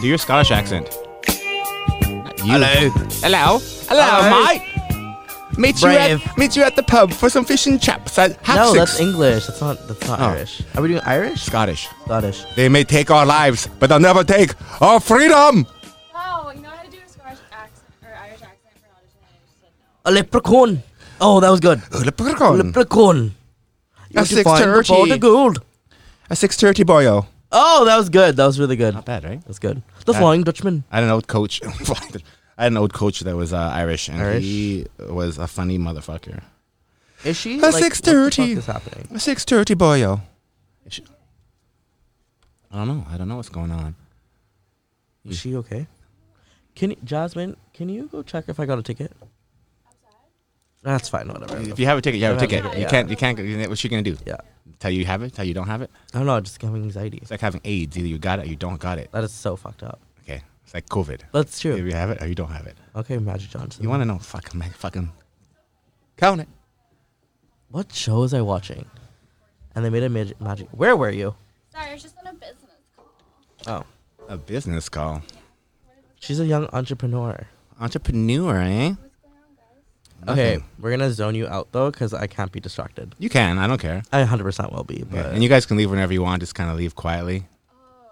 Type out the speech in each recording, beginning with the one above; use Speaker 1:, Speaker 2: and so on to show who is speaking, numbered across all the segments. Speaker 1: Do your Scottish accent.
Speaker 2: Hello.
Speaker 1: Hello. Hello,
Speaker 2: Hello.
Speaker 1: mate. Meet you, at,
Speaker 2: Brave.
Speaker 1: meet you at the pub for some fish and chaps at half
Speaker 2: No,
Speaker 1: six.
Speaker 2: that's English. That's not. That's not Irish. Are we doing Irish?
Speaker 1: Scottish.
Speaker 2: Scottish.
Speaker 1: They may take our lives, but they'll never take our freedom.
Speaker 3: Oh, you know how to do a Scottish accent or Irish accent for an audition? And I just said no.
Speaker 2: A leprechaun. Oh, that was good. Hmm.
Speaker 1: Leprechaun.
Speaker 2: Leprechaun. You
Speaker 1: That's
Speaker 2: to find the
Speaker 1: 6:30.
Speaker 2: pot of gold.
Speaker 1: A 6.30 boyo.
Speaker 2: Oh, that was good. That was really good.
Speaker 1: Not bad, right?
Speaker 2: That's good. The
Speaker 1: Yeah.
Speaker 2: Flying Dutchman.
Speaker 1: I had an old coach. I had an old coach that was uh, Irish, and
Speaker 2: Irish?
Speaker 1: he was a funny motherfucker.
Speaker 2: Is she?
Speaker 1: At
Speaker 2: like, what the
Speaker 1: 6:30.
Speaker 2: fuck is happening?
Speaker 1: A 6.30
Speaker 2: oh.
Speaker 1: boyo. I don't know. I don't know what's going on.
Speaker 2: Is she okay? Can you, Jasmine? Can you go check if I got a ticket? That's fine. Whatever.
Speaker 1: If you have a ticket, you have a
Speaker 2: Yeah,
Speaker 1: ticket.
Speaker 2: yeah,
Speaker 1: You
Speaker 2: yeah.
Speaker 1: can't. You can't. What's she gonna do?
Speaker 2: Yeah.
Speaker 1: Tell you you have it. Tell you don't have it.
Speaker 2: I don't know. I just having anxiety.
Speaker 1: It's like having AIDS. Either you got it or you don't got it.
Speaker 2: That is so fucked up.
Speaker 1: Okay. It's like COVID.
Speaker 2: That's
Speaker 1: Either
Speaker 2: true.
Speaker 1: you have it or you don't have it.
Speaker 2: Okay, Magic Johnson.
Speaker 1: You want to know? Fucking, man, fucking, count it.
Speaker 2: What show is I watching? And they made a magic. magic where were you?
Speaker 3: Sorry, I was just on a business call.
Speaker 2: Oh,
Speaker 1: A business call.
Speaker 2: she's a young entrepreneur.
Speaker 1: Entrepreneur, eh?
Speaker 2: Okay,
Speaker 1: Nothing.
Speaker 2: we're gonna zone you out though, cause I can't be distracted.
Speaker 1: You can. I don't care.
Speaker 2: I 100% will be,
Speaker 1: Yeah,
Speaker 2: but
Speaker 1: And you guys can leave whenever you want. Just kind of leave quietly.
Speaker 3: Oh,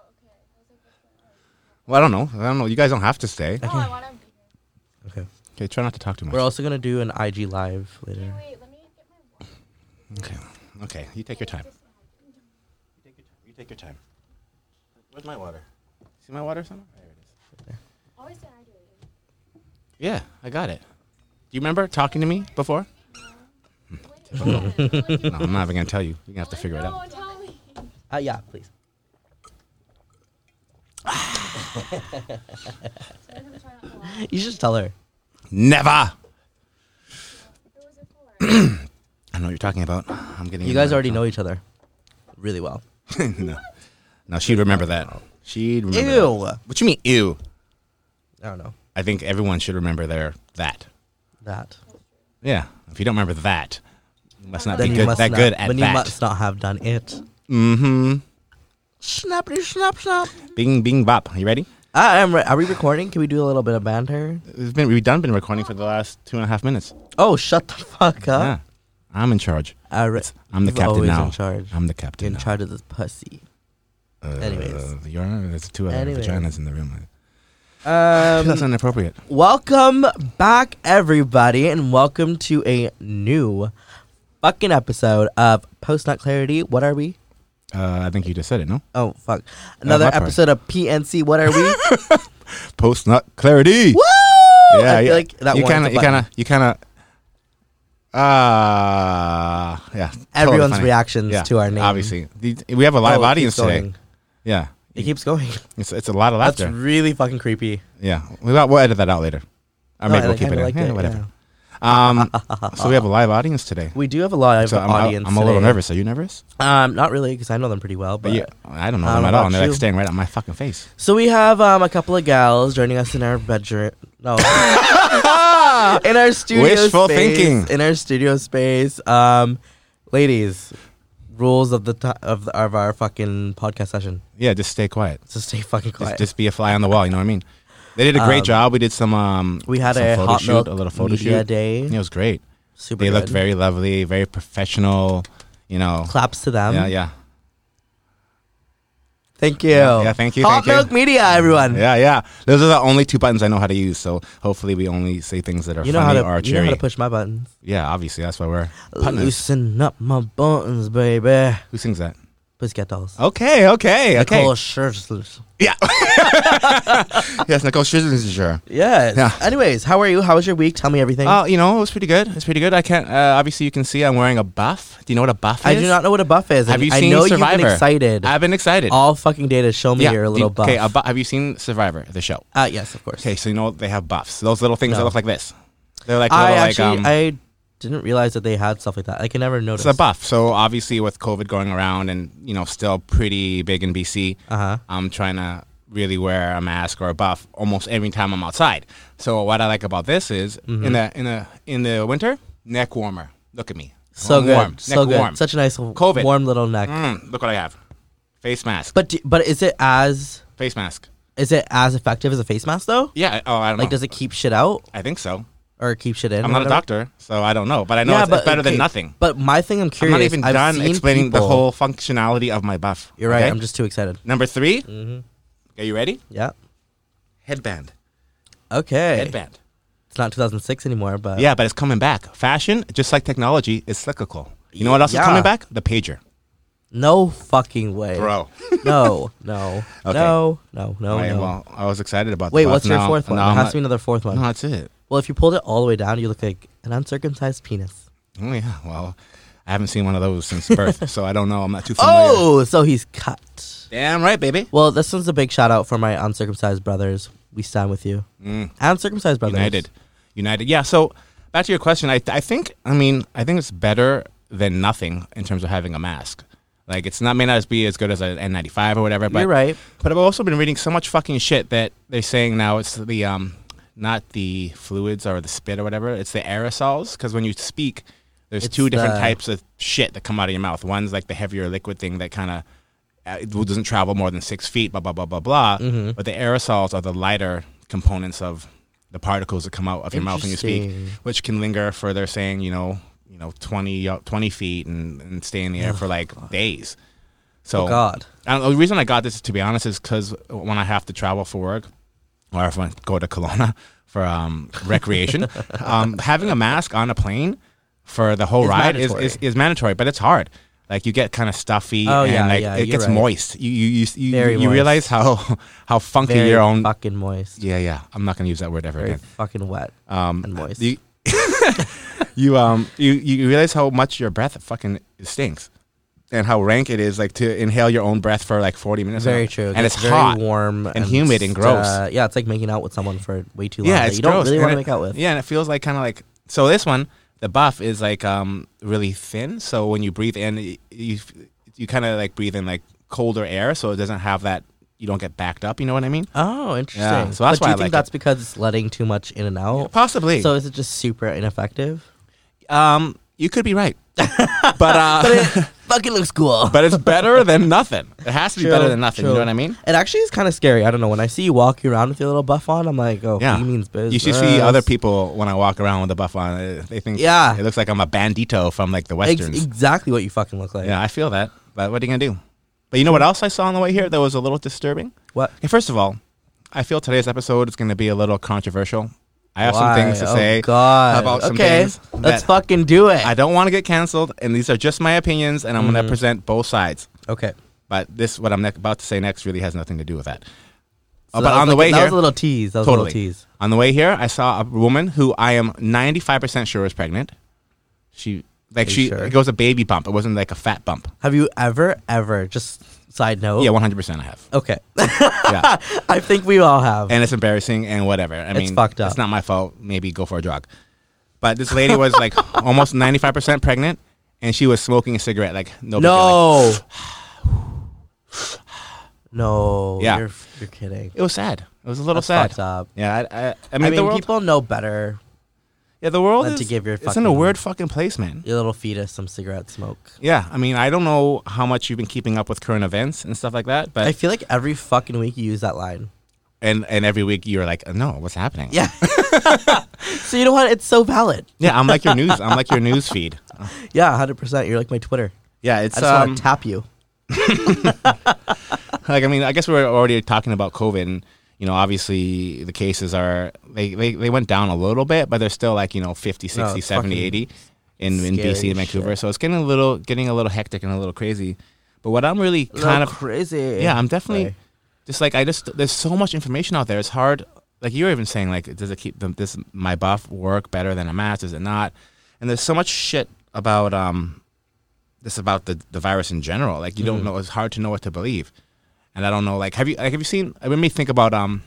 Speaker 1: Well, I don't know. I don't know. You guys don't have to stay.
Speaker 3: Oh, I want to be here.
Speaker 2: okay.
Speaker 1: Okay, try not to talk too much.
Speaker 2: We're also gonna do an IG live later.
Speaker 3: Wait, let me get my wallet.
Speaker 1: okay. Okay. You take your time. You take your time. You take your time. Where's my water? See my water somewhere? There it is.
Speaker 3: Always been arguing.
Speaker 1: Yeah, I got it. Do you remember talking to me before?
Speaker 3: Wait,
Speaker 1: No, I'm not even gonna tell you. You're gonna have to figure it
Speaker 3: no,
Speaker 1: out.
Speaker 3: tell me.
Speaker 2: Uh, yeah, please. You should tell her.
Speaker 1: Never. I know what you're talking about. I'm getting.
Speaker 2: You
Speaker 1: in
Speaker 2: guys
Speaker 1: there.
Speaker 2: already know each other really well.
Speaker 1: no, no, she'd remember that. She'd remember.
Speaker 2: Ew.
Speaker 1: that. What you mean, ew?
Speaker 2: I don't know
Speaker 1: I think everyone should remember their that.
Speaker 2: that.
Speaker 1: Yeah. If you don't remember that, you must not
Speaker 2: Then
Speaker 1: be
Speaker 2: you
Speaker 1: good,
Speaker 2: must
Speaker 1: that
Speaker 2: not,
Speaker 1: good at
Speaker 2: Then
Speaker 1: that.
Speaker 2: you must not have done it.
Speaker 1: Mm-hmm.
Speaker 2: Snappity snap snap.
Speaker 1: Bing, bing, bop. You ready?
Speaker 2: I am. Re- are we recording? Can we do a little bit of banter?
Speaker 1: It's been, we've done been recording for the last two and a half minutes.
Speaker 2: Oh, shut the fuck
Speaker 1: Yeah.
Speaker 2: up.
Speaker 1: I'm in charge.
Speaker 2: I re-
Speaker 1: I'm the
Speaker 2: He's
Speaker 1: captain
Speaker 2: always
Speaker 1: now.
Speaker 2: in charge.
Speaker 1: I'm the captain.
Speaker 2: in
Speaker 1: now.
Speaker 2: charge of this pussy. Anyways.
Speaker 1: Uh, your Honor, there's two other
Speaker 2: Anyways.
Speaker 1: vaginas in the room. That's
Speaker 2: Um,
Speaker 1: inappropriate.
Speaker 2: welcome back, everybody, and welcome to a new fucking episode of Post Not Clarity. What are we?
Speaker 1: Uh, I think you just said it, no?
Speaker 2: Oh fuck! Another
Speaker 1: Uh, my part.
Speaker 2: episode of PNC. What are we? Woo!
Speaker 1: Post nut clarity. Yeah,
Speaker 2: I
Speaker 1: yeah.
Speaker 2: feel like that
Speaker 1: you
Speaker 2: one is
Speaker 1: kind
Speaker 2: a
Speaker 1: of, you
Speaker 2: button.
Speaker 1: kind of, you kind of. Ah, yeah. totally
Speaker 2: Everyone's
Speaker 1: funny.
Speaker 2: reactions
Speaker 1: Yeah,
Speaker 2: to our name.
Speaker 1: Obviously, The- we have a
Speaker 2: Oh, it
Speaker 1: live audience
Speaker 2: keeps
Speaker 1: today.
Speaker 2: going.
Speaker 1: Yeah,
Speaker 2: It keeps going.
Speaker 1: it's it's a lot of
Speaker 2: That's
Speaker 1: laughter.
Speaker 2: really fucking creepy.
Speaker 1: yeah, we got, we'll edit that out later, or maybe
Speaker 2: No, Oh, I
Speaker 1: we'll
Speaker 2: like-
Speaker 1: keep
Speaker 2: I
Speaker 1: it in.
Speaker 2: like
Speaker 1: yeah,
Speaker 2: it,
Speaker 1: whatever.
Speaker 2: yeah.
Speaker 1: Um, so we have a live audience today.
Speaker 2: We do have a live
Speaker 1: So I'm,
Speaker 2: audience.
Speaker 1: I'm a little
Speaker 2: today.
Speaker 1: nervous. Are you nervous?
Speaker 2: Um, not really, because I know them pretty well. But,
Speaker 1: But you, I don't know them
Speaker 2: I don't
Speaker 1: at
Speaker 2: know
Speaker 1: all, and
Speaker 2: about
Speaker 1: they're like
Speaker 2: you.
Speaker 1: staring right at my fucking face.
Speaker 2: so we have um a couple of gals joining us in our bedroom. No, in our studio.
Speaker 1: Wishful
Speaker 2: space,
Speaker 1: thinking.
Speaker 2: In our studio space, um, ladies, rules of the ti of the, of our fucking podcast session.
Speaker 1: Yeah, just stay quiet.
Speaker 2: So stay fucking
Speaker 1: Just,
Speaker 2: quiet.
Speaker 1: just be a fly on the wall. You know what I mean? They did a great
Speaker 2: Um,
Speaker 1: job. We did some. Um,
Speaker 2: we had
Speaker 1: some
Speaker 2: a
Speaker 1: photo
Speaker 2: hot
Speaker 1: shoot,
Speaker 2: milk
Speaker 1: a little photo
Speaker 2: media
Speaker 1: shoot.
Speaker 2: day.
Speaker 1: It was great.
Speaker 2: Super.
Speaker 1: They
Speaker 2: good.
Speaker 1: looked very lovely, very professional. You know.
Speaker 2: Claps to them.
Speaker 1: yeah, yeah,
Speaker 2: Thank you.
Speaker 1: Yeah, thank you, thank
Speaker 2: Hot
Speaker 1: you.
Speaker 2: milk media, everyone.
Speaker 1: yeah, yeah. Those are the only two buttons I know how to use. So hopefully, we only say things that are
Speaker 2: You know how
Speaker 1: funny
Speaker 2: to
Speaker 1: or
Speaker 2: you know
Speaker 1: cheery.
Speaker 2: how to push my buttons.
Speaker 1: yeah, obviously, that's why we're partners.
Speaker 2: Loosen up my buttons, baby.
Speaker 1: Who sings that?
Speaker 2: Pussycat dolls.
Speaker 1: Okay, okay, okay.
Speaker 2: Nicole Scherzinger.
Speaker 1: Yeah. yes, Nicole Scherzinger.
Speaker 2: Yes.
Speaker 1: Yeah.
Speaker 2: Anyways, how are you? How was your week? Tell me everything.
Speaker 1: Oh, you know, it was pretty good. It's pretty good. I can't. Uh, obviously, you can see I'm wearing a buff. Do you know what a buff
Speaker 2: I
Speaker 1: is?
Speaker 2: do not know what a buff is.
Speaker 1: Have
Speaker 2: and
Speaker 1: you
Speaker 2: I
Speaker 1: seen
Speaker 2: know
Speaker 1: Survivor?
Speaker 2: you've been excited
Speaker 1: I've been excited.
Speaker 2: all fucking day to show me your
Speaker 1: Do
Speaker 2: little
Speaker 1: you-
Speaker 2: buff.
Speaker 1: Okay, a bu- have you seen Survivor, the show?
Speaker 2: uh, yes, of course.
Speaker 1: Okay, so you know they have buffs. Those little things that
Speaker 2: No.
Speaker 1: look like this. They're like
Speaker 2: I
Speaker 1: little
Speaker 2: actually
Speaker 1: like um.
Speaker 2: I didn't realize that they had stuff like that. I can never notice.
Speaker 1: it's a buff. So obviously, with COVID going around and you know still pretty big in BC,
Speaker 2: Uh-huh.
Speaker 1: I'm trying to really wear a mask or a buff almost every time I'm outside. So what I like about this is
Speaker 2: Mm-hmm.
Speaker 1: in the in the in the winter neck warmer. Look at me.
Speaker 2: So
Speaker 1: I'm
Speaker 2: good.
Speaker 1: Warm.
Speaker 2: So
Speaker 1: neck
Speaker 2: good.
Speaker 1: Warm. Mm,
Speaker 2: Such a nice
Speaker 1: COVID.
Speaker 2: warm little neck.
Speaker 1: Mm, look what I have. Face mask.
Speaker 2: But do, but is it as
Speaker 1: face mask.
Speaker 2: Is it as effective as a face mask though?
Speaker 1: Yeah. Oh, I don't
Speaker 2: Like,
Speaker 1: know.
Speaker 2: does it keep shit out
Speaker 1: I think so.
Speaker 2: or keep shit in?
Speaker 1: I'm
Speaker 2: or
Speaker 1: not a
Speaker 2: whatever?
Speaker 1: doctor, so I don't know. But I know it's, it's better
Speaker 2: okay,
Speaker 1: than nothing.
Speaker 2: But my thing, I'm
Speaker 1: I'm
Speaker 2: curious.
Speaker 1: not even
Speaker 2: I've
Speaker 1: done
Speaker 2: seen
Speaker 1: explaining the
Speaker 2: people-
Speaker 1: whole functionality of my buff.
Speaker 2: You're right.
Speaker 1: okay?
Speaker 2: I'm just Mm-hmm. too excited.
Speaker 1: Number 3 Are you ready?
Speaker 2: Yeah.
Speaker 1: Headband.
Speaker 2: Okay.
Speaker 1: Headband.
Speaker 2: It's not 2006 anymore, but
Speaker 1: Yeah, but it's coming back. Fashion, just like technology, is cyclical. You know what else
Speaker 2: Yeah.
Speaker 1: is coming back? The pager. Oh,
Speaker 2: no fucking way,
Speaker 1: Bro.
Speaker 2: No, no,
Speaker 1: Okay.
Speaker 2: no, no, no,
Speaker 1: Wait,
Speaker 2: Oh, no.
Speaker 1: well, I was excited about. the
Speaker 2: Wait,
Speaker 1: buff.
Speaker 2: what's your
Speaker 1: Now-
Speaker 2: fourth one?
Speaker 1: now
Speaker 2: there
Speaker 1: I'm
Speaker 2: has
Speaker 1: not-
Speaker 2: to be another fourth one.
Speaker 1: No, that's it.
Speaker 2: Well, if you pulled it all the way down, you look like an uncircumcised penis.
Speaker 1: Oh yeah. Well, I haven't seen one of those since birth, so I don't know. I'm not too familiar.
Speaker 2: Oh, so he's cut.
Speaker 1: damn right, baby.
Speaker 2: Well, this one's a big shout out for my uncircumcised brothers. We stand with you.
Speaker 1: Mm.
Speaker 2: Uncircumcised brothers.
Speaker 1: United, United. Yeah. So back to your question, I, I think I mean I think it's better than nothing in terms of having a mask. Like it's not may not be as good as an N95 or whatever. But
Speaker 2: You're right.
Speaker 1: But I've also been reading so much fucking shit that they're saying now it's the um not the fluids or the spit or whatever. It's the aerosols because when you speak, there's
Speaker 2: It's
Speaker 1: two different
Speaker 2: the-
Speaker 1: types of shit that come out of your mouth. One's like the heavier liquid thing that kind of uh, it doesn't travel more than six feet. Blah blah blah blah blah.
Speaker 2: Mm-hmm.
Speaker 1: But the aerosols are the lighter components of the particles that come out of your mouth when you speak,
Speaker 2: Interesting.
Speaker 1: which can linger for they're saying you know you know 20, uh, 20 feet and, and stay in the air for like days. So
Speaker 2: Oh, God.
Speaker 1: and the reason I got this, to be honest, is because when I have to travel for work, or if I go to Kelowna for um, recreation, um, having a mask on a plane for the whole
Speaker 2: Is
Speaker 1: ride is,
Speaker 2: mandatory.
Speaker 1: is, is mandatory, but it's hard. Like you get kind of stuffy,
Speaker 2: Oh,
Speaker 1: and
Speaker 2: yeah,
Speaker 1: like
Speaker 2: yeah,
Speaker 1: it
Speaker 2: you're
Speaker 1: gets
Speaker 2: right.
Speaker 1: moist. You you you, you,
Speaker 2: Very
Speaker 1: you
Speaker 2: moist.
Speaker 1: realize how how funky
Speaker 2: Very
Speaker 1: your own.
Speaker 2: fucking moist.
Speaker 1: yeah, yeah. I'm not gonna use that word ever
Speaker 2: Very
Speaker 1: again.
Speaker 2: fucking wet
Speaker 1: Um,
Speaker 2: and moist.
Speaker 1: you, you um you you realize how much your breath fucking stinks and how rank it is like to inhale your own breath for like 40 minutes
Speaker 2: very true.
Speaker 1: and
Speaker 2: It's
Speaker 1: it's
Speaker 2: very
Speaker 1: hot
Speaker 2: warm,
Speaker 1: and humid and gross.
Speaker 2: uh, yeah, it's like making out with someone for way too long.
Speaker 1: yeah
Speaker 2: that
Speaker 1: it's
Speaker 2: you don't
Speaker 1: gross.
Speaker 2: really
Speaker 1: And
Speaker 2: want to
Speaker 1: it-
Speaker 2: make out with.
Speaker 1: yeah and it feels like kind of like so this one the buff is like um really thin so when you breathe in y- you you kind of like breathe in like colder air so it doesn't have that you don't get backed up you know what i mean
Speaker 2: Oh, interesting.
Speaker 1: Yeah, so that's why
Speaker 2: but do
Speaker 1: I
Speaker 2: you think
Speaker 1: like
Speaker 2: that's
Speaker 1: it.
Speaker 2: because it's letting too much in and out?
Speaker 1: possibly
Speaker 2: So is it just super ineffective?
Speaker 1: um you could be right but uh
Speaker 2: But it fucking looks cool.
Speaker 1: but it's better than nothing it has to be better
Speaker 2: True,
Speaker 1: than nothing you
Speaker 2: true.
Speaker 1: know what i mean
Speaker 2: It actually is kind of scary. I don't know. When I see you walking around with your little buff on, I'm like, oh,
Speaker 1: Yeah.
Speaker 2: he means business.
Speaker 1: You should see other people when I walk around with a buff on. uh, They think
Speaker 2: Yeah.
Speaker 1: it looks like I'm a bandito from like the
Speaker 2: Ex-
Speaker 1: westerns.
Speaker 2: exactly what you fucking look like.
Speaker 1: yeah, I feel that. But what are you gonna do? But you know what else I saw on the way here that was a little disturbing.
Speaker 2: What?
Speaker 1: Okay, first of all, I feel today's episode is gonna be a little controversial. I have some things to
Speaker 2: Why? Oh,
Speaker 1: say
Speaker 2: God.
Speaker 1: about some
Speaker 2: okay.
Speaker 1: things that-
Speaker 2: Let's fucking do it.
Speaker 1: I don't want to get canceled, and these are just my opinions, and I'm
Speaker 2: Mm-hmm.
Speaker 1: gonna present both sides.
Speaker 2: okay.
Speaker 1: But this, what I'm ne- about to say next, really has nothing to do with that. Uh,
Speaker 2: So that
Speaker 1: but
Speaker 2: was
Speaker 1: on the
Speaker 2: like-
Speaker 1: way
Speaker 2: that
Speaker 1: here,
Speaker 2: was a little tease. That was a
Speaker 1: Totally.
Speaker 2: little tease.
Speaker 1: On the way here, I saw a woman who I am 95% sure is pregnant. She like
Speaker 2: Are you
Speaker 1: she
Speaker 2: sure?
Speaker 1: it was a baby bump. It wasn't like a fat bump.
Speaker 2: Have you ever, ever, just side note?
Speaker 1: Yeah, 100% I have.
Speaker 2: Okay.
Speaker 1: Yeah.
Speaker 2: I think we all have.
Speaker 1: and it's embarrassing and whatever. I mean,
Speaker 2: fucked up.
Speaker 1: It's not my fault. Maybe go for a jog. But this lady was like almost 95% pregnant and she was smoking a cigarette like no big deal. Like,
Speaker 2: no. no.
Speaker 1: Yeah.
Speaker 2: You're, you're kidding.
Speaker 1: it was sad. It was a little
Speaker 2: That's
Speaker 1: sad.
Speaker 2: fucked up.
Speaker 1: Yeah, I, I, I
Speaker 2: I
Speaker 1: mean,
Speaker 2: mean,
Speaker 1: the world
Speaker 2: people know better.
Speaker 1: Yeah, the world
Speaker 2: than
Speaker 1: is
Speaker 2: to give your
Speaker 1: it's in a
Speaker 2: fucking-
Speaker 1: weird fucking place, man.
Speaker 2: Your little fetus some cigarette smoke.
Speaker 1: Yeah, I mean, I don't know how much you've been keeping up with current events and stuff like that, but
Speaker 2: I feel like every fucking week you use that line.
Speaker 1: and and every week you're like, no, what's happening?
Speaker 2: Yeah. so you know what? It's so valid.
Speaker 1: yeah. I'm like your news. I'm like your news feed.
Speaker 2: Yeah, hundred percent. You're like my Twitter.
Speaker 1: Yeah,
Speaker 2: I
Speaker 1: it's
Speaker 2: just
Speaker 1: um,
Speaker 2: want to tap you.
Speaker 1: like I mean, I guess we were already talking about COVID. And, you know, obviously the cases are they, they they went down a little bit, but they're still like you know 50, 60,
Speaker 2: it's
Speaker 1: 70,
Speaker 2: fucking
Speaker 1: 80 in, in
Speaker 2: scary
Speaker 1: BC and Vancouver.
Speaker 2: shit.
Speaker 1: So it's getting a little getting a little hectic and a little crazy. But what I'm really
Speaker 2: Little
Speaker 1: kind of
Speaker 2: crazy.
Speaker 1: yeah, I'm definitely
Speaker 2: Sorry.
Speaker 1: just like I just there's so much information out there. It's hard. Like you were even saying, like does it keep the, this my buff work better than a mask? Does it not? And there's so much shit about um this about the the virus in general. Like you don't know. It's hard to know what to believe. And I don't know. Like have you like have you seen? It made me think about um.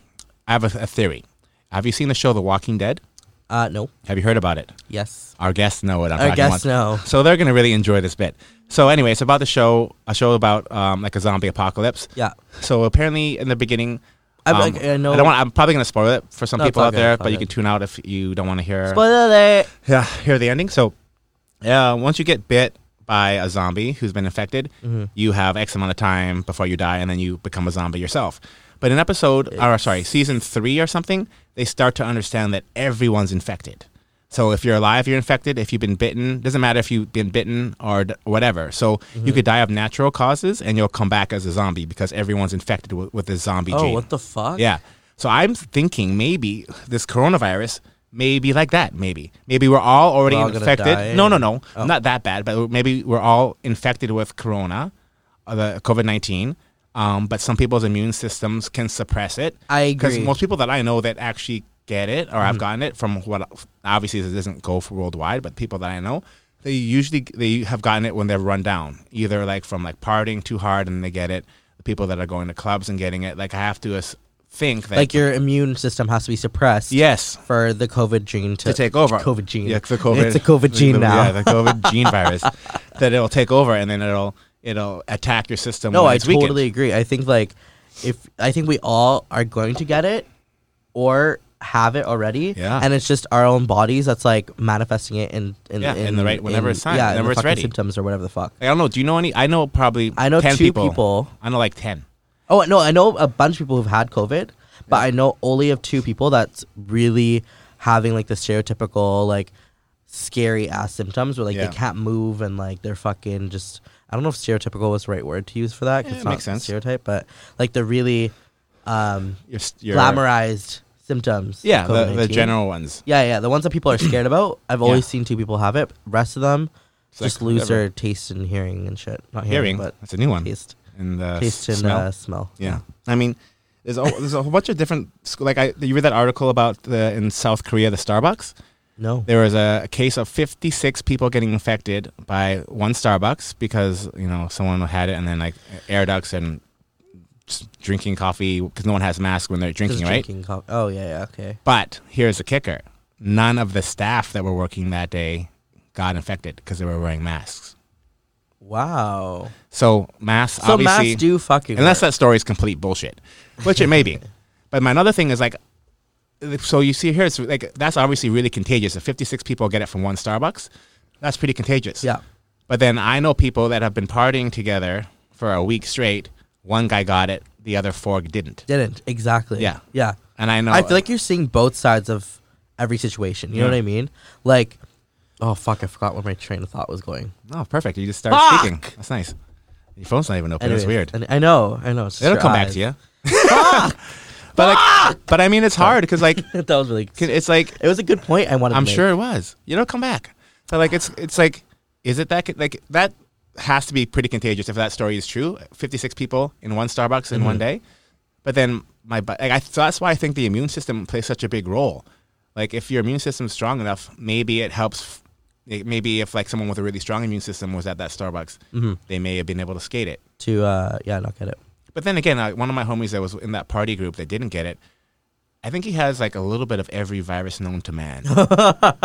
Speaker 1: I have a, a theory. Have you seen the show The Walking Dead?
Speaker 2: Uh, no.
Speaker 1: Have you heard about it?
Speaker 2: Yes.
Speaker 1: Our guests know what I'm
Speaker 2: I
Speaker 1: talking
Speaker 2: guess
Speaker 1: about.
Speaker 2: no.
Speaker 1: So they're gonna really enjoy this bit. So anyway, it's about the show, a show about um, like a zombie apocalypse.
Speaker 2: Yeah.
Speaker 1: So apparently, in the beginning,
Speaker 2: I'm
Speaker 1: um,
Speaker 2: like- I know-
Speaker 1: don't want. I'm probably gonna spoil it for some
Speaker 2: No, it's
Speaker 1: people
Speaker 2: all
Speaker 1: out
Speaker 2: good,
Speaker 1: there,
Speaker 2: it's all
Speaker 1: but you
Speaker 2: good.
Speaker 1: can tune out if you don't want to hear.
Speaker 2: Spoiler alert.
Speaker 1: Yeah, hear the ending. So, yeah, once you get bit by a
Speaker 2: Mm-hmm.
Speaker 1: zombie who's been infected, you have X amount of time before you die, and then you become a zombie yourself. But in episode, or sorry, season three or something, they start to understand that everyone's infected. So if you're alive, you're infected. If you've been bitten, doesn't matter if you've been bitten or d- whatever. So
Speaker 2: Mm-hmm.
Speaker 1: you could die of natural causes, and you'll come back as a zombie because everyone's infected with, with the zombie
Speaker 2: Oh,
Speaker 1: gene.
Speaker 2: what the fuck?
Speaker 1: Yeah. So I'm thinking maybe this coronavirus may be like that. Maybe. Maybe we're all already
Speaker 2: We're all gonna die
Speaker 1: infected. No, no, no.
Speaker 2: Oh.
Speaker 1: Not that bad, but maybe we're all infected with corona, uh, the COVID 19. Um, but some people's immune systems can suppress it.
Speaker 2: I agree.
Speaker 1: most people that I know that actually get it or
Speaker 2: Mm-hmm.
Speaker 1: I've gotten it from what obviously it doesn't go for worldwide, but people that I know, they usually they have gotten it when they're run down, either like from like partying too hard and they get it. The people that are going to clubs and getting it, like I have to as- think that
Speaker 2: Like your immune system has to be suppressed.
Speaker 1: yes
Speaker 2: For the COVID gene to,
Speaker 1: to take over.
Speaker 2: COVID gene.
Speaker 1: Yeah, the COVID.
Speaker 2: It's a COVID
Speaker 1: the-
Speaker 2: gene
Speaker 1: the-
Speaker 2: now.
Speaker 1: Yeah, the COVID gene virus that it'll take over and then it'll it'll attack your system.
Speaker 2: No,
Speaker 1: when
Speaker 2: I
Speaker 1: it's weakened.
Speaker 2: totally agree. I think like if I think we all are going to get it or have it already.
Speaker 1: Yeah.
Speaker 2: And it's just our own bodies that's like manifesting it in in,
Speaker 1: Yeah, in the right- whenever it's time,
Speaker 2: Yeah, in
Speaker 1: whenever
Speaker 2: the
Speaker 1: it's
Speaker 2: fucking
Speaker 1: ready.
Speaker 2: symptoms or whatever the fuck.
Speaker 1: Like, I don't know. Do you know any? I know probably.
Speaker 2: I know
Speaker 1: 10
Speaker 2: two people.
Speaker 1: I know like ten.
Speaker 2: Oh no, I know a bunch of people who've had COVID, but I know only of two people that's really having like the stereotypical like scary ass symptoms where like
Speaker 1: Yeah.
Speaker 2: they can't move and like they're fucking just I don't know if stereotypical was the right word to use for that. 'cause
Speaker 1: Yeah,
Speaker 2: it's
Speaker 1: it
Speaker 2: not
Speaker 1: makes sense.
Speaker 2: Stereotype, but like they're really um
Speaker 1: Your, s- your
Speaker 2: glamorized symptoms. of
Speaker 1: Yeah, the, the
Speaker 2: COVID-19.
Speaker 1: general ones.
Speaker 2: Yeah, yeah, the ones that people are scared about. I've always
Speaker 1: Yeah.
Speaker 2: seen two people have it. Rest of them
Speaker 1: like
Speaker 2: just lose
Speaker 1: whatever.
Speaker 2: their taste and hearing and shit. Not
Speaker 1: Hearing.
Speaker 2: hearing, but
Speaker 1: That's a new one.
Speaker 2: taste,
Speaker 1: And uh,
Speaker 2: taste
Speaker 1: s-
Speaker 2: and
Speaker 1: smell.
Speaker 2: uh, smell.
Speaker 1: yeah. I mean, there's a, there's a whole bunch of different. sc- Like I, you read that article about the in South Korea the Starbucks.
Speaker 2: No.
Speaker 1: There was a, a case of 56 people getting infected by one Starbucks because you know someone had it and then like air ducts and just drinking coffee because no one has masks when they're drinking,
Speaker 2: Just
Speaker 1: right?
Speaker 2: drinking co- oh yeah, yeah, okay.
Speaker 1: But here's the kicker: none of the staff that were working that day got infected because they were wearing masks.
Speaker 2: Wow.
Speaker 1: So masks,
Speaker 2: So
Speaker 1: obviously,
Speaker 2: masks do fucking.
Speaker 1: unless
Speaker 2: work.
Speaker 1: that story is complete bullshit, which it may be. But my another thing is like, so you see here, it's like that's obviously really contagious. If 56 people get it from one Starbucks, that's pretty contagious.
Speaker 2: yeah.
Speaker 1: But then I know people that have been partying together for a week straight. One guy got it, the other four didn't.
Speaker 2: Didn't exactly.
Speaker 1: Yeah.
Speaker 2: Yeah.
Speaker 1: And I know
Speaker 2: I feel like you're seeing both sides of every situation. You know
Speaker 1: Yeah.
Speaker 2: what I mean? Like, oh fuck, I forgot where my train of thought was going.
Speaker 1: oh, perfect. You just started
Speaker 2: Fuck!
Speaker 1: speaking. That's nice. Your phone's not even open. That's
Speaker 2: Anyways,
Speaker 1: weird.
Speaker 2: and- I know. I know. It's just
Speaker 1: It'll
Speaker 2: your
Speaker 1: come back
Speaker 2: eyes.
Speaker 1: to you. but like, but I mean, it's hard because like,
Speaker 2: that was really.
Speaker 1: it's like
Speaker 2: It was a good point. I wanted.
Speaker 1: I'm
Speaker 2: to make.
Speaker 1: sure it was. You don't come back. So like it's it's like is it that co- like that has to be pretty contagious if that story is true. 56 people in one Starbucks in
Speaker 2: Mm-hmm.
Speaker 1: one day. But then my bu- like I, so that's why I think the immune system plays such a big role. Like if your immune system's strong enough, maybe it helps. f- It, maybe if like someone with a really strong immune system was at that Starbucks,
Speaker 2: Mm-hmm.
Speaker 1: they may have been able to skate it.
Speaker 2: to. Uh, yeah, not get it.
Speaker 1: But then again, uh, one of my homies that was in that party group that didn't get it, I think he has like a little bit of every virus known to man.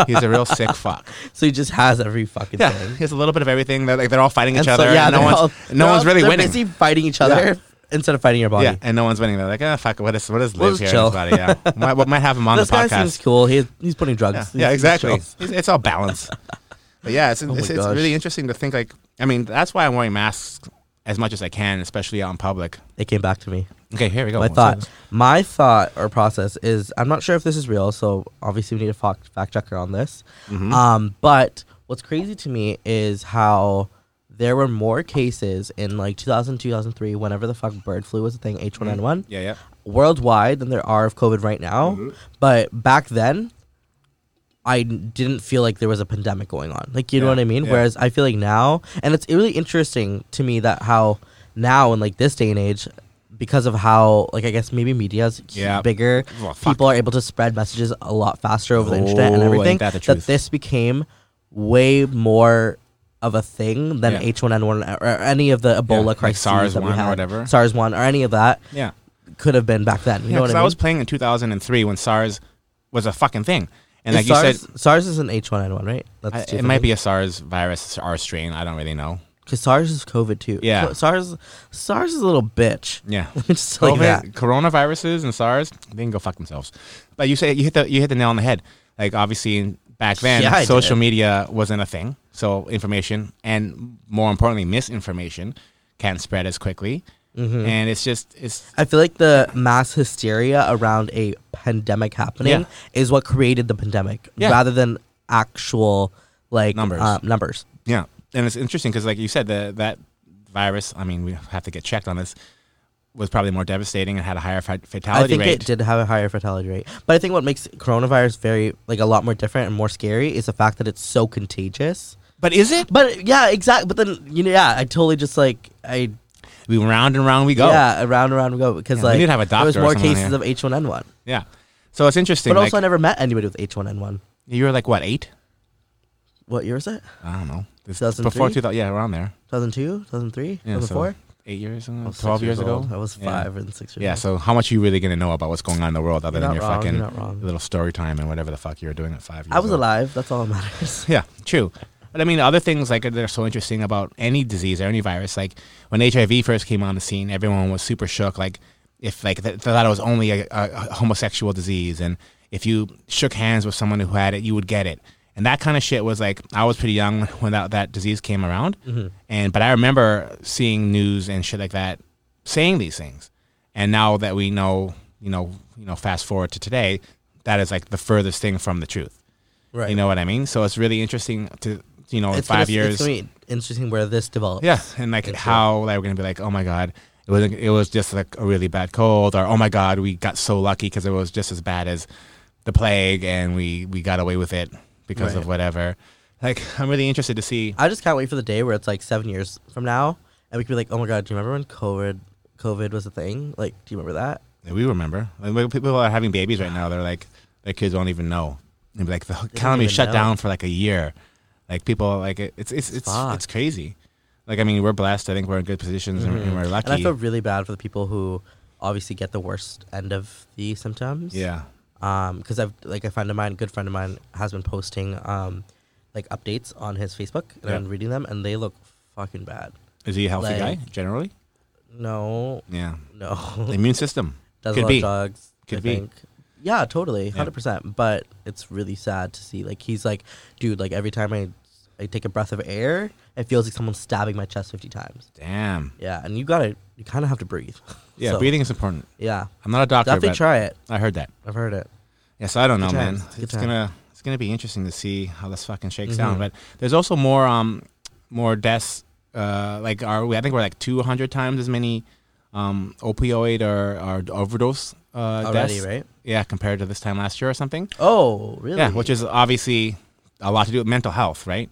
Speaker 1: He's a real sick fuck.
Speaker 2: So he just has every fucking
Speaker 1: Yeah,
Speaker 2: thing.
Speaker 1: he has a little bit of everything. They're like they're all fighting each
Speaker 2: And so,
Speaker 1: other.
Speaker 2: yeah,
Speaker 1: and no
Speaker 2: they're
Speaker 1: one's
Speaker 2: all-
Speaker 1: no
Speaker 2: they're
Speaker 1: one's
Speaker 2: all-
Speaker 1: really
Speaker 2: they're
Speaker 1: winning.
Speaker 2: Busy fighting each other instead of fighting your body.
Speaker 1: Yeah, and no one's winning. They're like, ah, fuck. What is what is
Speaker 2: We'll
Speaker 1: live here?
Speaker 2: just
Speaker 1: in his
Speaker 2: chill.
Speaker 1: Body? Yeah, might, what might have him on
Speaker 2: This
Speaker 1: the
Speaker 2: guy
Speaker 1: podcast?
Speaker 2: seems cool. He, he's putting drugs.
Speaker 1: yeah,
Speaker 2: He's-
Speaker 1: yeah,
Speaker 2: he's
Speaker 1: exactly.
Speaker 2: chill. Oh
Speaker 1: It's, it's all balance. but yeah, it's
Speaker 2: my
Speaker 1: it's, it's
Speaker 2: gosh.
Speaker 1: really interesting to think. Like, I mean, that's why I'm wearing masks as much as I can, especially out in public.
Speaker 2: It came back to me.
Speaker 1: Okay, here we go.
Speaker 2: my
Speaker 1: What's
Speaker 2: thought
Speaker 1: up?
Speaker 2: my thought or process is i'm not sure if this is real so obviously we need a fact, fact checker on this um, but what's crazy to me is how there were more cases in like 2000 2003 whenever the fuck bird flu was a thing h1n1
Speaker 1: Yeah, yeah.
Speaker 2: worldwide than there are of covid right now
Speaker 1: Mm-hmm.
Speaker 2: but back then I n- didn't feel like there was a pandemic going on. Like you know
Speaker 1: Yeah,
Speaker 2: what I mean?
Speaker 1: yeah.
Speaker 2: Whereas I feel like now and it's really interesting to me that how now in like this day and age because of how like I guess maybe media's hu-
Speaker 1: Yeah.
Speaker 2: bigger
Speaker 1: Well, fuck.
Speaker 2: people are able to spread messages a lot faster over the internet and
Speaker 1: Oh, ain't
Speaker 2: everything
Speaker 1: that the
Speaker 2: that
Speaker 1: truth.
Speaker 2: this became way more of a thing than
Speaker 1: Yeah.
Speaker 2: H1N1 or- or any of the Ebola
Speaker 1: Yeah, like
Speaker 2: crises
Speaker 1: SARS
Speaker 2: that we
Speaker 1: one or
Speaker 2: had.
Speaker 1: whatever.
Speaker 2: SARS 1 or any of that
Speaker 1: Yeah.
Speaker 2: could have been back then. You
Speaker 1: Yeah,
Speaker 2: know what I
Speaker 1: because
Speaker 2: mean?
Speaker 1: I was playing in 2003 when SARS was a fucking thing, and
Speaker 2: Is
Speaker 1: like you
Speaker 2: SARS,
Speaker 1: said,
Speaker 2: SARS is an H1N1, right?
Speaker 1: I- it might be a SARS virus or strain. I don't really know.
Speaker 2: because SARS is COVID too.
Speaker 1: Yeah.
Speaker 2: Co- SARS, SARS is a little bitch.
Speaker 1: Yeah.
Speaker 2: Just like
Speaker 1: COVID-
Speaker 2: that.
Speaker 1: Coronaviruses and SARS, they can go fuck themselves. But you say you hit the you hit the nail on the head. Like obviously in- back then,
Speaker 2: Yeah, I did.
Speaker 1: social media wasn't a thing, so information and more importantly, misinformation can spread as quickly.
Speaker 2: Mhm.
Speaker 1: and it's just it's
Speaker 2: I feel like the mass hysteria around a pandemic happening
Speaker 1: Yeah.
Speaker 2: is what created the pandemic
Speaker 1: Yeah.
Speaker 2: rather than actual like
Speaker 1: Numbers.
Speaker 2: uh, numbers.
Speaker 1: yeah, and it's interesting because like you said, the, that virus. I mean, we have to get checked on this. Was probably more devastating and had a higher fa- fatality
Speaker 2: I think
Speaker 1: rate.
Speaker 2: it did have a higher fatality rate. But I think what makes coronavirus very like a lot more different and more scary is the fact that it's so contagious.
Speaker 1: But is it?
Speaker 2: But yeah, exactly. But then you know, yeah, I totally just like I
Speaker 1: We round and round we go.
Speaker 2: yeah around around we go because
Speaker 1: Yeah, we
Speaker 2: like
Speaker 1: need to have a
Speaker 2: there was
Speaker 1: doctor or
Speaker 2: more
Speaker 1: someone
Speaker 2: cases
Speaker 1: here.
Speaker 2: of H one N one.
Speaker 1: Yeah. So it's interesting.
Speaker 2: But also, I
Speaker 1: like,
Speaker 2: never met anybody with H one N one.
Speaker 1: you were like what eight?
Speaker 2: What year was it?
Speaker 1: I don't know. This-
Speaker 2: 2003?
Speaker 1: Before two thousand, yeah, around there.
Speaker 2: 2002, 2003,
Speaker 1: Yeah, so
Speaker 2: 2004?
Speaker 1: eight years, uh,
Speaker 2: I was Oh, six
Speaker 1: twelve years, ago.
Speaker 2: old. I was
Speaker 1: Yeah.
Speaker 2: five and six years
Speaker 1: Yeah,
Speaker 2: old.
Speaker 1: so how much are you really gonna know about what's going on in the world other
Speaker 2: You're
Speaker 1: than
Speaker 2: not
Speaker 1: your
Speaker 2: wrong, you're
Speaker 1: fucking
Speaker 2: not wrong.
Speaker 1: little story time and whatever the fuck you were doing at five years
Speaker 2: I was
Speaker 1: old.
Speaker 2: alive. That's all that matters.
Speaker 1: Yeah, true. But I mean, other things like that are so interesting about any disease or any virus. Like when HIV first came on the scene, everyone was super shook. Like if like th- they thought it was only a, a a homosexual disease, and if you shook hands with someone who had it, you would get it. And that kind of shit was like I was pretty young when that, that disease came around, and but I remember seeing news and shit like that saying these things. And now that we know, you know, you know, fast forward to today, that is like the furthest thing from the truth.
Speaker 2: right.
Speaker 1: You know what I mean? So it's really interesting to you know in
Speaker 2: it's
Speaker 1: 5
Speaker 2: gonna,
Speaker 1: years.
Speaker 2: It's gonna be interesting where this develops.
Speaker 1: yeah, and like
Speaker 2: It's
Speaker 1: how they were gonna be like, oh my god, it was it was just like a really bad cold, or oh my god, we got so lucky because it was just as bad as the plague, and we we got away with it because of
Speaker 2: Right.
Speaker 1: whatever. Like I'm really interested to see.
Speaker 2: I just can't wait for the day where it's like seven years from now, and we can be like, "Oh my god, do you remember when COVID, COVID was a thing? Like, do you remember that?"
Speaker 1: We remember Like, when people are having babies right now. They're like their kids don't even know. And be like the economy
Speaker 2: even
Speaker 1: shut
Speaker 2: know.
Speaker 1: down for like a year. Like people like it, it's it's it's
Speaker 2: Fuck.
Speaker 1: it's crazy. Like I mean, we're blessed. I think we're in good positions and- and we're lucky.
Speaker 2: Mm-hmm. And I feel really bad for the people who obviously get the worst end of the symptoms.
Speaker 1: yeah.
Speaker 2: Um, because I've like a friend of mine, good friend of mine, has been posting um, like updates on his Facebook, and
Speaker 1: Yeah.
Speaker 2: I've been reading them, and they look fucking bad.
Speaker 1: Is he a healthy guy
Speaker 2: Like-
Speaker 1: generally?
Speaker 2: No,
Speaker 1: Yeah.
Speaker 2: no.
Speaker 1: Immune system.
Speaker 2: does
Speaker 1: Could
Speaker 2: a lot
Speaker 1: be.
Speaker 2: of drugs.
Speaker 1: Could
Speaker 2: I
Speaker 1: be.
Speaker 2: think. Yeah, totally,
Speaker 1: Yeah.
Speaker 2: hundred percent. But it's really sad to see. Like he's like, dude, like every time I, I take a breath of air, it feels like someone's stabbing my chest fifty times.
Speaker 1: Damn.
Speaker 2: Yeah, and you gotta, you kind of have to breathe.
Speaker 1: Yeah,
Speaker 2: So,
Speaker 1: breathing is important.
Speaker 2: Yeah,
Speaker 1: I'm not a doctor,
Speaker 2: definitely
Speaker 1: but
Speaker 2: try it.
Speaker 1: I heard that.
Speaker 2: I've heard it.
Speaker 1: Yeah, so I don't know,
Speaker 2: Good
Speaker 1: man.
Speaker 2: times. Good
Speaker 1: It's
Speaker 2: times.
Speaker 1: gonna it's gonna be interesting to see how this fucking shakes
Speaker 2: Mhm.
Speaker 1: down. But there's also more um more deaths. Uh, like are we? I think we're like 200 times as many um opioid or, or overdose uh,
Speaker 2: Already,
Speaker 1: deaths.
Speaker 2: right?
Speaker 1: Yeah, compared to this time last year or something.
Speaker 2: Oh, really?
Speaker 1: Yeah, which is obviously a lot to do with mental health, right?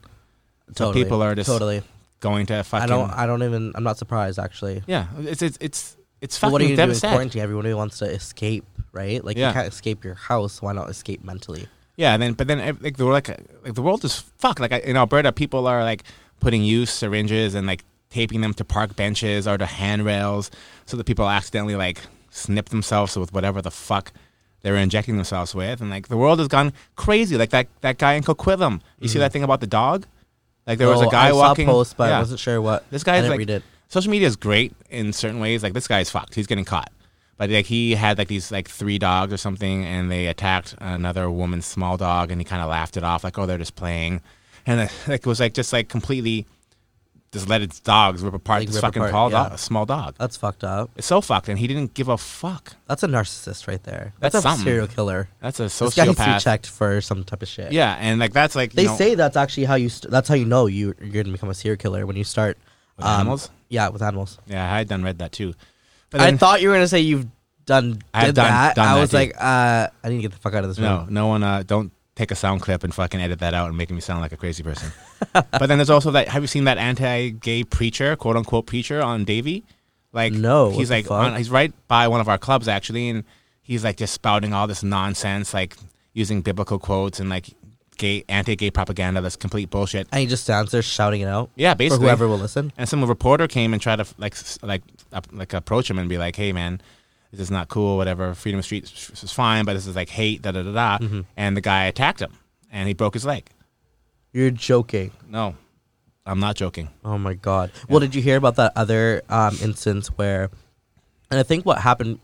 Speaker 1: So
Speaker 2: Totally,
Speaker 1: people are just
Speaker 2: totally.
Speaker 1: going to fucking.
Speaker 2: I don't. I don't even. I'm not surprised actually.
Speaker 1: yeah, it's it's it's it's
Speaker 2: But
Speaker 1: fucking
Speaker 2: what are you doing?
Speaker 1: devastating.
Speaker 2: Quarantine. Everybody wants to escape, right? Like
Speaker 1: Yeah.
Speaker 2: you can't escape your house. Why not escape mentally?
Speaker 1: Yeah, and then but then ev- like the like, like the world is fucked. Like I- in Alberta, people are like putting used syringes and like taping them to park benches or to handrails, so that people accidentally like snip themselves with whatever the fuck they were injecting themselves with, and like the world has gone crazy. Like that that guy in Coquitlam, you see that thing about the dog? Like there was
Speaker 2: Mm. Oh,
Speaker 1: a guy
Speaker 2: I
Speaker 1: walking.
Speaker 2: Saw a post, but I
Speaker 1: yeah.
Speaker 2: wasn't sure what.
Speaker 1: This
Speaker 2: I
Speaker 1: guy's
Speaker 2: didn't
Speaker 1: like
Speaker 2: read it.
Speaker 1: social media is great in certain ways. Like this guy's fucked. He's getting caught. But like he had like these like three dogs or something, and they attacked another woman's small dog, and he kind of laughed it off, like oh they're just playing, and uh, like it was like just like completely just let its dogs rip apart
Speaker 2: Like,
Speaker 1: this
Speaker 2: rip
Speaker 1: fucking
Speaker 2: apart,
Speaker 1: tall
Speaker 2: yeah.
Speaker 1: dog, small dog.
Speaker 2: That's fucked up.
Speaker 1: It's so fucked, and he didn't give a fuck.
Speaker 2: That's a narcissist right there.
Speaker 1: That's
Speaker 2: That's, a
Speaker 1: something.
Speaker 2: serial killer.
Speaker 1: That's a
Speaker 2: This guy needs to be
Speaker 1: sociopath.
Speaker 2: checked for some type of shit.
Speaker 1: Yeah, and like that's like you
Speaker 2: They
Speaker 1: know-
Speaker 2: say that's actually how you. St- that's how you know you you're gonna become a serial killer when you start. um,
Speaker 1: With animals?
Speaker 2: Yeah, with animals.
Speaker 1: Yeah, I had done read that too. But
Speaker 2: I
Speaker 1: then-
Speaker 2: thought you were gonna say you've done. Did
Speaker 1: I've done-
Speaker 2: that.
Speaker 1: done
Speaker 2: I
Speaker 1: that
Speaker 2: was
Speaker 1: too.
Speaker 2: like, uh, I need to get the fuck out of this
Speaker 1: No,
Speaker 2: room.
Speaker 1: no one. Uh, don't take a sound clip and fucking edit that out and make me sound like a crazy person. but then there's also that. Have you seen that anti-gay preacher, quote unquote preacher, on Davey? Like,
Speaker 2: No, what
Speaker 1: he's
Speaker 2: the
Speaker 1: like,
Speaker 2: fuck?
Speaker 1: on, he's right by one of our clubs actually, and he's like just spouting all this nonsense, like using biblical quotes and like gay anti-gay propaganda that's complete bullshit.
Speaker 2: And he just stands there shouting it out.
Speaker 1: Yeah, basically.
Speaker 2: For whoever will listen.
Speaker 1: And some reporter came and tried to like s- like up, like approach him and be like, "Hey, man, this is not cool. Whatever, Freedom Street s- is fine, but this is like hate." Da da da da.
Speaker 2: Mm-hmm.
Speaker 1: And the guy attacked him, and he broke his leg.
Speaker 2: You're joking.
Speaker 1: No, I'm not joking.
Speaker 2: Oh my god. Well, did you hear about that other um, instance where? And I think what happened.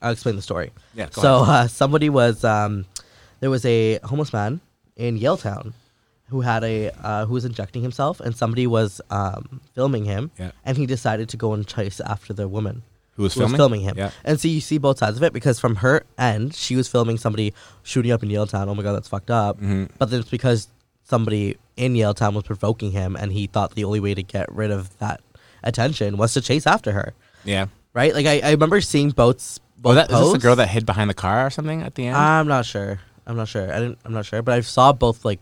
Speaker 2: I'll explain the story.
Speaker 1: Yeah, go
Speaker 2: So uh, somebody was um, there was a homeless man in Yaletown who had a uh, who was injecting himself, and somebody was um, filming him,
Speaker 1: Yeah.
Speaker 2: and he decided to go and chase after the woman
Speaker 1: Who was
Speaker 2: who was
Speaker 1: filming?
Speaker 2: filming him.
Speaker 1: Yeah.
Speaker 2: And so you see both sides of it because from her end, she was filming somebody shooting up in Yale Town. Oh my god, that's fucked up.
Speaker 1: Mm-hmm.
Speaker 2: But then it's because somebody in Yale Town was provoking him, and he thought the only way to get rid of that attention was to chase after her.
Speaker 1: Yeah.
Speaker 2: Right? Like I, I remember seeing both.
Speaker 1: Oh,
Speaker 2: both
Speaker 1: that, is this the
Speaker 2: posts. Uh,
Speaker 1: girl that hid behind the car or something at the end?
Speaker 2: I'm not sure. I'm not sure. I didn't. I'm not sure. But I saw both like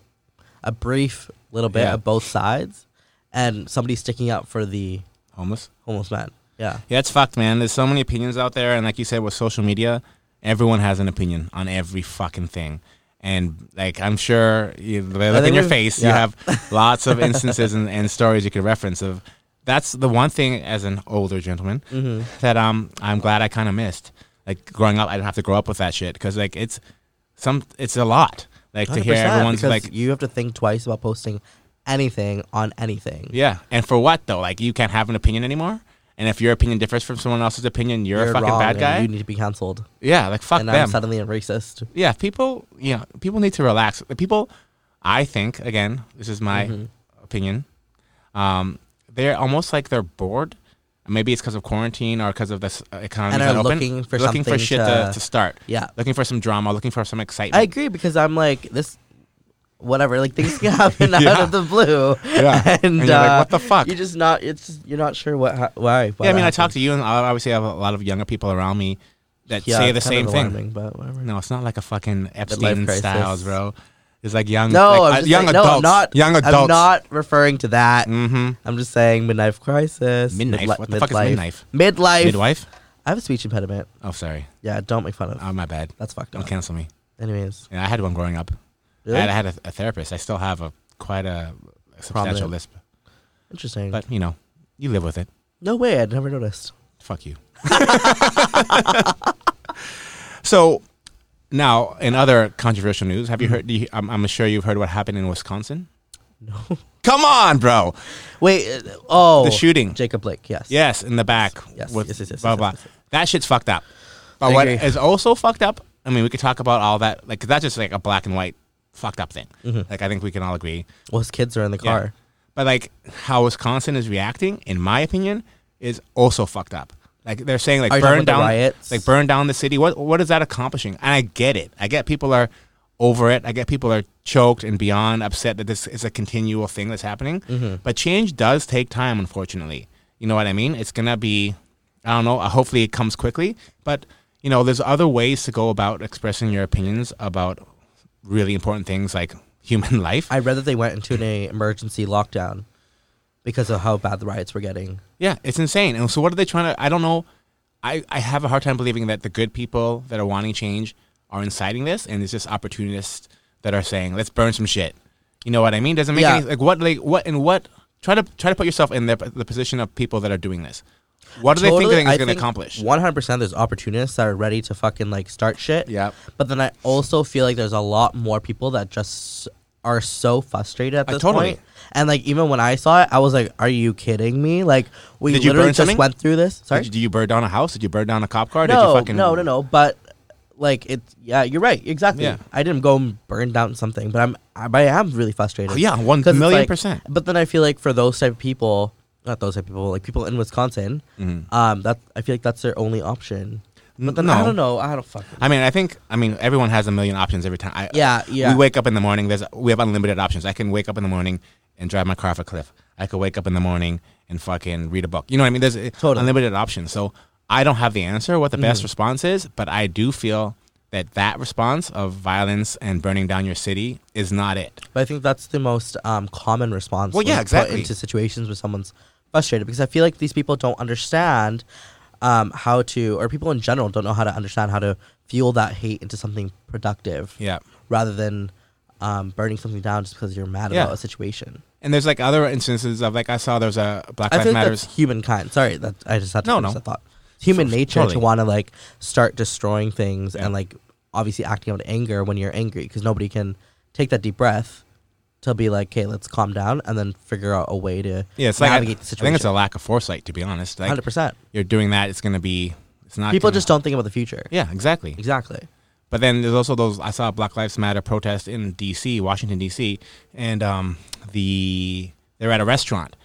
Speaker 2: a brief little bit
Speaker 1: Yeah.
Speaker 2: of both sides, and somebody sticking up for the
Speaker 1: Homeless.
Speaker 2: homeless man. Yeah.
Speaker 1: Yeah, it's fucked, man. There's so many opinions out there, and like you said, with social media, everyone has an opinion on every fucking thing. And like I'm sure, you, they look
Speaker 2: think
Speaker 1: in your
Speaker 2: we've-
Speaker 1: face, you
Speaker 2: yeah.
Speaker 1: have lots of instances and, and stories you could reference of. That's the one thing as an older gentleman
Speaker 2: Mm-hmm.
Speaker 1: that um I'm glad I kind of missed. Like growing up, I didn't have to grow up with that shit because like it's some it's a lot. Like to hear
Speaker 2: 100%,
Speaker 1: everyone's
Speaker 2: because
Speaker 1: like
Speaker 2: you have to think twice about posting anything on anything.
Speaker 1: Yeah, and for what though? Like you can't have an opinion anymore. And if your opinion differs from someone else's opinion, you're, a fucking
Speaker 2: wrong
Speaker 1: bad
Speaker 2: and
Speaker 1: guy.
Speaker 2: You need to be canceled.
Speaker 1: yeah, like fuck
Speaker 2: and
Speaker 1: them.
Speaker 2: I'm suddenly a racist.
Speaker 1: yeah, people. You know, people need to relax. The people, I think, again, this is my
Speaker 2: Mm-hmm.
Speaker 1: opinion. Um, they're almost like they're bored. Maybe it's because of quarantine or because of this uh, economy
Speaker 2: And
Speaker 1: that
Speaker 2: are
Speaker 1: open.
Speaker 2: looking for
Speaker 1: looking for
Speaker 2: something
Speaker 1: shit
Speaker 2: to-
Speaker 1: to start.
Speaker 2: Yeah.
Speaker 1: looking for some drama, looking for some
Speaker 2: I
Speaker 1: excitement.
Speaker 2: agree because I'm like this. Whatever, like things can happen out
Speaker 1: Yeah.
Speaker 2: of the blue.
Speaker 1: Yeah.
Speaker 2: and,
Speaker 1: And you're like,
Speaker 2: uh,
Speaker 1: what the fuck?
Speaker 2: You're just not. It's you're not sure what ha- why. uh, why
Speaker 1: yeah, I mean, I
Speaker 2: that happened.
Speaker 1: talk to you, and I obviously have a lot of younger people around me that
Speaker 2: Yeah,
Speaker 1: say the
Speaker 2: it's
Speaker 1: same
Speaker 2: kind of
Speaker 1: thing. Mm,
Speaker 2: alarming, But whatever.
Speaker 1: No, it's not like a fucking Epstein
Speaker 2: crisis.
Speaker 1: Styles, bro. It's like young,
Speaker 2: No,
Speaker 1: like,
Speaker 2: I'm
Speaker 1: uh,
Speaker 2: just
Speaker 1: young
Speaker 2: saying,
Speaker 1: adults,
Speaker 2: no, I'm not.
Speaker 1: young adults.
Speaker 2: I'm not referring to that.
Speaker 1: Mhm.
Speaker 2: I'm just saying midlife crisis.
Speaker 1: Midnight?
Speaker 2: midli-
Speaker 1: What the fuck is
Speaker 2: midlife. Midlife.
Speaker 1: Midwife?
Speaker 2: I have a speech impediment.
Speaker 1: Oh, sorry.
Speaker 2: Yeah, don't make fun of.
Speaker 1: Oh, my bad.
Speaker 2: That's fucked
Speaker 1: Don't
Speaker 2: up.
Speaker 1: cancel me.
Speaker 2: Anyways,
Speaker 1: Yeah, I had one growing up.
Speaker 2: Really?
Speaker 1: I had, I had a, a therapist. I still have a quite a, a substantial
Speaker 2: Prominent.
Speaker 1: lisp,
Speaker 2: interesting.
Speaker 1: but you know, you live with it.
Speaker 2: no way, I'd never noticed.
Speaker 1: Fuck you. so now, in other controversial news, have you heard? Do you, I'm, I'm sure you've heard what happened in Wisconsin.
Speaker 2: No.
Speaker 1: Come on, bro.
Speaker 2: Wait. uh, Oh,
Speaker 1: The shooting.
Speaker 2: Jacob Blake. Yes.
Speaker 1: Yes, in the back.
Speaker 2: Yes,
Speaker 1: with
Speaker 2: yes, yes, yes,
Speaker 1: blah,
Speaker 2: yes,
Speaker 1: blah.
Speaker 2: yes, yes.
Speaker 1: That shit's fucked up. But
Speaker 2: I
Speaker 1: what
Speaker 2: agree.
Speaker 1: is also fucked up, I mean, we could talk about all that. Like, 'cause that's just like a black and white fucked up thing.
Speaker 2: Mm-hmm.
Speaker 1: Like, I think we can all agree.
Speaker 2: Well, his kids are in the
Speaker 1: Yeah.
Speaker 2: car.
Speaker 1: But, like, how Wisconsin is reacting, in my opinion, is also fucked up. Like, they're saying, like,
Speaker 2: Are you talking
Speaker 1: burn
Speaker 2: about the
Speaker 1: down,
Speaker 2: riots?
Speaker 1: like, burn down the city. What What is that accomplishing? And I get it. I get people are over it. I get people are choked and beyond upset that this is a continual thing that's happening.
Speaker 2: Mm-hmm.
Speaker 1: But change does take time, unfortunately. You know what I mean? It's gonna be, I don't know. uh, Hopefully, it comes quickly. But you know, there's other ways to go about expressing your opinions about really important things like human life.
Speaker 2: I read that they went into an emergency lockdown because of how bad the riots were getting.
Speaker 1: Yeah, it's insane. And so, what are they trying to? I don't know. I, I have a hard time believing that the good people that are wanting change are inciting this, and it's just opportunists that are saying, "Let's burn some shit." You know what I mean? Doesn't make
Speaker 2: Yeah.
Speaker 1: any like what like what and what. Try to try to put yourself in the, the position of people that are doing this. What do they think they're going to accomplish?
Speaker 2: One hundred percent. There's opportunists that are ready to fucking like start shit.
Speaker 1: Yeah.
Speaker 2: But then I also feel like there's a lot more people that just are so frustrated at
Speaker 1: Uh,
Speaker 2: this
Speaker 1: totally.
Speaker 2: point. And like even when I saw it, I was like, "Are you kidding me? Like we
Speaker 1: Did you
Speaker 2: literally
Speaker 1: burn
Speaker 2: just
Speaker 1: something?
Speaker 2: went through this." Sorry.
Speaker 1: Did you, did you burn down a house? Did you burn down a cop car? did
Speaker 2: no,
Speaker 1: you fucking
Speaker 2: no, no, no. But like it's yeah, you're right. Exactly.
Speaker 1: Yeah.
Speaker 2: I didn't go and burn down something, but I'm I, but I am really frustrated.
Speaker 1: Oh, yeah, one
Speaker 2: 'Cause it's
Speaker 1: million
Speaker 2: like-
Speaker 1: percent.
Speaker 2: But then I feel like for those type of people, not those type of people, like people in Wisconsin, um, that I feel like that's their only option. But then I
Speaker 1: Mm-hmm. no.
Speaker 2: don't know. I don't fucking.
Speaker 1: I mean, I think I mean everyone has a million options every time. I,
Speaker 2: Yeah, yeah.
Speaker 1: We wake up in the morning. There's we have unlimited options. I can wake up in the morning and drive my car off a cliff. I could wake up in the morning and fucking read a book. You know what I mean? There's uh,
Speaker 2: Totally. Mm-hmm.
Speaker 1: unlimited options. So I don't have the answer what the best response is, but I do feel that that response of violence and burning down your city is not it.
Speaker 2: But I think that's the most um, common response.
Speaker 1: Well, yeah,
Speaker 2: when put
Speaker 1: exactly.
Speaker 2: into situations where someone's frustrated, because I feel like these people don't understand um, how to, or people in general don't know how to understand how to fuel that hate into something productive.
Speaker 1: Yeah.
Speaker 2: Rather than um, burning something down just because you're mad
Speaker 1: Yeah.
Speaker 2: about a situation.
Speaker 1: And there's like other instances of like I saw there's a Black
Speaker 2: I
Speaker 1: Lives
Speaker 2: finish
Speaker 1: Matters.
Speaker 2: that's humankind. Sorry, that I just had to
Speaker 1: No,
Speaker 2: finish
Speaker 1: no.
Speaker 2: that thought. It's human
Speaker 1: F-
Speaker 2: nature
Speaker 1: totally.
Speaker 2: to want to like start destroying things
Speaker 1: Yeah.
Speaker 2: and like obviously acting out of anger when you're angry because nobody can take that deep breath to be like, okay, let's calm down and then figure out a way to
Speaker 1: Yeah, it's like I, I
Speaker 2: navigate the situation.
Speaker 1: think it's a lack of foresight to be honest. Like
Speaker 2: hundred percent.
Speaker 1: you're doing that, it's gonna be it's not
Speaker 2: People
Speaker 1: gonna-
Speaker 2: just don't think about the future.
Speaker 1: yeah exactly
Speaker 2: Exactly.
Speaker 1: But then there's also those I saw a Black Lives Matter protest in D.C., Washington D.C., and um, the they were at a restaurant,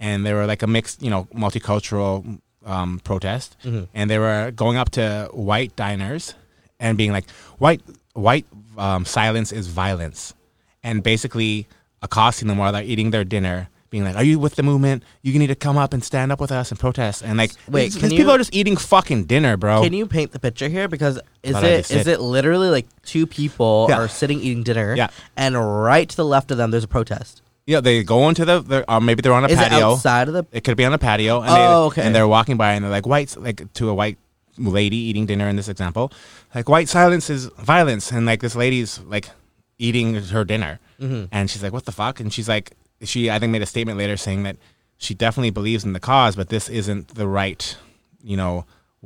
Speaker 1: and they were like a mixed, you know, multicultural um, protest,
Speaker 2: Mm-hmm.
Speaker 1: and they were going up to white diners and being like, "White white um, silence is violence," and basically accosting them while they're eating their dinner. Being like, "Are you with the movement? You need to come up and stand up with us and protest." And like,
Speaker 2: Wait,
Speaker 1: these,
Speaker 2: can
Speaker 1: these
Speaker 2: you-
Speaker 1: people are just eating fucking dinner, bro.
Speaker 2: Can you paint the picture here? Because is
Speaker 1: Thought Oh. I
Speaker 2: it
Speaker 1: just
Speaker 2: is
Speaker 1: did.
Speaker 2: it literally like two people
Speaker 1: Yeah.
Speaker 2: are sitting eating dinner,
Speaker 1: Yeah.
Speaker 2: and right to the left of them there's a protest.
Speaker 1: Yeah, they go into the, the or maybe they're on a
Speaker 2: Is it
Speaker 1: patio.
Speaker 2: outside of the?
Speaker 1: It could be on a patio, and
Speaker 2: Oh,
Speaker 1: they
Speaker 2: okay.
Speaker 1: and they're walking by, and they're like white, like to a white lady eating dinner in this example, like white silence is violence, and like this lady's like eating her dinner,
Speaker 2: Mm-hmm.
Speaker 1: and she's like, "What the fuck?" And she's like, she I think made a statement later saying that she definitely believes in the cause, but this isn't the right, you know,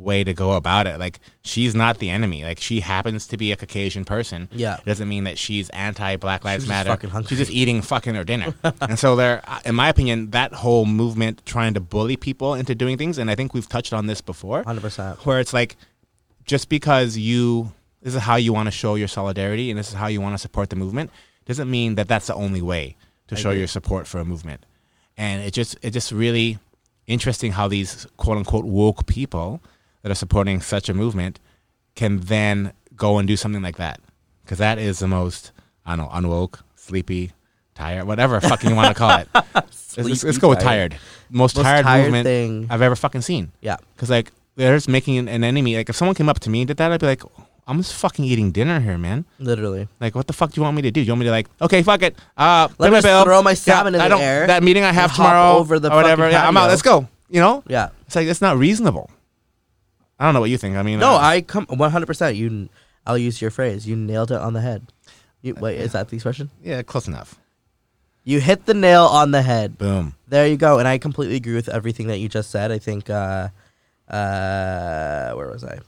Speaker 1: way to go about it. Like she's not the enemy. Like she happens to be a Caucasian person.
Speaker 2: Yeah.
Speaker 1: it doesn't mean that she's anti Black Lives
Speaker 2: just
Speaker 1: Matter.
Speaker 2: fucking hungry.
Speaker 1: She's just eating fucking her dinner. and so there, in my opinion, that whole movement trying to bully people into doing things, and I think we've touched on this before,
Speaker 2: 100%.
Speaker 1: uh, where it's like just because you this is how you want to show your solidarity and this is how you want to support the movement doesn't mean that that's the only way to show your support for a movement. And it just it just really interesting how these quote unquote woke people that are supporting such a movement can then go and do something like that because that is the most I don't know unwoke, sleepy, tired, whatever fucking you want to call it. let's, let's- let's go with
Speaker 2: Sleepy, tired.
Speaker 1: tired. Most,
Speaker 2: Most
Speaker 1: tired,
Speaker 2: tired
Speaker 1: movement
Speaker 2: thing.
Speaker 1: I've ever fucking seen.
Speaker 2: Yeah.
Speaker 1: Because like they're just making an- an enemy. Like if someone came up to me and did that, I'd be like, I'm just fucking eating dinner here, man.
Speaker 2: Literally.
Speaker 1: Like what the fuck do you want me to do? Do you want me to like, okay, fuck it. Uh,
Speaker 2: Let
Speaker 1: pay
Speaker 2: me
Speaker 1: my
Speaker 2: just
Speaker 1: bill.
Speaker 2: throw my salmon in
Speaker 1: I
Speaker 2: the
Speaker 1: don't-
Speaker 2: air
Speaker 1: That meeting I
Speaker 2: and
Speaker 1: have
Speaker 2: hop
Speaker 1: tomorrow
Speaker 2: over the
Speaker 1: or whatever.
Speaker 2: fucking
Speaker 1: Yeah, I'm out.
Speaker 2: patio.
Speaker 1: Let's go. You know?
Speaker 2: Yeah.
Speaker 1: It's like it's not reasonable. I don't know what you think. I mean,
Speaker 2: No,
Speaker 1: uh,
Speaker 2: I come 100%. You I'll use your phrase. You nailed it on the head. You, wait, is that the expression?
Speaker 1: Uh, yeah, close enough.
Speaker 2: You hit the nail on the head.
Speaker 1: Boom.
Speaker 2: There you go. And I completely agree with everything that you just said. I think, uh, uh, where was I?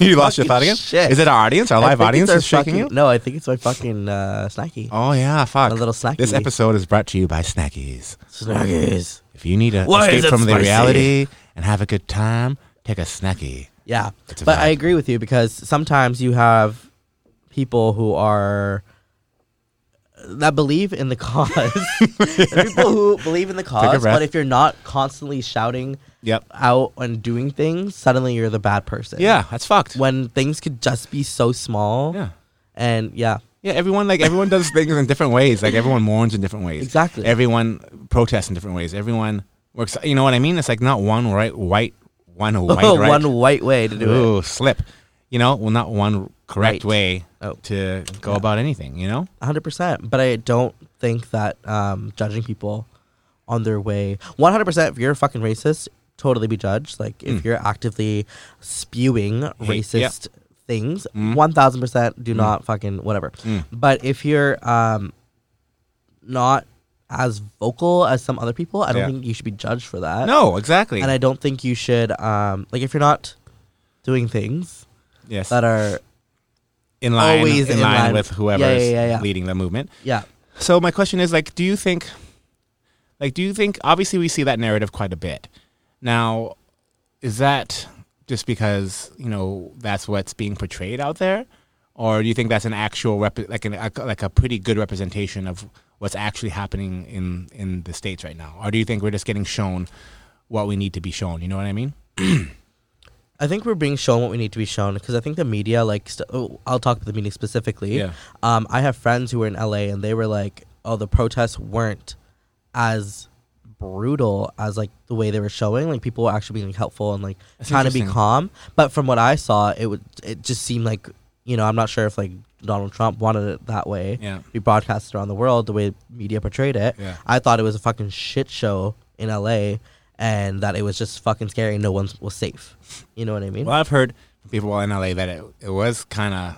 Speaker 1: you lost your
Speaker 2: Fucking
Speaker 1: thought again.
Speaker 2: shit.
Speaker 1: Is it our audience? Our
Speaker 2: I
Speaker 1: live
Speaker 2: think
Speaker 1: audience
Speaker 2: it's our
Speaker 1: is shaking
Speaker 2: fucking,
Speaker 1: you.
Speaker 2: No, I think it's my fucking uh, snacky.
Speaker 1: Oh yeah, fuck.
Speaker 2: A little snacky.
Speaker 1: This episode is brought to you by Snackies.
Speaker 2: Snackies.
Speaker 1: If you need to
Speaker 2: Why is
Speaker 1: escape
Speaker 2: it
Speaker 1: from the
Speaker 2: spicy?
Speaker 1: reality and have a good time, take a snacky.
Speaker 2: Yeah.
Speaker 1: It's a
Speaker 2: But I
Speaker 1: vibe.
Speaker 2: agree with you because sometimes you have people who are that believe in the cause. people who believe in the cause,
Speaker 1: breath.
Speaker 2: but if you're not constantly shouting
Speaker 1: Yep.
Speaker 2: out and doing things, suddenly you're the bad person.
Speaker 1: Yeah, that's fucked.
Speaker 2: When things could just be so small.
Speaker 1: yeah.
Speaker 2: And yeah.
Speaker 1: Yeah, everyone like everyone does things in different ways. Like everyone mourns in different ways.
Speaker 2: Exactly.
Speaker 1: Everyone protests in different ways. Everyone works. You know what I mean? It's like not one right, white, one white, right.
Speaker 2: one white way to do it.
Speaker 1: Ooh, slip. You know, well, not one correct
Speaker 2: Right.
Speaker 1: way
Speaker 2: Oh.
Speaker 1: to go about anything. You know,
Speaker 2: 100%. But I don't think that um, judging people on their way. 100%, if you're a fucking racist, totally be judged. Like,
Speaker 1: Hmm.
Speaker 2: if you're actively spewing racist things,
Speaker 1: Hmm.
Speaker 2: 1000% do not fucking whatever. But if you're um, not as vocal as some other people, I don't
Speaker 1: Yeah.
Speaker 2: think you should be judged for that.
Speaker 1: no, exactly.
Speaker 2: Uh, And I don't think you should, um, like, if you're not doing things
Speaker 1: yes,
Speaker 2: that are,
Speaker 1: in line,
Speaker 2: always
Speaker 1: in,
Speaker 2: in
Speaker 1: line,
Speaker 2: line.
Speaker 1: with
Speaker 2: Yeah,
Speaker 1: whoever's
Speaker 2: yeah, yeah, yeah.
Speaker 1: leading the movement.
Speaker 2: yeah.
Speaker 1: So my question is like, do you think, like, do you think? Obviously, we see that narrative quite a bit. Now, is that just because you know that's what's being portrayed out there, or do you think that's an actual rep- like an a, like a pretty good representation of what's actually happening in in the states right now, or do you think we're just getting shown what we need to be shown? You know what I mean?
Speaker 2: I think we're being shown what we need to be shown because I think the media, like, st- oh, I'll talk to the media specifically.
Speaker 1: Yeah.
Speaker 2: Um, I have friends who were in LA and they were like, "Oh, the protests weren't as brutal as like the way they were showing. Like, people were actually being helpful and like trying to be
Speaker 1: interesting.
Speaker 2: calm." But from what I saw, it would it just seemed like you know I'm not sure if like Donald Trump wanted it that way.
Speaker 1: Yeah.
Speaker 2: Be broadcast around the world the way media portrayed it.
Speaker 1: Yeah.
Speaker 2: I thought it was a fucking shit show in LA and that it was just fucking scary and no one was safe. You know what I mean?
Speaker 1: Well, I've heard from people while in LA that it it was kind of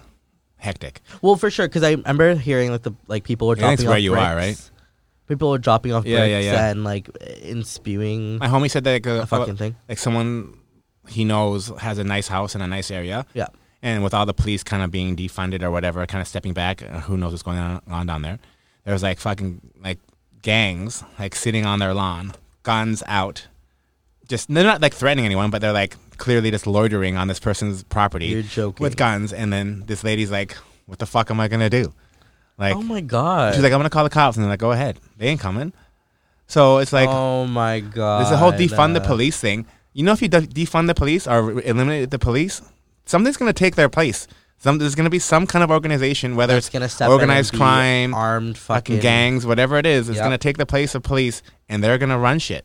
Speaker 1: hectic.
Speaker 2: Well, for sure, because I remember hearing like the like people were
Speaker 1: Yeah,
Speaker 2: dropping
Speaker 1: that's
Speaker 2: off
Speaker 1: where you
Speaker 2: bricks.
Speaker 1: are, right?
Speaker 2: People were dropping off
Speaker 1: Yeah, yeah,
Speaker 2: bricks
Speaker 1: yeah.
Speaker 2: and like in spewing.
Speaker 1: My homie said that like, uh, a,
Speaker 2: A fucking thing.
Speaker 1: like someone he knows has a nice house in a nice area.
Speaker 2: Yeah.
Speaker 1: And with all the police kind of being defunded or whatever, kind of stepping back, uh, who knows what's going on, on down there? There was like fucking like gangs like sitting on their lawn, guns out. Just they're not like threatening anyone, but they're like clearly just loitering on this person's property
Speaker 2: You're joking.
Speaker 1: with guns, and then this lady's like, "What the fuck am I gonna do?" Like,
Speaker 2: oh my god.
Speaker 1: she's like, "I'm gonna call the cops," and they're like, "Go ahead, they ain't coming." So it's like
Speaker 2: oh my god.
Speaker 1: there's a whole defund the
Speaker 2: uh,
Speaker 1: police thing. You know, if you de- defund the police or re- eliminate the police, something's going to take their place. Some, there's going to be some kind of organization, whether
Speaker 2: That's
Speaker 1: it's
Speaker 2: gonna step in
Speaker 1: organized
Speaker 2: and be
Speaker 1: crime,
Speaker 2: armed
Speaker 1: fucking
Speaker 2: fucking
Speaker 1: gangs, whatever it is, it's
Speaker 2: Yep.
Speaker 1: going to take the place of police, and they're going to run shit.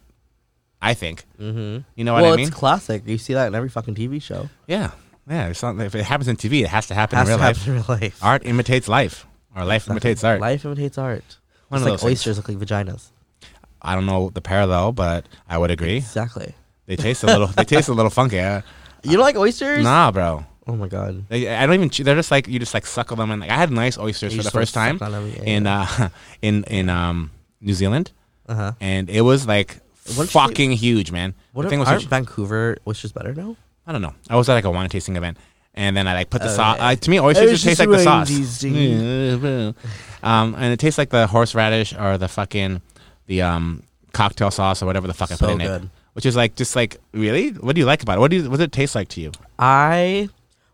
Speaker 1: I think.
Speaker 2: hmm
Speaker 1: You know what
Speaker 2: Well,
Speaker 1: I mean?
Speaker 2: it's classic. You see that in every fucking TV show.
Speaker 1: yeah, yeah. It's not, if it happens in TV, it has to happen
Speaker 2: Has
Speaker 1: in
Speaker 2: to
Speaker 1: real life.
Speaker 2: happen in real life.
Speaker 1: Art imitates life, or life imitates art.
Speaker 2: Life imitates art.
Speaker 1: One of
Speaker 2: it's like
Speaker 1: those things.
Speaker 2: oysters look like vaginas.
Speaker 1: I don't know the parallel, but I would agree.
Speaker 2: Exactly.
Speaker 1: They taste a little. they taste a little funky. Uh,
Speaker 2: You don't like oysters?
Speaker 1: nah, bro.
Speaker 2: Oh my god.
Speaker 1: They, I don't even. chew- They're just like you. Just like suckle them, and like I had nice oysters
Speaker 2: You
Speaker 1: for the
Speaker 2: just don't
Speaker 1: first time
Speaker 2: suck on them, yeah,
Speaker 1: in uh, in in um New Zealand,
Speaker 2: Uh-huh.
Speaker 1: and it was like
Speaker 2: What if
Speaker 1: fucking huge, man.
Speaker 2: What
Speaker 1: the
Speaker 2: if-
Speaker 1: thing was
Speaker 2: aren't
Speaker 1: huge.
Speaker 2: Vancouver oysters better now?
Speaker 1: I don't know. I was at like a wine tasting event, and then I like put the
Speaker 2: Oh,
Speaker 1: sauce.
Speaker 2: yeah.
Speaker 1: I to me, oysters just taste like the sauce.
Speaker 2: tasting.
Speaker 1: um, and it tastes like the horseradish or the fucking the um cocktail sauce or whatever the fuck I
Speaker 2: So
Speaker 1: put in it.
Speaker 2: good.
Speaker 1: Which is like just like really. What do you like about it? What do you, what does it taste like to you?
Speaker 2: I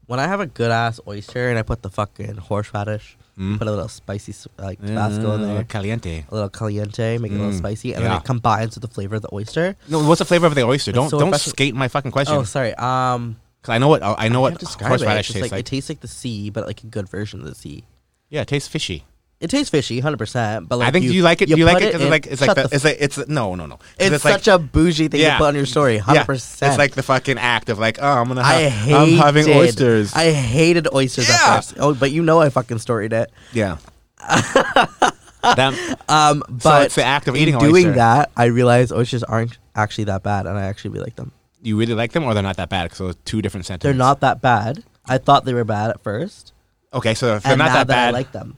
Speaker 2: when I have a good ass oyster and I put the fucking horseradish,
Speaker 1: Mm.
Speaker 2: put a little spicy s- like Tabasco in there,
Speaker 1: Uh, Caliente.
Speaker 2: a little caliente, make it a
Speaker 1: Mm,
Speaker 2: little spicy, and
Speaker 1: yeah.
Speaker 2: then it combines with the flavor of the oyster.
Speaker 1: No, what's the flavor of the oyster? Don't
Speaker 2: so
Speaker 1: don't
Speaker 2: refreshing.
Speaker 1: skate my fucking question.
Speaker 2: Oh, sorry. Um,
Speaker 1: Cause I know what I know what
Speaker 2: I can't describe it. It's
Speaker 1: horseradish
Speaker 2: just
Speaker 1: tastes
Speaker 2: like,
Speaker 1: like.
Speaker 2: it tastes like the sea, but like a good version of the sea.
Speaker 1: yeah, it tastes fishy.
Speaker 2: It tastes fishy, hundred percent. But like
Speaker 1: I think you, like it. You, like it because it's like it's like the, it's like it's no no no. 'Cause
Speaker 2: it's,
Speaker 1: like,
Speaker 2: such a bougie thing
Speaker 1: Yeah.
Speaker 2: to put on your story, hundred
Speaker 1: yeah, It's
Speaker 2: percent.
Speaker 1: like the fucking act of like oh I'm gonna ha-
Speaker 2: I hated,
Speaker 1: I'm having oysters.
Speaker 2: I hated oysters
Speaker 1: Yeah.
Speaker 2: at first. Oh, but you know I fucking storied it.
Speaker 1: yeah. That-
Speaker 2: Um, but
Speaker 1: it's the act of
Speaker 2: in
Speaker 1: eating
Speaker 2: doing
Speaker 1: oyster.
Speaker 2: that, I realized oysters aren't actually that bad, and I actually really like them.
Speaker 1: you really like them or they're not that bad? So two different
Speaker 2: They're
Speaker 1: sentiments.
Speaker 2: not that bad. I thought they were bad at first,
Speaker 1: okay. So if they're
Speaker 2: and
Speaker 1: not
Speaker 2: now
Speaker 1: that
Speaker 2: that, I
Speaker 1: bad,
Speaker 2: like them.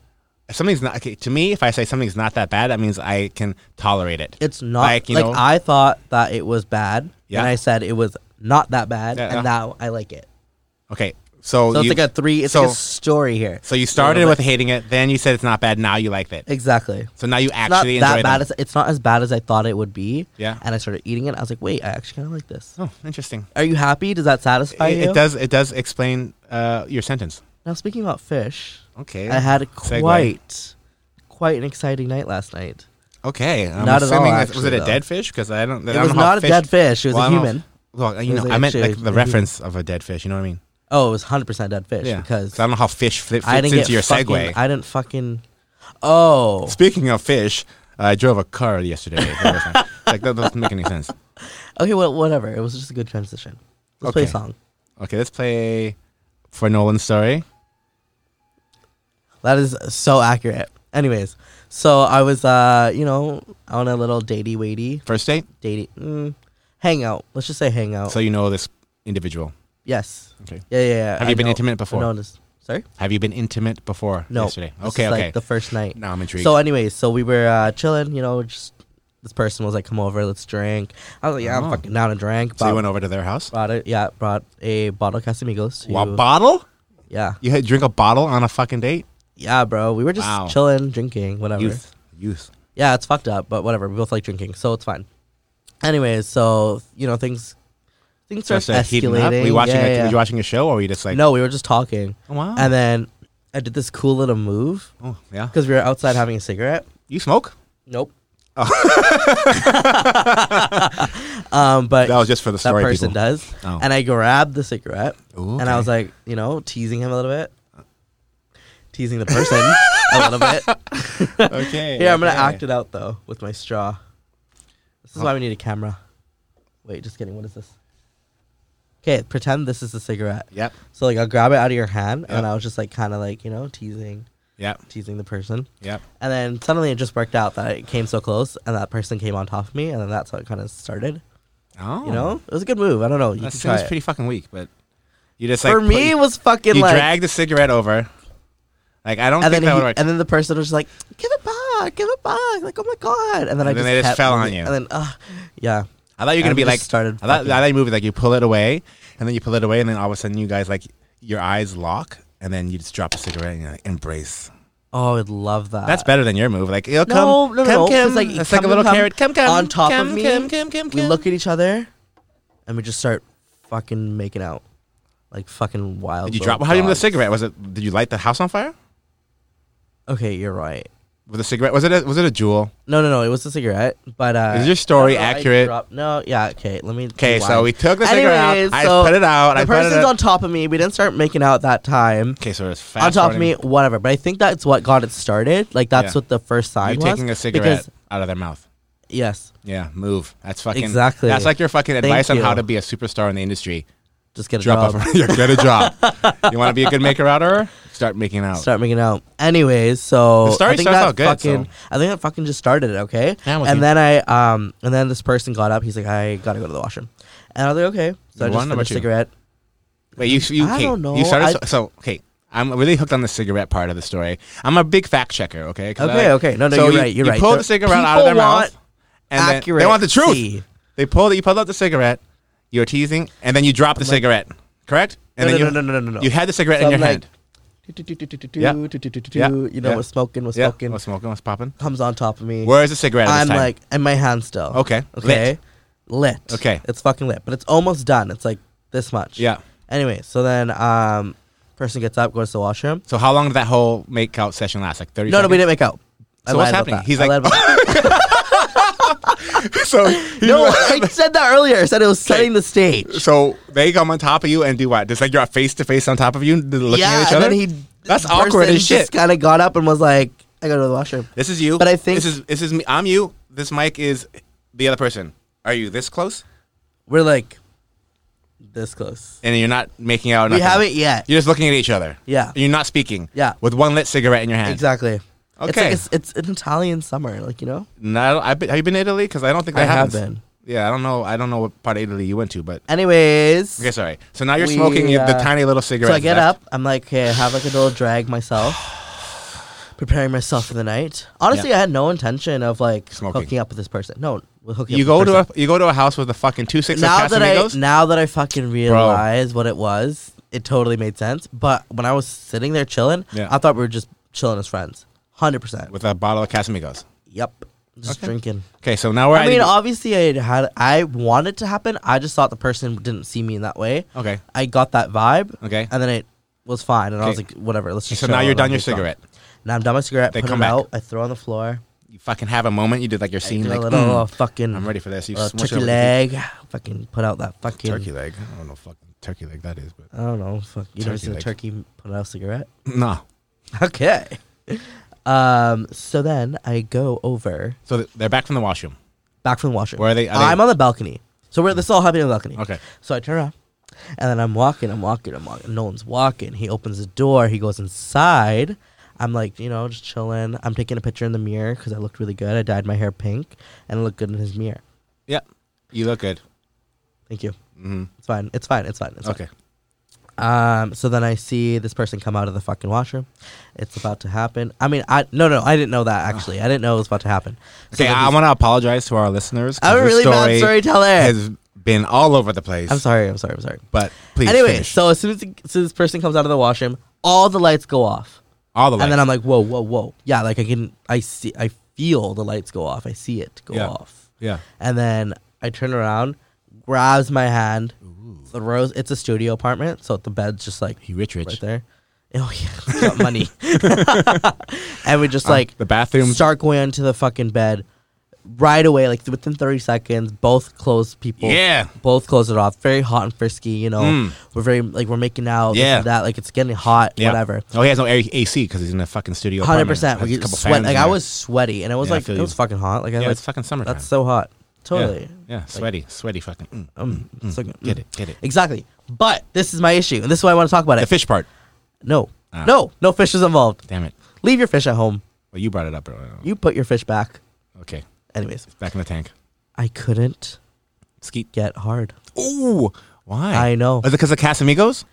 Speaker 1: if something's not okay, to me. If I say something's not that bad, that means I can tolerate it.
Speaker 2: It's not
Speaker 1: Like,
Speaker 2: like,
Speaker 1: you know-
Speaker 2: I thought that it was bad,
Speaker 1: Yeah.
Speaker 2: and I said it was not that bad,
Speaker 1: Yeah, yeah.
Speaker 2: and now I like it.
Speaker 1: okay. So,
Speaker 2: So it's
Speaker 1: you,
Speaker 2: like a three. It's like
Speaker 1: so-
Speaker 2: a story here.
Speaker 1: so you started
Speaker 2: So,
Speaker 1: with
Speaker 2: like-
Speaker 1: hating it, then you said it's not bad. Now you like it.
Speaker 2: exactly.
Speaker 1: So now you
Speaker 2: It's not
Speaker 1: actually enjoy
Speaker 2: that
Speaker 1: it.
Speaker 2: bad. As, it's not as bad as I thought it would be.
Speaker 1: Yeah.
Speaker 2: And I started eating it. I was like, wait, I actually kind of like this.
Speaker 1: Oh, interesting.
Speaker 2: Are you happy? Does that satisfy
Speaker 1: It,
Speaker 2: you?
Speaker 1: it does. It does explain uh, your sentence.
Speaker 2: Now speaking about fish,
Speaker 1: Okay.
Speaker 2: I had
Speaker 1: Segue.
Speaker 2: quite, quite an exciting night last night.
Speaker 1: Okay. I'm
Speaker 2: Not at all,
Speaker 1: assuming that- was it
Speaker 2: actually,
Speaker 1: a
Speaker 2: though.
Speaker 1: dead fish? Because I don't. I
Speaker 2: It
Speaker 1: don't
Speaker 2: was
Speaker 1: know how
Speaker 2: not a
Speaker 1: fish-
Speaker 2: dead fish. It was
Speaker 1: Well, I
Speaker 2: a
Speaker 1: don't know
Speaker 2: human.
Speaker 1: if- Well, you
Speaker 2: It
Speaker 1: know,
Speaker 2: was
Speaker 1: I meant
Speaker 2: actually
Speaker 1: like the
Speaker 2: a
Speaker 1: reference of a dead fish. You know what I mean?
Speaker 2: Oh, it was hundred percent dead fish
Speaker 1: Yeah.
Speaker 2: because
Speaker 1: I don't know how fish fit, fits
Speaker 2: I didn't get
Speaker 1: into your
Speaker 2: fucking,
Speaker 1: segue.
Speaker 2: I didn't fucking. Oh,
Speaker 1: Speaking of fish, I drove a car yesterday. That was- like that doesn't make any sense.
Speaker 2: okay. Well, whatever. It was just a good transition. Let's play a
Speaker 1: Okay.
Speaker 2: song.
Speaker 1: Okay, let's play for Nolan's story.
Speaker 2: That is so accurate. Anyways, so I was, uh, you know, on a little datey waity
Speaker 1: First date,
Speaker 2: dating mm, hangout. Let's just say hangout.
Speaker 1: so you know this individual.
Speaker 2: yes.
Speaker 1: Okay.
Speaker 2: Yeah, yeah. yeah.
Speaker 1: Have you been intimate before?
Speaker 2: No, sorry.
Speaker 1: Have you been intimate before
Speaker 2: No.
Speaker 1: yesterday?
Speaker 2: This
Speaker 1: Okay,
Speaker 2: is,
Speaker 1: okay.
Speaker 2: Like the first night.
Speaker 1: now I'm intrigued.
Speaker 2: So, anyways, so we were uh, chilling. You know, just this person was like, "Come over, let's drink." I was like, "Yeah,
Speaker 1: Oh.
Speaker 2: I'm fucking down to drink."
Speaker 1: So
Speaker 2: Brought-
Speaker 1: you went over to their house.
Speaker 2: Brought it, yeah. Brought a bottle of Casamigos. To,
Speaker 1: Wow, bottle?
Speaker 2: yeah,
Speaker 1: You had drink a bottle on a fucking date?
Speaker 2: yeah, bro. We were just
Speaker 1: Wow.
Speaker 2: chilling, drinking, whatever.
Speaker 1: Youth, youth.
Speaker 2: Yeah, it's fucked up, but whatever. We both like drinking, so it's fine. Anyways, so you know things, things
Speaker 1: So
Speaker 2: are
Speaker 1: it's, uh, heating up?
Speaker 2: escalating.
Speaker 1: Were you watching?
Speaker 2: Yeah,
Speaker 1: a,
Speaker 2: yeah.
Speaker 1: Were you watching a show, or were you just like?
Speaker 2: no, we were just talking,
Speaker 1: Oh, wow.
Speaker 2: and then I did this cool little move
Speaker 1: oh, yeah.
Speaker 2: because we were outside having a cigarette.
Speaker 1: You smoke?
Speaker 2: Nope.
Speaker 1: Oh.
Speaker 2: um, but
Speaker 1: That was just for the
Speaker 2: that
Speaker 1: story.
Speaker 2: person
Speaker 1: people.
Speaker 2: does.
Speaker 1: Oh.
Speaker 2: And I grabbed the cigarette
Speaker 1: Ooh,
Speaker 2: and I
Speaker 1: okay.
Speaker 2: was like, you know, teasing him a little bit, teasing the person a little bit.
Speaker 1: Okay.
Speaker 2: Here, I'm gonna
Speaker 1: okay.
Speaker 2: act it out though with my straw. This is why we need a camera. Wait, just kidding. What is this? Okay, pretend this is a cigarette.
Speaker 1: Yep.
Speaker 2: So like, I'll grab it out of your hand, and
Speaker 1: Yeah.
Speaker 2: I was just like, kind of like, you know, teasing,
Speaker 1: Yep.
Speaker 2: teasing the person.
Speaker 1: Yep.
Speaker 2: And then suddenly it just worked out that it came so close, and that person came on top of me, and then that's how it kind of started.
Speaker 1: Oh.
Speaker 2: You know, it was a good move. I don't know. You
Speaker 1: that
Speaker 2: can try
Speaker 1: seems
Speaker 2: it.
Speaker 1: pretty fucking weak, but you just like
Speaker 2: For
Speaker 1: put-
Speaker 2: me, it was fucking
Speaker 1: you
Speaker 2: like.
Speaker 1: drag the cigarette over. Like I don't
Speaker 2: and
Speaker 1: think
Speaker 2: then,
Speaker 1: that
Speaker 2: he-
Speaker 1: would work.
Speaker 2: and then the person was just like, "Give it back, give it back!" Like, oh my god! And then I
Speaker 1: And then
Speaker 2: just
Speaker 1: they just
Speaker 2: kept
Speaker 1: fell on
Speaker 2: moving,
Speaker 1: you.
Speaker 2: And then, uh, yeah,
Speaker 1: I thought you were gonna
Speaker 2: and
Speaker 1: be
Speaker 2: we just
Speaker 1: like
Speaker 2: started
Speaker 1: I thought,
Speaker 2: fucking-
Speaker 1: I thought you movie like you pull it away, and then you pull it away, and then all of a sudden you guys like your eyes lock, and then you just drop the cigarette and you like embrace.
Speaker 2: oh, I'd love that.
Speaker 1: That's better than your move. Like it'll
Speaker 2: No,
Speaker 1: come,
Speaker 2: no, no,
Speaker 1: come,
Speaker 2: no, 'cause,
Speaker 1: come.
Speaker 2: like,
Speaker 1: it's
Speaker 2: come,
Speaker 1: like a little
Speaker 2: come
Speaker 1: carrot. Come, come
Speaker 2: on top of
Speaker 1: come,
Speaker 2: me,
Speaker 1: Come, come, come,
Speaker 2: We
Speaker 1: come.
Speaker 2: look at each other, and we just start fucking making out, like fucking wild.
Speaker 1: Did you
Speaker 2: little
Speaker 1: drop? How do you remember the
Speaker 2: dogs.
Speaker 1: cigarette? Was it? Did you light the house on fire
Speaker 2: Okay, you're right.
Speaker 1: with the cigarette? Was it? A, was it a jewel?
Speaker 2: No, no, no. It was a cigarette, but uh,
Speaker 1: Is your story
Speaker 2: no, no, I
Speaker 1: accurate?
Speaker 2: dropped- no, yeah. Okay, let me.
Speaker 1: Okay, so
Speaker 2: rewind.
Speaker 1: we took the cigarette
Speaker 2: Anyways,
Speaker 1: out.
Speaker 2: so
Speaker 1: I put it out. I
Speaker 2: the
Speaker 1: put it
Speaker 2: person's
Speaker 1: out.
Speaker 2: on top of me. We didn't start making out that time.
Speaker 1: okay, so it's fast.
Speaker 2: On top of
Speaker 1: forwarding.
Speaker 2: me, whatever. But I think that's what got it started. Like that's
Speaker 1: Yeah.
Speaker 2: what the first sign
Speaker 1: You
Speaker 2: was.
Speaker 1: taking a cigarette
Speaker 2: Because,
Speaker 1: out of their mouth.
Speaker 2: yes,
Speaker 1: Yeah, move. That's fucking
Speaker 2: Exactly.
Speaker 1: That's like your fucking
Speaker 2: Thank
Speaker 1: advice on how
Speaker 2: you.
Speaker 1: to be a superstar in the industry.
Speaker 2: just get a
Speaker 1: Drop
Speaker 2: job.
Speaker 1: off. you get a job. you want to be a good maker outer? Start making out.
Speaker 2: Start making out. Anyways, so
Speaker 1: Oh. The story
Speaker 2: I think
Speaker 1: starts
Speaker 2: that
Speaker 1: out good,
Speaker 2: fucking,
Speaker 1: so.
Speaker 2: I think that fucking just started it. Okay,
Speaker 1: Yeah, I'm with
Speaker 2: and
Speaker 1: you.
Speaker 2: then I um and then this person got up. He's like, I gotta go to the washroom, and I was like, okay. So I
Speaker 1: Wonder
Speaker 2: just
Speaker 1: about
Speaker 2: finished a
Speaker 1: you.
Speaker 2: cigarette.
Speaker 1: Wait, you you
Speaker 2: I
Speaker 1: okay,
Speaker 2: don't know.
Speaker 1: You started
Speaker 2: I-
Speaker 1: so, so okay. I'm really hooked on the cigarette part of the story. I'm a big fact checker. Okay. 'Cause
Speaker 2: Okay,
Speaker 1: I-
Speaker 2: okay. No, no,
Speaker 1: so
Speaker 2: you're
Speaker 1: you,
Speaker 2: right, you're
Speaker 1: you
Speaker 2: right.
Speaker 1: pull
Speaker 2: The
Speaker 1: the cigarette out of their
Speaker 2: people want
Speaker 1: mouth, and then they want the truth.
Speaker 2: Accuracy.
Speaker 1: They pulled you pulled out the cigarette. You're teasing, and then you drop the cigarette. Correct. And
Speaker 2: No,
Speaker 1: then
Speaker 2: no,
Speaker 1: you,
Speaker 2: no, no, no, no, no.
Speaker 1: You had the cigarette
Speaker 2: So
Speaker 1: in
Speaker 2: I'm
Speaker 1: your
Speaker 2: like,
Speaker 1: hand. Yeah. Yeah.
Speaker 2: You know,
Speaker 1: Yeah.
Speaker 2: was smoking, was
Speaker 1: Yeah.
Speaker 2: smoking,
Speaker 1: What's smoking? What's popping?
Speaker 2: comes on top of me.
Speaker 1: Where's the cigarette? at this
Speaker 2: I'm
Speaker 1: time?
Speaker 2: like, and my hand still.
Speaker 1: Okay,
Speaker 2: Okay.
Speaker 1: lit.
Speaker 2: Lit.
Speaker 1: Okay.
Speaker 2: It's fucking lit, but it's almost done. It's like this much.
Speaker 1: yeah.
Speaker 2: Anyway, so then um, person gets up, goes to the washroom.
Speaker 1: So how long did that whole make out session last? Like thirty.
Speaker 2: No, no, we
Speaker 1: seconds?
Speaker 2: didn't make out. I
Speaker 1: So what's
Speaker 2: lied about
Speaker 1: happening?
Speaker 2: that.
Speaker 1: He's
Speaker 2: I
Speaker 1: like-
Speaker 2: lied about that.
Speaker 1: so he-
Speaker 2: no, I said that earlier. I said it was setting the stage.
Speaker 1: so they come on top of you and do what? Just like you're face to face on top of you, looking
Speaker 2: yeah,
Speaker 1: at each
Speaker 2: and
Speaker 1: other.
Speaker 2: then he.
Speaker 1: That's
Speaker 2: this
Speaker 1: awkward
Speaker 2: person
Speaker 1: as shit.
Speaker 2: Just kind of got up and was like, "I gotta go to the washroom."
Speaker 1: This is you.
Speaker 2: But I think-
Speaker 1: this is this is me. I'm you. This mic is the other person. Are you this close?
Speaker 2: We're like, this close.
Speaker 1: And you're not making out.
Speaker 2: We
Speaker 1: nothing.
Speaker 2: haven't yet.
Speaker 1: You're just looking at each other.
Speaker 2: Yeah.
Speaker 1: You're not speaking.
Speaker 2: Yeah.
Speaker 1: With one lit cigarette in your hand.
Speaker 2: Exactly. It's,
Speaker 1: Okay.
Speaker 2: like it's, it's an Italian summer, like you know.
Speaker 1: No, I've been, have you been to Italy? Because I don't think that
Speaker 2: I have
Speaker 1: happens.
Speaker 2: been.
Speaker 1: Yeah. I don't know. I don't know what part of Italy you went to, but
Speaker 2: Anyways,
Speaker 1: okay. Sorry. So now you're
Speaker 2: We,
Speaker 1: smoking your- the
Speaker 2: uh,
Speaker 1: tiny little cigarette.
Speaker 2: so I get up. I'm like, okay, I have like a little drag myself, preparing myself for the night. Honestly, I had no intention of like
Speaker 1: Smoking.
Speaker 2: hooking up with this person. No, with hooking.
Speaker 1: You
Speaker 2: up
Speaker 1: go
Speaker 2: with
Speaker 1: to
Speaker 2: this
Speaker 1: a you go to a house with a fucking two six
Speaker 2: person. now
Speaker 1: of
Speaker 2: that I
Speaker 1: Casamigos.
Speaker 2: now that I fucking realize what it was, it totally made sense. But when I was sitting there chilling,
Speaker 1: Yeah.
Speaker 2: I thought we were just chilling as friends. Hundred percent.
Speaker 1: with a bottle of Casamigos.
Speaker 2: Yep. Just
Speaker 1: Okay.
Speaker 2: drinking.
Speaker 1: Okay, so now we're.
Speaker 2: I
Speaker 1: at
Speaker 2: mean,
Speaker 1: the-
Speaker 2: obviously, I had I wanted it to happen. I just thought the person didn't see me in that way.
Speaker 1: okay,
Speaker 2: I got that vibe,
Speaker 1: okay.
Speaker 2: and then it was fine. And I was
Speaker 1: Okay.
Speaker 2: like, whatever. Let's just.
Speaker 1: So
Speaker 2: chill
Speaker 1: now you're
Speaker 2: and
Speaker 1: done your
Speaker 2: it's gone.
Speaker 1: cigarette.
Speaker 2: Now I'm done my cigarette.
Speaker 1: They
Speaker 2: put
Speaker 1: come
Speaker 2: it
Speaker 1: back.
Speaker 2: out. I throw on the floor.
Speaker 1: You fucking have a moment. You did like your
Speaker 2: I
Speaker 1: scene.
Speaker 2: do
Speaker 1: Like,
Speaker 2: a little
Speaker 1: mm,
Speaker 2: fucking.
Speaker 1: I'm ready for this. You
Speaker 2: little
Speaker 1: smush it
Speaker 2: turkey
Speaker 1: over the
Speaker 2: leg. Fucking put out that
Speaker 1: feet.
Speaker 2: fucking.
Speaker 1: Turkey leg. I don't know, fucking turkey leg that is, but
Speaker 2: I don't know. Fuck. You never
Speaker 1: Turkey
Speaker 2: seen a
Speaker 1: leg.
Speaker 2: turkey put out a cigarette?
Speaker 1: no.
Speaker 2: Okay. Um. So then I go over
Speaker 1: So th- they're back from the washroom.
Speaker 2: back from the washroom.
Speaker 1: Where are they? Are they
Speaker 2: I'm on the balcony. So we're this is all happening on the balcony.
Speaker 1: okay.
Speaker 2: So I turn around, and then I'm walking, I'm walking, I'm walking. No one's walking. He opens the door, he goes inside. I'm like, you know, just chilling. I'm taking a picture in the mirror because I looked really good. I dyed my hair pink and I looked good in his mirror.
Speaker 1: Yeah, you look good.
Speaker 2: Thank you.
Speaker 1: hmm
Speaker 2: It's fine. It's fine. It's fine. It's
Speaker 1: Okay.
Speaker 2: fine. Um, so then I see this person come out of the fucking washroom. It's about to happen. I mean, I no, no, I didn't know that actually. I didn't know it was about to happen. So
Speaker 1: Okay,
Speaker 2: then
Speaker 1: I
Speaker 2: he's-
Speaker 1: want to apologize to our listeners. 'cause
Speaker 2: I'm a
Speaker 1: this
Speaker 2: really bad
Speaker 1: story
Speaker 2: storyteller.
Speaker 1: Has been all over the place.
Speaker 2: I'm sorry. I'm sorry. I'm sorry.
Speaker 1: but please.
Speaker 2: anyway,
Speaker 1: finish.
Speaker 2: so as soon as, as soon as this person comes out of the washroom, all the lights go off.
Speaker 1: all the
Speaker 2: and
Speaker 1: lights.
Speaker 2: then I'm like, whoa, whoa, whoa. Yeah, like I can, I see, I feel the lights go off. I see it go
Speaker 1: Yeah.
Speaker 2: off.
Speaker 1: yeah.
Speaker 2: And then I turn around, grabs my hand, throws. It's a studio apartment, so the bed's just like
Speaker 1: He rich, rich.
Speaker 2: right there. Oh yeah, it's got money. and we just
Speaker 1: Um,
Speaker 2: like
Speaker 1: the bathroom.
Speaker 2: start going into the fucking bed right away, like within 30 seconds. Both clothes people,
Speaker 1: Yeah.
Speaker 2: both clothes it off. Very hot and frisky, you know.
Speaker 1: Mm.
Speaker 2: We're very like we're making out, yeah,
Speaker 1: Yeah.
Speaker 2: that like it's getting hot,
Speaker 1: Yeah.
Speaker 2: whatever.
Speaker 1: Oh, he has no air- AC because he's in a fucking studio.
Speaker 2: Hundred
Speaker 1: apartment.
Speaker 2: percent.
Speaker 1: Has
Speaker 2: We
Speaker 1: a couple
Speaker 2: sweat.
Speaker 1: fans
Speaker 2: Like
Speaker 1: in
Speaker 2: I
Speaker 1: there.
Speaker 2: was sweaty, and it was
Speaker 1: Yeah, I
Speaker 2: like
Speaker 1: feel
Speaker 2: it
Speaker 1: you.
Speaker 2: was fucking hot. Like I
Speaker 1: Yeah,
Speaker 2: like
Speaker 1: it's fucking summertime.
Speaker 2: that's so hot. Totally.
Speaker 1: Yeah, sweaty, sweaty, fucking. mm,
Speaker 2: Um, it's like-
Speaker 1: Get it, get it.
Speaker 2: Exactly. But this is my issue, and this is why I want to talk about
Speaker 1: The
Speaker 2: it.
Speaker 1: fish part.
Speaker 2: No,
Speaker 1: Ah.
Speaker 2: no, no fish is involved.
Speaker 1: Damn it.
Speaker 2: Leave your fish at home.
Speaker 1: Well, you brought it up earlier.
Speaker 2: You put your fish back.
Speaker 1: Okay,
Speaker 2: Anyways,
Speaker 1: it's back in the tank.
Speaker 2: I couldn't
Speaker 1: Skeet.
Speaker 2: get hard.
Speaker 1: Ooh, why?
Speaker 2: I know.
Speaker 1: Is it because of Casamigos?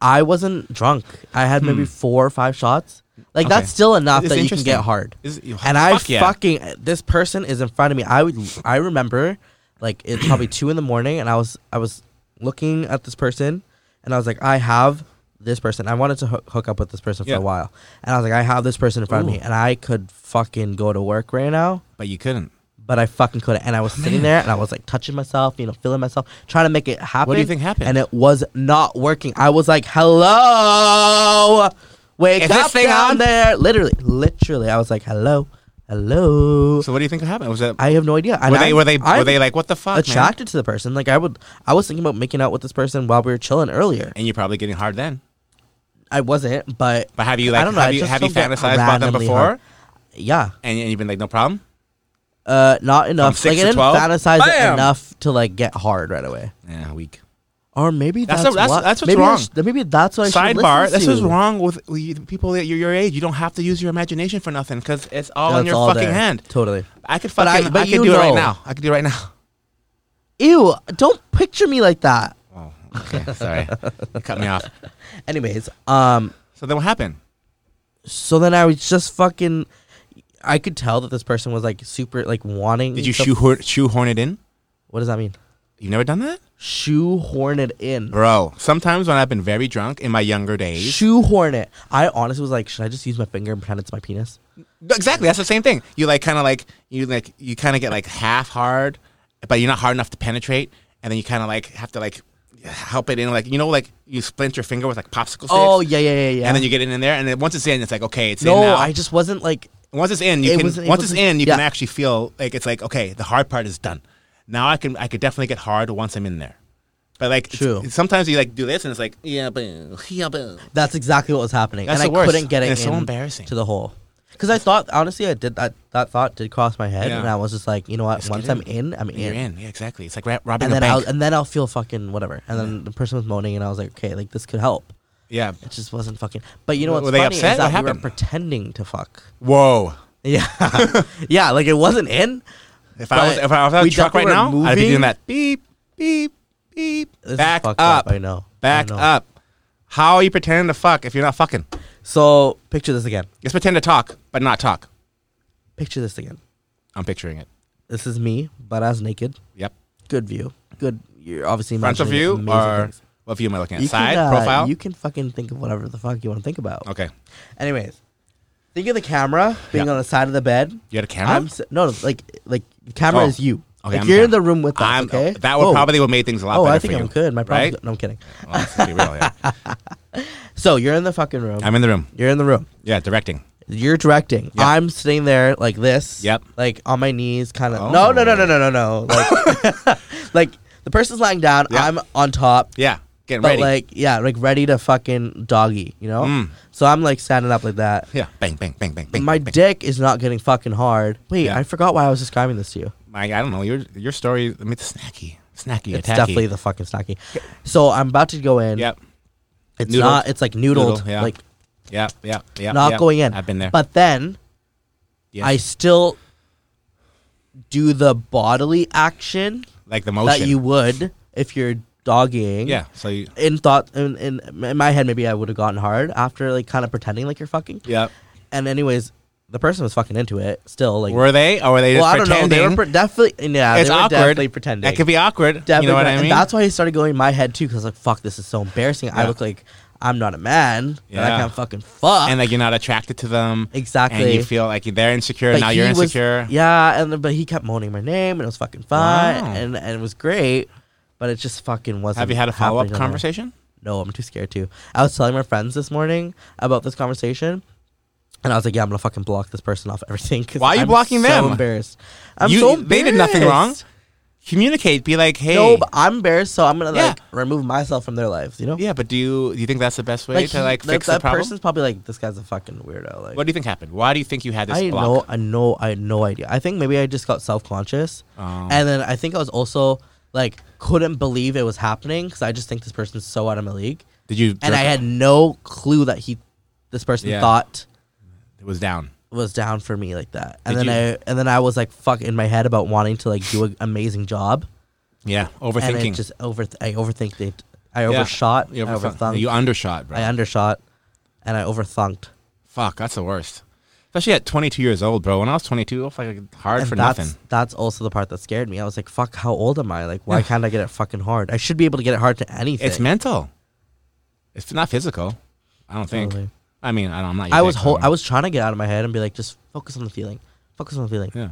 Speaker 2: I wasn't drunk. I had maybe four or five shots. Like
Speaker 1: Hmm. Okay.
Speaker 2: that's still enough
Speaker 1: It's
Speaker 2: that you can
Speaker 1: interesting.
Speaker 2: get hard.
Speaker 1: Is, and
Speaker 2: and I
Speaker 1: fuck yeah.
Speaker 2: fucking this person is in front of me. I would I remember like it's probably two in the morning, and I was I was looking at this person, and I was like, I have this person. I wanted to hook, hook up with this person for
Speaker 1: Yeah.
Speaker 2: a while, and I was like, I have this person in front
Speaker 1: Ooh.
Speaker 2: of me, and I could fucking go to work right now,
Speaker 1: But you couldn't.
Speaker 2: but I fucking couldn't. And I
Speaker 1: Oh,
Speaker 2: was sitting there and I was like touching myself, you know, feeling myself, trying to make it happen.
Speaker 1: think happened?
Speaker 2: And it was not working. I was like, "Hello, wake
Speaker 1: Is this
Speaker 2: up
Speaker 1: thing
Speaker 2: down
Speaker 1: on?"
Speaker 2: there!" Literally, literally, I was like, "Hello, hello."
Speaker 1: So what do you think happened? Was that
Speaker 2: I have no idea. And
Speaker 1: were they
Speaker 2: I-
Speaker 1: were they
Speaker 2: I'm
Speaker 1: were they like what the fuck? man?
Speaker 2: attracted to the person? Like I would, I was thinking about making out with this person while we were chilling earlier.
Speaker 1: And you're probably getting hard then.
Speaker 2: I wasn't, but
Speaker 1: But have you
Speaker 2: I
Speaker 1: like
Speaker 2: don't know, I
Speaker 1: have you
Speaker 2: just
Speaker 1: have you
Speaker 2: felt
Speaker 1: fantasized
Speaker 2: that
Speaker 1: about them
Speaker 2: randomly
Speaker 1: before?
Speaker 2: hard. yeah,
Speaker 1: And, and you've been like no problem.
Speaker 2: uh, not enough.
Speaker 1: six
Speaker 2: like I
Speaker 1: to
Speaker 2: didn't
Speaker 1: 12?
Speaker 2: fantasize it
Speaker 1: Bam!
Speaker 2: enough to like get hard right away.
Speaker 1: Yeah, weak.
Speaker 2: Or maybe
Speaker 1: That's a-
Speaker 2: that's
Speaker 1: that's-
Speaker 2: what-
Speaker 1: that's what's
Speaker 2: maybe I
Speaker 1: wrong.
Speaker 2: sh- maybe that's what I should
Speaker 1: Sidebar:
Speaker 2: listen
Speaker 1: This is
Speaker 2: to.
Speaker 1: wrong with you- people that you're your age. You don't have to use your imagination for nothing because it's all
Speaker 2: That's
Speaker 1: in your
Speaker 2: all
Speaker 1: fucking
Speaker 2: there.
Speaker 1: hand.
Speaker 2: Totally.
Speaker 1: I could
Speaker 2: But I-
Speaker 1: fucking I,
Speaker 2: but
Speaker 1: could
Speaker 2: you
Speaker 1: do it right
Speaker 2: know.
Speaker 1: now. I could do it right now.
Speaker 2: Ew! Don't picture me like that.
Speaker 1: Oh, okay. Sorry, you cut me off.
Speaker 2: Anyways, um,
Speaker 1: So then what happened?
Speaker 2: so then I was just fucking. I could tell that this person was like super like wanting.
Speaker 1: Did you
Speaker 2: to-
Speaker 1: shoehorn, shoehorn it in?
Speaker 2: What does that mean?
Speaker 1: You've never done that,
Speaker 2: Shoehorn it in.
Speaker 1: bro. Sometimes when I've been very drunk in my younger days,
Speaker 2: Shoehorn it. I honestly was like, should I just use my finger and pretend it's my penis?
Speaker 1: Exactly. That's the same thing. You like kind of like you like you kind of get like half hard, but you're not hard enough to penetrate, and then you kind of like have to like help it in, like you know, like you splint your finger with like popsicle sticks.
Speaker 2: Oh yeah, yeah, yeah, yeah.
Speaker 1: And then you get it in there, and then once it's in, it's like okay, it's
Speaker 2: no,
Speaker 1: in now.
Speaker 2: I just wasn't like.
Speaker 1: once it's in, you
Speaker 2: it
Speaker 1: can
Speaker 2: wasn't
Speaker 1: once
Speaker 2: able
Speaker 1: it's
Speaker 2: to-
Speaker 1: in, you can
Speaker 2: yeah.
Speaker 1: actually feel like it's like okay, the hard part is done. Now I can I could definitely get hard once I'm in there, but like it's-
Speaker 2: True.
Speaker 1: sometimes you like do this, and it's like yeah, boo, yeah, boo.
Speaker 2: That's exactly what was happening,
Speaker 1: That's
Speaker 2: and
Speaker 1: the
Speaker 2: I
Speaker 1: worst.
Speaker 2: couldn't get it.
Speaker 1: And it's so
Speaker 2: in
Speaker 1: embarrassing.
Speaker 2: to the hole. Because I thought, honestly, I did that. That thought did cross my head,
Speaker 1: Yeah.
Speaker 2: and I was just like, you know what?
Speaker 1: Just
Speaker 2: Once
Speaker 1: get
Speaker 2: I'm
Speaker 1: in.
Speaker 2: in, I'm
Speaker 1: And you're
Speaker 2: in.
Speaker 1: in. Yeah, exactly. It's like ra- robbing a
Speaker 2: And then I'll uh,
Speaker 1: bank.
Speaker 2: and then I'll feel fucking whatever. And then the person was moaning, and I was like, okay, like this could help.
Speaker 1: yeah.
Speaker 2: It just wasn't fucking. But you know
Speaker 1: Were-
Speaker 2: what's
Speaker 1: were they
Speaker 2: funny
Speaker 1: upset?
Speaker 2: is that
Speaker 1: What
Speaker 2: we were
Speaker 1: happened?
Speaker 2: pretending to fuck.
Speaker 1: Whoa.
Speaker 2: Yeah, yeah, like it wasn't in.
Speaker 1: If I was
Speaker 2: But
Speaker 1: if I was on
Speaker 2: we
Speaker 1: a truck right
Speaker 2: definitely
Speaker 1: now,
Speaker 2: were
Speaker 1: I'd be
Speaker 2: moving.
Speaker 1: doing that beep beep beep.
Speaker 2: This is
Speaker 1: back up,
Speaker 2: fucked I know. I
Speaker 1: back
Speaker 2: know.
Speaker 1: up. How are you pretending to fuck if you're not fucking?
Speaker 2: So picture this again.
Speaker 1: Just pretend to talk, but not talk.
Speaker 2: Picture this again.
Speaker 1: I'm picturing it.
Speaker 2: This is me, but I was naked.
Speaker 1: Yep.
Speaker 2: Good view. Good. You're obviously
Speaker 1: Front of
Speaker 2: imagining
Speaker 1: you
Speaker 2: amazing
Speaker 1: or
Speaker 2: things.
Speaker 1: what view am I looking at?
Speaker 2: You
Speaker 1: Side
Speaker 2: uh,
Speaker 1: profile.
Speaker 2: You can fucking think of whatever the fuck you want to think about.
Speaker 1: okay.
Speaker 2: Anyways, think of the camera being
Speaker 1: Yeah.
Speaker 2: on the side of the bed.
Speaker 1: You had a camera.
Speaker 2: I'm s- no, no, like like the camera
Speaker 1: Oh.
Speaker 2: is you.
Speaker 1: Okay,
Speaker 2: like
Speaker 1: I'm
Speaker 2: you're
Speaker 1: down.
Speaker 2: in the room with us.
Speaker 1: I'm- oh,
Speaker 2: okay,
Speaker 1: That would
Speaker 2: Whoa.
Speaker 1: probably would made things a lot
Speaker 2: Oh,
Speaker 1: better
Speaker 2: I think
Speaker 1: for you.
Speaker 2: I'm good. My problem's
Speaker 1: right?
Speaker 2: good. No, I'm kidding.
Speaker 1: Well, let's be real here.
Speaker 2: So you're in the fucking room.
Speaker 1: I'm in the room.
Speaker 2: you're in the room.
Speaker 1: Yeah, directing.
Speaker 2: You're directing. I'm sitting there like this.
Speaker 1: Yep. Oh.
Speaker 2: Like on my knees, kind of. No, no, no, no, no, no, no. Like, like the person's lying down.
Speaker 1: Yeah.
Speaker 2: I'm on top.
Speaker 1: Yeah, getting
Speaker 2: But
Speaker 1: ready.
Speaker 2: like, yeah, like ready to fucking doggy, you know.
Speaker 1: Mm.
Speaker 2: So I'm like standing up like that.
Speaker 1: yeah, bang, bang, bang, bang, bang.
Speaker 2: my
Speaker 1: bang.
Speaker 2: dick is not getting fucking hard. Wait,
Speaker 1: Yeah.
Speaker 2: I forgot why I was describing this to you.
Speaker 1: my, I don't know your your story. I mean, it's snacky, snacky,
Speaker 2: It's
Speaker 1: attacky.
Speaker 2: definitely the fucking snacky. So I'm about to go in.
Speaker 1: Yep.
Speaker 2: It's
Speaker 1: Noodled.
Speaker 2: not. It's like noodled.
Speaker 1: Noodle, yeah.
Speaker 2: Like
Speaker 1: Yeah, yeah, yeah.
Speaker 2: not
Speaker 1: yeah.
Speaker 2: going in.
Speaker 1: I've been there.
Speaker 2: But then
Speaker 1: Yes.
Speaker 2: I still do the bodily action
Speaker 1: like the motion
Speaker 2: that you would if you're doggying.
Speaker 1: Yeah. So you.
Speaker 2: In thought, in, in in my head, maybe I would have gotten hard after like kind of pretending like you're fucking.
Speaker 1: Yeah.
Speaker 2: And anyways, the person was fucking into it still. Like,
Speaker 1: Were they or were they just
Speaker 2: well, I don't know.
Speaker 1: pretending?
Speaker 2: They were pre- definitely yeah.
Speaker 1: it's
Speaker 2: they were
Speaker 1: awkward.
Speaker 2: Definitely pretending.
Speaker 1: That could be awkward.
Speaker 2: Definitely,
Speaker 1: you know what
Speaker 2: but-
Speaker 1: I
Speaker 2: and
Speaker 1: mean?
Speaker 2: that's why he started going in my head too, because like, fuck, this is so embarrassing. I
Speaker 1: Yeah.
Speaker 2: look like I'm not a man, and I
Speaker 1: Yeah.
Speaker 2: can't fucking fuck.
Speaker 1: and like you're not attracted to them.
Speaker 2: exactly.
Speaker 1: And you feel like they're insecure.
Speaker 2: But
Speaker 1: now
Speaker 2: he
Speaker 1: you're
Speaker 2: was-
Speaker 1: insecure.
Speaker 2: yeah, and but he kept moaning my name, and it was fucking fun,
Speaker 1: Wow.
Speaker 2: and and it was great, but it just fucking wasn't.
Speaker 1: Have you had a follow up
Speaker 2: happening on there.
Speaker 1: conversation?
Speaker 2: No, I'm too scared to. I was telling my friends this morning about this conversation. And I was like, "Yeah, I'm gonna fucking block this person off everything." 'cause
Speaker 1: Why are you
Speaker 2: I'm
Speaker 1: blocking
Speaker 2: so
Speaker 1: them?
Speaker 2: Embarrassed. I'm
Speaker 1: You-
Speaker 2: so embarrassed.
Speaker 1: they did nothing wrong. Communicate. Be like, hey.
Speaker 2: No, but I'm embarrassed, so I'm gonna
Speaker 1: Yeah.
Speaker 2: like remove myself from their lives. You know?
Speaker 1: yeah, but do you do you think that's the best way to
Speaker 2: he-
Speaker 1: like
Speaker 2: that,
Speaker 1: fix
Speaker 2: that
Speaker 1: the problem?
Speaker 2: person's probably like this guy's a fucking weirdo. Like,
Speaker 1: what do you think happened? Why do you think you had this
Speaker 2: I
Speaker 1: block?
Speaker 2: know, I know, I had no idea. I think maybe I just got self conscious,
Speaker 1: Oh.
Speaker 2: and then I think I was also like couldn't believe it was happening because I just think this person's so out of my league,
Speaker 1: Did you?
Speaker 2: and I had no clue that he, this person
Speaker 1: Yeah.
Speaker 2: thought
Speaker 1: it was down.
Speaker 2: was down for me like that, and
Speaker 1: Did
Speaker 2: then
Speaker 1: you-
Speaker 2: I and then I was like fuck in my head about wanting to like do an amazing job,
Speaker 1: Yeah,
Speaker 2: and I
Speaker 1: overthinking.
Speaker 2: just over I overthinked it, I
Speaker 1: Yeah.
Speaker 2: overshot,
Speaker 1: you,
Speaker 2: I overthunk,
Speaker 1: overthunk. you undershot, bro.
Speaker 2: I undershot, and I overthunked.
Speaker 1: Fuck, that's the worst. Especially at 22 years old, bro. When I was 22, it was like hard
Speaker 2: And
Speaker 1: for
Speaker 2: that's,
Speaker 1: nothing.
Speaker 2: That's also the part that scared me. I was like, fuck, how old am I? Like, why can't I get it fucking hard? I should be able to get it hard to anything.
Speaker 1: It's mental. It's not physical. I don't think.
Speaker 2: Totally.
Speaker 1: I mean, I don't, I'm not. your
Speaker 2: I was
Speaker 1: big
Speaker 2: whole,
Speaker 1: fan.
Speaker 2: I was trying to get out of my head and be like, just focus on the feeling. Focus on the feeling.
Speaker 1: Yeah.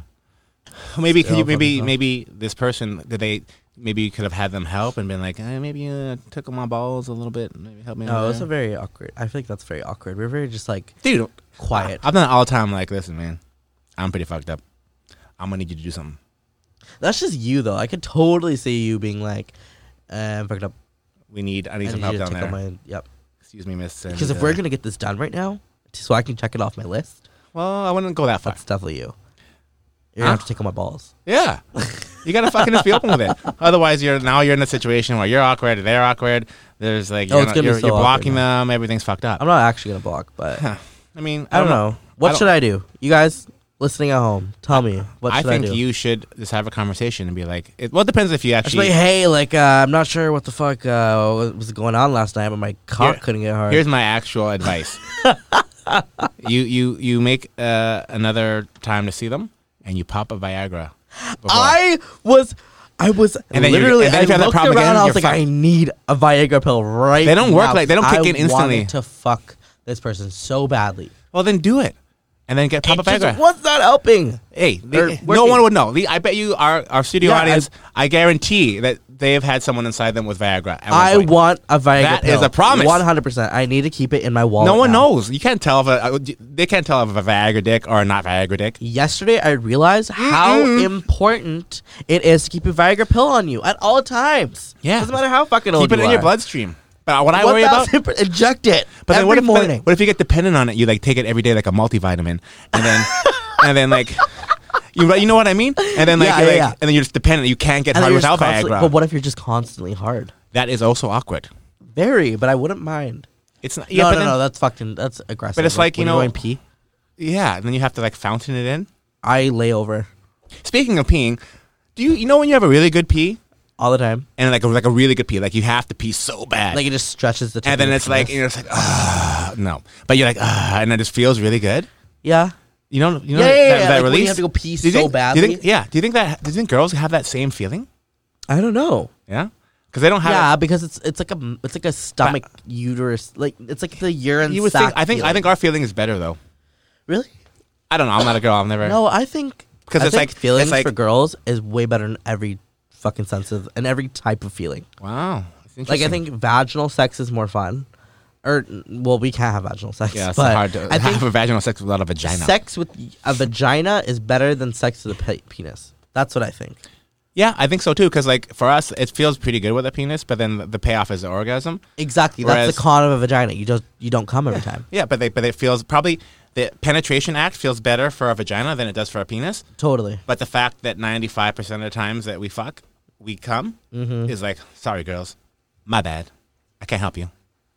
Speaker 1: Maybe could
Speaker 2: Still
Speaker 1: you
Speaker 2: fucking
Speaker 1: maybe
Speaker 2: tough.
Speaker 1: maybe this person did they maybe you could have had them help and been like eh, maybe uh, tickle my balls a little bit maybe help me.
Speaker 2: No,
Speaker 1: over
Speaker 2: it's Oh, a
Speaker 1: there."
Speaker 2: very awkward. I feel like that's very awkward. We're very just like
Speaker 1: dude.
Speaker 2: quiet.
Speaker 1: I'm not all the time like listen man, I'm pretty fucked up. I'm gonna need you to do something.
Speaker 2: That's just you though. I could totally see you being like, uh, I'm fucked up.
Speaker 1: We need I
Speaker 2: I
Speaker 1: need some
Speaker 2: need
Speaker 1: help
Speaker 2: you to
Speaker 1: down
Speaker 2: tickle
Speaker 1: there.
Speaker 2: my- yep.
Speaker 1: Excuse me, miss. and,
Speaker 2: Because if
Speaker 1: uh,
Speaker 2: we're gonna get this done right now, t- so I can check it off my list,
Speaker 1: well, I wouldn't go that far.
Speaker 2: that's definitely you. You're gonna have
Speaker 1: Huh?
Speaker 2: to tickle my balls.
Speaker 1: Yeah. You gotta fucking just be open with it. Otherwise, you're now you're in a situation where you're awkward, they're awkward. There's like
Speaker 2: Oh,
Speaker 1: you're,
Speaker 2: it's
Speaker 1: not-
Speaker 2: gonna be
Speaker 1: you're,
Speaker 2: so
Speaker 1: you're
Speaker 2: awkward,
Speaker 1: blocking them. Everything's fucked up.
Speaker 2: I'm not actually gonna block, but I
Speaker 1: Huh. I mean,
Speaker 2: don't know. What
Speaker 1: I don't-
Speaker 2: should I do? You guys listening at home, tell me what
Speaker 1: I
Speaker 2: should I,
Speaker 1: think
Speaker 2: do.
Speaker 1: you should just have a conversation and be like, it, well, it depends if you
Speaker 2: I should
Speaker 1: actually.
Speaker 2: be like, hey, like uh, I'm not sure what the fuck uh, what was going on last night, but my cock
Speaker 1: Here-
Speaker 2: couldn't get hard.
Speaker 1: Here's my actual advice. you you you make uh, another time to see them, and you pop a Viagra. before.
Speaker 2: I was, I was
Speaker 1: And then you-
Speaker 2: literally.
Speaker 1: and then if you
Speaker 2: I
Speaker 1: have that
Speaker 2: looked around.
Speaker 1: problem again,
Speaker 2: I was
Speaker 1: you're
Speaker 2: like, I
Speaker 1: fucked.
Speaker 2: need a Viagra pill right.
Speaker 1: They don't work
Speaker 2: now,
Speaker 1: like- they don't
Speaker 2: 'cause
Speaker 1: kick
Speaker 2: I
Speaker 1: in instantly.
Speaker 2: wanted To fuck this person so badly.
Speaker 1: well, then do it, and then get pop a
Speaker 2: It just
Speaker 1: Viagra.
Speaker 2: was not helping.
Speaker 1: Hey,
Speaker 2: They're
Speaker 1: the- no
Speaker 2: working.
Speaker 1: one would know. The, I bet you our, our studio
Speaker 2: Yeah, I-
Speaker 1: audience, I, guarantee that they have had someone inside them with Viagra. At one
Speaker 2: I
Speaker 1: point.
Speaker 2: want a Viagra
Speaker 1: That
Speaker 2: pill.
Speaker 1: is a promise.
Speaker 2: One hundred percent. I need to keep it in my wallet.
Speaker 1: No one
Speaker 2: now.
Speaker 1: knows. You can't tell if a, they can't tell if a Viagra dick or a not Viagra dick.
Speaker 2: Yesterday, I realized how important it is to keep a Viagra pill on you at all times.
Speaker 1: Yeah.
Speaker 2: doesn't matter how fucking old
Speaker 1: Keep it
Speaker 2: you
Speaker 1: in
Speaker 2: are.
Speaker 1: your bloodstream. But what I worry about.
Speaker 2: 1000% Inject it.
Speaker 1: But
Speaker 2: every
Speaker 1: then what if
Speaker 2: morning?
Speaker 1: what if you get dependent on it? You like take it every day like a multivitamin, and then and then like you you know what I mean? And then like,
Speaker 2: Yeah,
Speaker 1: you're,
Speaker 2: yeah,
Speaker 1: like-
Speaker 2: yeah.
Speaker 1: and then you're just dependent. You can't get
Speaker 2: And then
Speaker 1: hard
Speaker 2: you're just
Speaker 1: without
Speaker 2: constantly-
Speaker 1: Viagra.
Speaker 2: But what if you're just constantly hard?
Speaker 1: that is also awkward.
Speaker 2: Very, but I wouldn't mind.
Speaker 1: It's not. Yeah,
Speaker 2: no,
Speaker 1: but
Speaker 2: no,
Speaker 1: then-
Speaker 2: no. That's fucking. That's aggressive.
Speaker 1: But it's like, you
Speaker 2: When
Speaker 1: know-
Speaker 2: you're going pee.
Speaker 1: yeah. And then you have to like fountain it in.
Speaker 2: I lay over
Speaker 1: Speaking of peeing, do you you know when you have a really good pee
Speaker 2: all the time.
Speaker 1: and like a, like a really good pee, like you have to pee so bad,
Speaker 2: Like it just stretches the. Tip
Speaker 1: and
Speaker 2: of
Speaker 1: then
Speaker 2: your
Speaker 1: it's like
Speaker 2: penis.
Speaker 1: you're just like ah no, but you're like ah, and it just feels really good.
Speaker 2: yeah.
Speaker 1: You know, you know
Speaker 2: Yeah,
Speaker 1: that,
Speaker 2: yeah,
Speaker 1: that,
Speaker 2: yeah, like when you
Speaker 1: release.
Speaker 2: have to go pee
Speaker 1: Do you
Speaker 2: so
Speaker 1: think- Do you think,
Speaker 2: badly.
Speaker 1: yeah. Do you think that? Do you think girls have that same feeling?
Speaker 2: I don't know.
Speaker 1: Yeah, because they don't have.
Speaker 2: Yeah, because it's it's like a it's like a stomach uterus like it's like the urine.
Speaker 1: you would
Speaker 2: sac
Speaker 1: think. I think. I
Speaker 2: feeling.
Speaker 1: think our feeling is better though.
Speaker 2: really
Speaker 1: I don't know. I'm not a girl. I've never.
Speaker 2: no. I think
Speaker 1: 'Cause
Speaker 2: I
Speaker 1: it's
Speaker 2: think
Speaker 1: like-
Speaker 2: feelings
Speaker 1: it's like-
Speaker 2: for girls is way better than every fucking sense of and every type of feeling.
Speaker 1: Wow. It's
Speaker 2: Like I
Speaker 1: interesting.
Speaker 2: think vaginal sex is more fun, or well, we can't have vaginal sex.
Speaker 1: Yeah, it's
Speaker 2: but
Speaker 1: hard to
Speaker 2: I
Speaker 1: have
Speaker 2: think
Speaker 1: a vaginal sex without a vagina.
Speaker 2: sex with a vagina is better than sex with a pe- penis. That's what I think.
Speaker 1: yeah, I think so too. Because like for us, it feels pretty good with a penis, but then the- the payoff is the orgasm.
Speaker 2: Exactly.
Speaker 1: Whereas-
Speaker 2: That's the con of a vagina. You just you don't come every time.
Speaker 1: Yeah, but they but it feels probably the penetration act feels better for a vagina than it does for a penis.
Speaker 2: Totally.
Speaker 1: But the fact that ninety five percent of the times that we fuck, we come
Speaker 2: Mm-hmm.
Speaker 1: is like, sorry girls, my bad, I can't help you.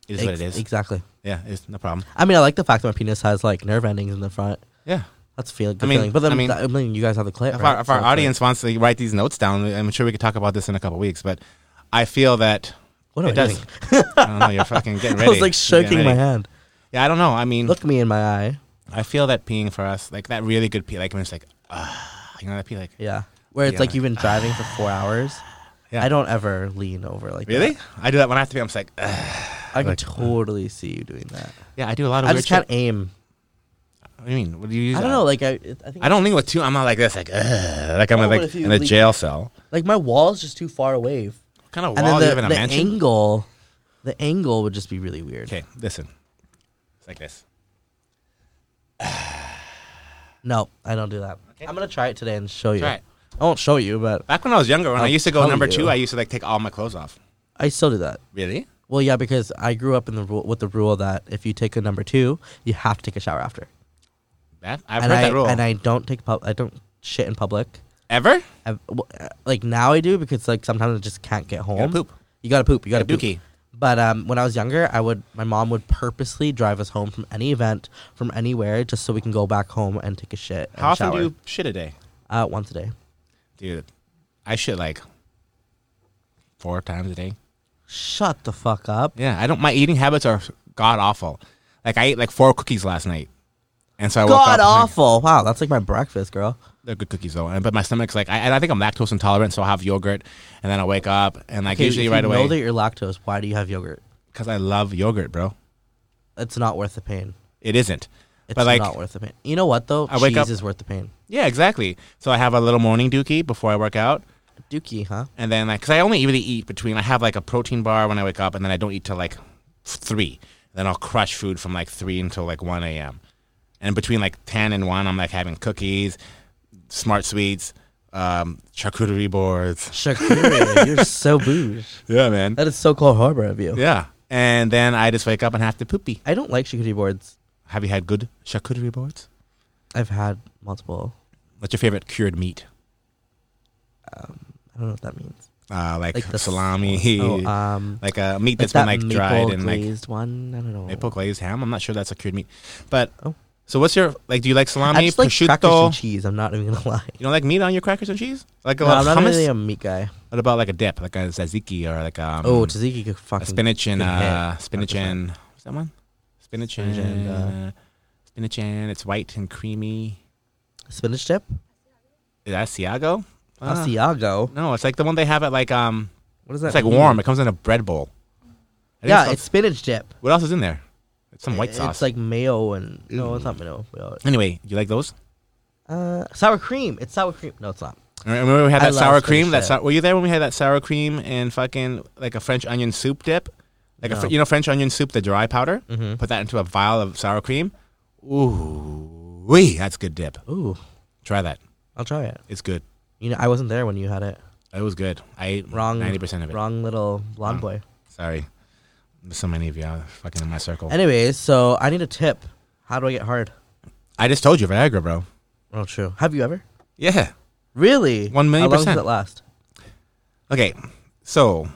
Speaker 1: It is what
Speaker 2: Ex-
Speaker 1: it is.
Speaker 2: Exactly.
Speaker 1: yeah, it's no problem.
Speaker 2: I mean, I like the fact that my penis has like nerve endings in the front.
Speaker 1: Yeah.
Speaker 2: That's feel good
Speaker 1: I mean-
Speaker 2: feeling. But then
Speaker 1: I mean-
Speaker 2: th- I mean, you guys have the clip.
Speaker 1: If
Speaker 2: right?
Speaker 1: our, if
Speaker 2: So
Speaker 1: our
Speaker 2: it's like-
Speaker 1: audience wants to write these notes down, I'm sure we could talk about this in a couple weeks. But I feel that
Speaker 2: What
Speaker 1: it
Speaker 2: am I
Speaker 1: does. I don't know. You're fucking getting ready.
Speaker 2: I was like
Speaker 1: You're getting
Speaker 2: shaking my
Speaker 1: ready.
Speaker 2: hand.
Speaker 1: Yeah, I don't know. I mean,
Speaker 2: Look me in my eye.
Speaker 1: I feel that peeing for us, like that really good pee, like when it's like, ah, you know that pee, like
Speaker 2: Yeah. Where it's
Speaker 1: Yeah.
Speaker 2: like you've been driving for four hours.
Speaker 1: Yeah.
Speaker 2: I don't ever lean over like
Speaker 1: really.
Speaker 2: that.
Speaker 1: I do that when I have to pee. I'm just like, "Ugh."
Speaker 2: I can
Speaker 1: Like-
Speaker 2: totally see you doing that.
Speaker 1: yeah, I do a lot of.
Speaker 2: I
Speaker 1: weird
Speaker 2: just can't
Speaker 1: shit.
Speaker 2: aim.
Speaker 1: What do you mean? What do you? Use
Speaker 2: I don't
Speaker 1: that?
Speaker 2: know. Like I, it- I think
Speaker 1: I don't lean with two. I'm not like this, like Ugh, like I'm
Speaker 2: No, but
Speaker 1: like
Speaker 2: if you
Speaker 1: in a
Speaker 2: lean-
Speaker 1: jail cell.
Speaker 2: like my wall is just too far away.
Speaker 1: What kind of
Speaker 2: And
Speaker 1: wall do you have
Speaker 2: then the,
Speaker 1: in a
Speaker 2: the
Speaker 1: mansion?
Speaker 2: angle, the angle would just be really weird.
Speaker 1: Okay, listen. It's like this.
Speaker 2: No, I don't do that. I'm gonna try it today and show you.
Speaker 1: Try it.
Speaker 2: I won't show you, but
Speaker 1: Back when I was younger, when i
Speaker 2: I'll
Speaker 1: used to go
Speaker 2: tell
Speaker 1: number
Speaker 2: you.
Speaker 1: two, I used to like take all my clothes off.
Speaker 2: I still do that.
Speaker 1: Really?
Speaker 2: Well, yeah, because I grew up in the rule with the rule that if you take a number two, you have to take a shower after.
Speaker 1: That I've
Speaker 2: and
Speaker 1: heard
Speaker 2: I
Speaker 1: that rule.
Speaker 2: and I don't take pub- I don't shit in public.
Speaker 1: Ever?
Speaker 2: I, well, uh, like now I do because like sometimes I just can't get home.
Speaker 1: poop.
Speaker 2: You gotta poop. You gotta
Speaker 1: Yeah,
Speaker 2: poop.
Speaker 1: dookie.
Speaker 2: But um, when I was younger, I would my mom would purposely drive us home from any event from anywhere just so we can go back home and take a shit. and
Speaker 1: How often
Speaker 2: shower.
Speaker 1: do you shit a day,
Speaker 2: Uh, once a day.
Speaker 1: dude? I shit like four times a day.
Speaker 2: Shut the fuck up.
Speaker 1: Yeah, I don't. My eating habits are god awful. Like I ate like four cookies last night, and so I woke
Speaker 2: God
Speaker 1: up. and-
Speaker 2: awful. Wow, that's like my breakfast, girl.
Speaker 1: They're good cookies though, and, but my stomach's like, I, and I think I'm lactose intolerant, so I'll have yogurt, and then I wake up, and like
Speaker 2: Okay,
Speaker 1: usually
Speaker 2: if
Speaker 1: right
Speaker 2: you Know that
Speaker 1: away
Speaker 2: you're lactose. Why do you have yogurt?
Speaker 1: because I love yogurt, bro.
Speaker 2: It's not worth the pain.
Speaker 1: It isn't,
Speaker 2: It's
Speaker 1: But, like,
Speaker 2: not worth the pain. You know what though?
Speaker 1: I wake
Speaker 2: Cheese
Speaker 1: up-
Speaker 2: is worth the pain.
Speaker 1: Yeah, exactly. So I have a little morning dookie before I work out,
Speaker 2: Dookie, huh?
Speaker 1: and then like, cause I only really eat between. I have like a protein bar when I wake up, and then I don't eat till like three. Then I'll crush food from like three until like one a.m. And between like ten and one, I'm like having cookies, smart sweets, um, charcuterie boards.
Speaker 2: Shakira, you're so bouge.
Speaker 1: Yeah, man.
Speaker 2: That is so cold harbor of you.
Speaker 1: Yeah. And then I just wake up and have to poopy.
Speaker 2: I don't like charcuterie boards.
Speaker 1: Have you had good charcuterie boards?
Speaker 2: I've had multiple.
Speaker 1: What's your favorite cured meat?
Speaker 2: I don't know what that means.
Speaker 1: Uh, like,
Speaker 2: Like the s-
Speaker 1: salami,
Speaker 2: Oh, um,
Speaker 1: like a meat
Speaker 2: like
Speaker 1: that's been
Speaker 2: that
Speaker 1: like
Speaker 2: maple
Speaker 1: dried and like
Speaker 2: glazed one. I don't know.
Speaker 1: maple glazed ham. I'm not sure that's a cured meat, but
Speaker 2: Oh.
Speaker 1: so what's your like? Do you like
Speaker 2: I
Speaker 1: salami,
Speaker 2: just like crackers
Speaker 1: prosciutto?
Speaker 2: and cheese. I'm not even gonna lie.
Speaker 1: you don't like meat on your crackers and cheese? Like a
Speaker 2: No,
Speaker 1: lot
Speaker 2: I'm
Speaker 1: of
Speaker 2: not
Speaker 1: hummus?
Speaker 2: really a meat guy.
Speaker 1: what about like a dip, like a tzatziki or like um,
Speaker 2: oh, tzatziki could
Speaker 1: a
Speaker 2: fucking
Speaker 1: spinach and
Speaker 2: good hit.
Speaker 1: uh, spinach
Speaker 2: 100%.
Speaker 1: and what's that one? Spinach and,
Speaker 2: Spinach and,
Speaker 1: uh, spinach and it's white and creamy.
Speaker 2: spinach dip.
Speaker 1: Is that Asiago? Ah.
Speaker 2: Asiago.
Speaker 1: No, it's like the one they have at like um.
Speaker 2: What is that?
Speaker 1: It's like
Speaker 2: mean?
Speaker 1: warm. It comes in a bread bowl. I think
Speaker 2: Yeah,
Speaker 1: called-
Speaker 2: it's spinach dip.
Speaker 1: what else is in there? It's some white sauce.
Speaker 2: It's like mayo and no, it's not mayo. mayo.
Speaker 1: anyway, you like those?
Speaker 2: Uh, sour cream. It's sour cream. No, it's not.
Speaker 1: Remember when we had
Speaker 2: I
Speaker 1: that
Speaker 2: love
Speaker 1: sour
Speaker 2: spinach
Speaker 1: cream. That
Speaker 2: dip.
Speaker 1: sou- were you there when we had that sour cream and fucking like a French onion soup dip, like a fr-
Speaker 2: No.
Speaker 1: you know French onion soup, the dry powder.
Speaker 2: Mhm.
Speaker 1: Put that into a vial of sour cream. Ooh, wee, that's good dip.
Speaker 2: Ooh,
Speaker 1: Try that.
Speaker 2: I'll try it.
Speaker 1: It's good.
Speaker 2: You know, I wasn't there when you had it.
Speaker 1: It was good. I ate
Speaker 2: Wrong.
Speaker 1: ninety percent of it.
Speaker 2: Wrong little blonde
Speaker 1: Um,
Speaker 2: boy.
Speaker 1: Sorry, There's so many of you out fucking in my circle.
Speaker 2: Anyways, so I need a tip. How do I get hard?
Speaker 1: I just told you Viagra, bro.
Speaker 2: Oh, true. Have you ever?
Speaker 1: Yeah.
Speaker 2: Really?
Speaker 1: One million
Speaker 2: How long
Speaker 1: percent.
Speaker 2: does it last?
Speaker 1: Okay, so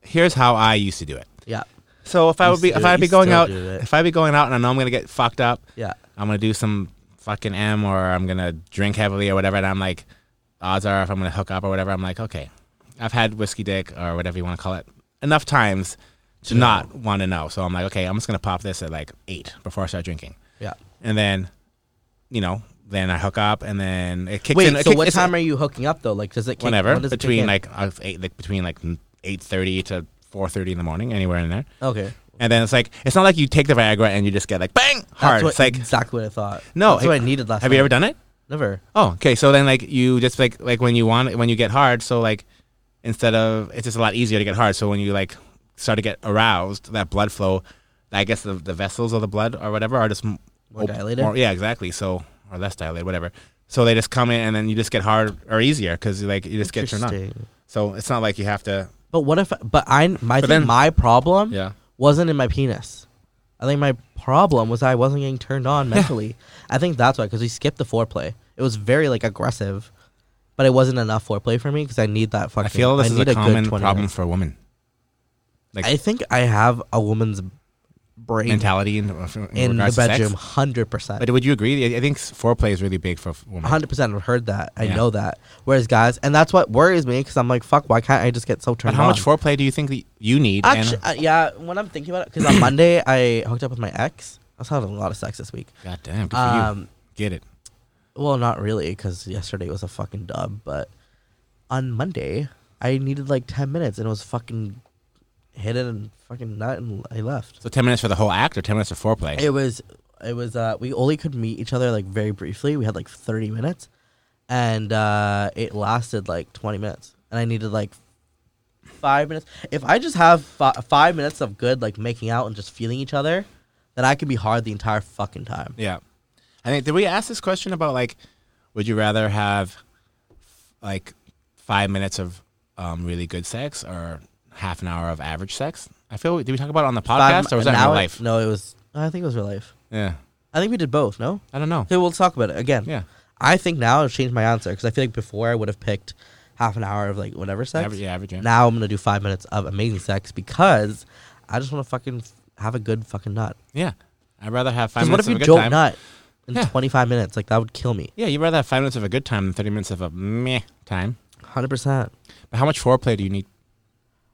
Speaker 1: here's how I used to do it.
Speaker 2: Yeah.
Speaker 1: So if I
Speaker 2: You
Speaker 1: would be if
Speaker 2: still-
Speaker 1: I would
Speaker 2: you
Speaker 1: be going
Speaker 2: still
Speaker 1: out
Speaker 2: do that.
Speaker 1: if I be going out and I know I'm gonna get fucked up,
Speaker 2: Yeah.
Speaker 1: I'm gonna do some fucking M or I'm gonna drink heavily or whatever, and I'm like, odds are if I'm gonna hook up or whatever, I'm like, okay, I've had whiskey dick or whatever you want to call it enough times to
Speaker 2: To know.
Speaker 1: not want to know. So I'm like, okay, I'm just gonna pop this at like eight before I start drinking,
Speaker 2: Yeah.
Speaker 1: and then, you know, then I hook up and then it kicks
Speaker 2: Wait,
Speaker 1: in. it
Speaker 2: so
Speaker 1: kick-
Speaker 2: what
Speaker 1: it's-
Speaker 2: time are you hooking up though? Like, does it kick,
Speaker 1: whenever
Speaker 2: when does it kick
Speaker 1: between
Speaker 2: in?
Speaker 1: like uh, eight like between like eight thirty to four thirty in the morning, anywhere in there.
Speaker 2: okay,
Speaker 1: And then it's like it's not like you take the Viagra and you just get like bang hard.
Speaker 2: That's what,
Speaker 1: It's like
Speaker 2: exactly what I thought.
Speaker 1: No,
Speaker 2: that's
Speaker 1: hey,
Speaker 2: what I needed last.
Speaker 1: have you ever done it?
Speaker 2: Never.
Speaker 1: Oh, okay. So then like you just like like when you want when you get hard, so like instead of it's just a lot easier to get hard. So when you like start to get aroused, that blood flow, I guess the the vessels of the blood or whatever are just more
Speaker 2: More dilated?
Speaker 1: yeah, exactly. So or less dilated, whatever. So they just come in and then you just get hard or easier because like you just get turned on.
Speaker 2: Interesting.
Speaker 1: So it's not like you have to.
Speaker 2: But what if? But I my I think
Speaker 1: then-
Speaker 2: my problem
Speaker 1: Yeah.
Speaker 2: wasn't in my penis. I think my problem was I wasn't getting turned on mentally. I think that's why because we skipped the foreplay. It was very like aggressive, but it wasn't enough foreplay for me because I need that fucking.
Speaker 1: I feel this is
Speaker 2: need
Speaker 1: a common
Speaker 2: 20
Speaker 1: problem
Speaker 2: minutes.
Speaker 1: for women. Like
Speaker 2: I think I have a woman's brain
Speaker 1: mentality in, in,
Speaker 2: in the
Speaker 1: regards to sex.
Speaker 2: bedroom, hundred percent.
Speaker 1: But would you agree? I- I think s- foreplay is really big for f- women.
Speaker 2: hundred percent. I've heard that. I
Speaker 1: Yeah.
Speaker 2: know that. Whereas guys, and that's what worries me because I'm like, fuck, why can't I just get so
Speaker 1: But
Speaker 2: turned
Speaker 1: how
Speaker 2: on?
Speaker 1: much foreplay do you think that you need?
Speaker 2: Actually,
Speaker 1: Anna?
Speaker 2: uh, yeah. When I'm thinking about it, because on Monday I hooked up with my ex. I was having a lot of sex this week.
Speaker 1: God damn, good for you.
Speaker 2: Um,
Speaker 1: Get it.
Speaker 2: well, not really, because yesterday was a fucking dub. But on Monday, I needed like ten minutes, and it was fucking hit it and fucking nut, and I left.
Speaker 1: So ten minutes for the whole act, or ten minutes of foreplay?
Speaker 2: It was, it was. Uh, we only could meet each other like very briefly. We had like thirty minutes, and uh, it lasted like twenty minutes, and I needed like five minutes. If I just have fi- five minutes of good like making out and just feeling each other, then I can be hard the entire fucking time.
Speaker 1: yeah. I think did we ask this question about like, would you rather have like five minutes of um, really good sex or half an hour of average sex? I feel. Did we talk about it on the podcast
Speaker 2: Five-
Speaker 1: or was
Speaker 2: an
Speaker 1: that in real
Speaker 2: hour-
Speaker 1: life?
Speaker 2: No, it was. I think it was real life.
Speaker 1: Yeah.
Speaker 2: I think we did both. No.
Speaker 1: I don't know.
Speaker 2: Okay, we'll talk about it again.
Speaker 1: Yeah.
Speaker 2: I think now I've changed my answer because I feel like before I would have picked half an hour of like whatever sex.
Speaker 1: Average. Yeah, average. Yeah.
Speaker 2: Now I'm gonna do five minutes of amazing sex because I just want to fucking f- have a good fucking nut.
Speaker 1: yeah. I'd rather have five
Speaker 2: Because what
Speaker 1: minutes
Speaker 2: if you
Speaker 1: of a good
Speaker 2: don't
Speaker 1: time.
Speaker 2: nut in
Speaker 1: Yeah.
Speaker 2: 25 minutes? Like that would kill me.
Speaker 1: yeah, you'd rather have five minutes of a good time than thirty minutes of a meh time.
Speaker 2: 100. percent
Speaker 1: But how much foreplay do you need?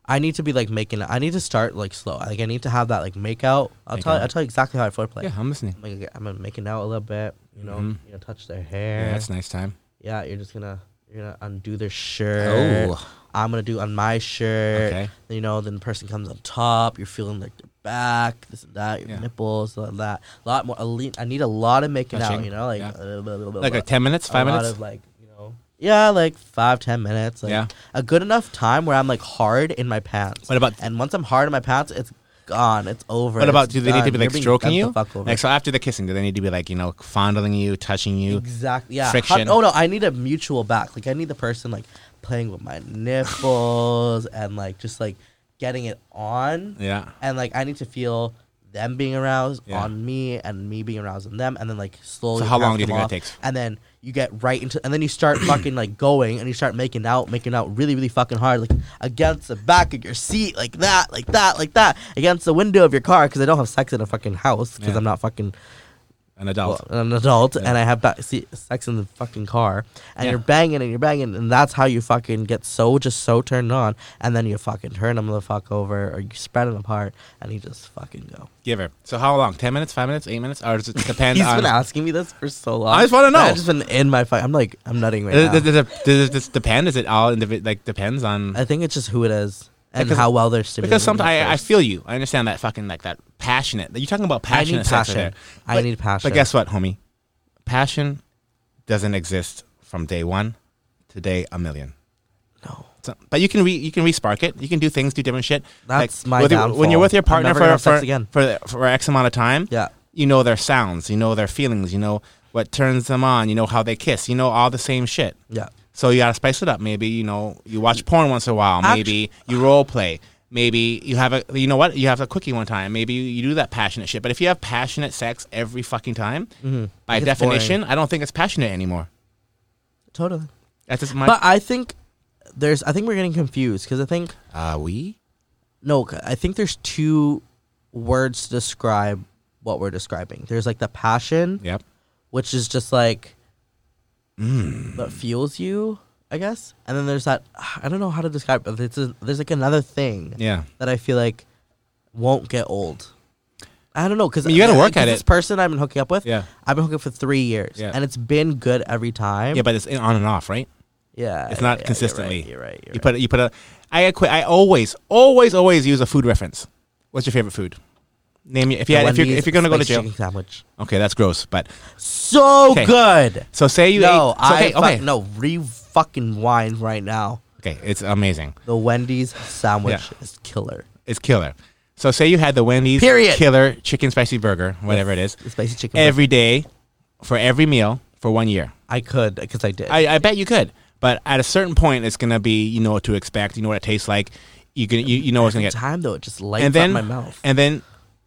Speaker 2: I need to be like making. I need to start like slow. Like I need to have that like make out. I'll
Speaker 1: Make
Speaker 2: tell.
Speaker 1: out.
Speaker 2: I'll tell you exactly how I foreplay.
Speaker 1: Yeah, I'm listening.
Speaker 2: I'm, like, I'm gonna make it out a little bit. You know.
Speaker 1: Mhm.
Speaker 2: You know, touch their hair.
Speaker 1: Yeah, that's nice time.
Speaker 2: yeah, you're just gonna you're gonna undo their shirt.
Speaker 1: Oh.
Speaker 2: I'm gonna do on my shirt.
Speaker 1: Okay.
Speaker 2: You know, then the person comes on top. You're feeling like the back, this and that, your
Speaker 1: Yeah.
Speaker 2: nipples, all that. A lot more. I le- I need a lot of making out.
Speaker 1: Touching,
Speaker 2: You know, like
Speaker 1: yeah.
Speaker 2: uh, blah, blah, blah,
Speaker 1: Like
Speaker 2: blah.
Speaker 1: like ten minutes, five
Speaker 2: a lot
Speaker 1: minutes.
Speaker 2: of like you know. Yeah, like five ten minutes. Like
Speaker 1: Yeah.
Speaker 2: a good enough time where I'm like hard in my pants.
Speaker 1: What about-
Speaker 2: and once I'm hard in my pants, it's gone. It's over.
Speaker 1: What about
Speaker 2: it's
Speaker 1: do they need to
Speaker 2: done.
Speaker 1: be
Speaker 2: You're
Speaker 1: like
Speaker 2: being
Speaker 1: stroking
Speaker 2: bent the
Speaker 1: you?
Speaker 2: fuck over.
Speaker 1: Like so after the kissing, do they need to be like you know fondling you, touching you?
Speaker 2: Exactly. Yeah.
Speaker 1: friction.
Speaker 2: oh no, I need a mutual back. Like I need the person like playing with my nipples and like just like getting it on.
Speaker 1: Yeah.
Speaker 2: And like I need to feel them being aroused
Speaker 1: Yeah.
Speaker 2: on me and me being aroused on them and then like slowly.
Speaker 1: So how long
Speaker 2: pass
Speaker 1: do you
Speaker 2: them
Speaker 1: think that
Speaker 2: off.
Speaker 1: takes?
Speaker 2: And then you get right into and then you start fucking like going and you start making out, making out really, really fucking hard, like against the back of your seat, like that, like that, like that, against the window of your car, because I don't have sex in a fucking house because
Speaker 1: Yeah.
Speaker 2: I'm not fucking
Speaker 1: An adult.
Speaker 2: well, an adult,
Speaker 1: Yeah.
Speaker 2: and I have back, see, sex in the fucking car, and
Speaker 1: Yeah.
Speaker 2: you're banging and you're banging, and that's how you fucking get so just so turned on, and then you fucking turn them the fuck over, or you spread them apart, and you just fucking go.
Speaker 1: Give her. So how long? Ten minutes, five minutes, eight minutes, or does it depend
Speaker 2: He's
Speaker 1: on?
Speaker 2: been asking me this for so long.
Speaker 1: I just wanna know.
Speaker 2: I've just been in my fuck. I'm like, I'm nutting right
Speaker 1: Does,
Speaker 2: now.
Speaker 1: does, does, it- does it just depend? Is it all individ- like depends on?
Speaker 2: I think it's just who it is and
Speaker 1: Because-
Speaker 2: how well they're stimulated.
Speaker 1: Because sometimes I, I feel you. I understand that fucking like that passionate. You're talking about
Speaker 2: I
Speaker 1: passionate
Speaker 2: need
Speaker 1: sex right
Speaker 2: passion.
Speaker 1: there.
Speaker 2: I
Speaker 1: But-
Speaker 2: need passion.
Speaker 1: But guess what, homie? Passion doesn't exist from day one to day a million.
Speaker 2: No.
Speaker 1: So- but you can re you can respark it. You can do things, do different shit.
Speaker 2: That's my
Speaker 1: with your- when you're
Speaker 2: downfall.
Speaker 1: with your
Speaker 2: I'm
Speaker 1: partner
Speaker 2: never gonna
Speaker 1: for
Speaker 2: have sex
Speaker 1: for,
Speaker 2: again.
Speaker 1: for for X amount of time.
Speaker 2: Yeah.
Speaker 1: You know their sounds. You know their feelings. You know what turns them on. You know how they kiss. You know all the same shit.
Speaker 2: Yeah.
Speaker 1: So you gotta spice it up. Maybe you know you watch porn once in a while.
Speaker 2: Actu-
Speaker 1: Maybe you role play. Maybe you have a you know what you have a quickie one time. Maybe you, you do that passionate shit. But if you have passionate sex every fucking time,
Speaker 2: Mm-hmm.
Speaker 1: by
Speaker 2: It's
Speaker 1: definition, I don't think it's passionate anymore.
Speaker 2: Totally.
Speaker 1: That's just my.
Speaker 2: But I think there's. I think we're getting confused because I think
Speaker 1: Are we?
Speaker 2: No, c- I think there's two words to describe what we're describing. There's like the passion,
Speaker 1: Yep.
Speaker 2: which is just like
Speaker 1: Mm.
Speaker 2: what fuels you, I guess. And then there's that I don't know how to describe. It, but it's a, there's like another thing
Speaker 1: Yeah.
Speaker 2: that I feel like won't get old. I don't know because
Speaker 1: mean, you gotta work at
Speaker 2: This
Speaker 1: it.
Speaker 2: person I've been hooking up with,
Speaker 1: Yeah.
Speaker 2: I've been hooking up for three years,
Speaker 1: Yeah.
Speaker 2: and it's been good every time.
Speaker 1: Yeah, but it's in- on and off, right?
Speaker 2: yeah,
Speaker 1: It's
Speaker 2: yeah,
Speaker 1: not
Speaker 2: yeah,
Speaker 1: consistently.
Speaker 2: You're right. You're right. You're
Speaker 1: You
Speaker 2: right.
Speaker 1: put a- you put a. I acqui- I always always always use a food reference. What's your favorite food? Name your- if you
Speaker 2: The
Speaker 1: had, if you
Speaker 2: Wendy's
Speaker 1: if you're gonna go to
Speaker 2: spicy
Speaker 1: jail.
Speaker 2: chicken sandwich,
Speaker 1: Okay, that's gross. But
Speaker 2: so
Speaker 1: Okay.
Speaker 2: good.
Speaker 1: so say you
Speaker 2: no,
Speaker 1: ate. so,
Speaker 2: I
Speaker 1: okay,
Speaker 2: fuck-
Speaker 1: okay,
Speaker 2: no re fucking wine right now.
Speaker 1: okay, it's amazing.
Speaker 2: The Wendy's sandwich
Speaker 1: Yeah.
Speaker 2: is killer.
Speaker 1: It's killer. So say you had the Wendy's
Speaker 2: Period.
Speaker 1: killer chicken spicy burger, whatever it is,
Speaker 2: The spicy chicken.
Speaker 1: every day for every meal for one year.
Speaker 2: I could because I did.
Speaker 1: I, I bet you could. But at a certain point, it's gonna be you know what to expect. You know what it tastes like. You can you, you know what's
Speaker 2: Every
Speaker 1: gonna get.
Speaker 2: time though, it just lights
Speaker 1: And then
Speaker 2: up my mouth.
Speaker 1: And then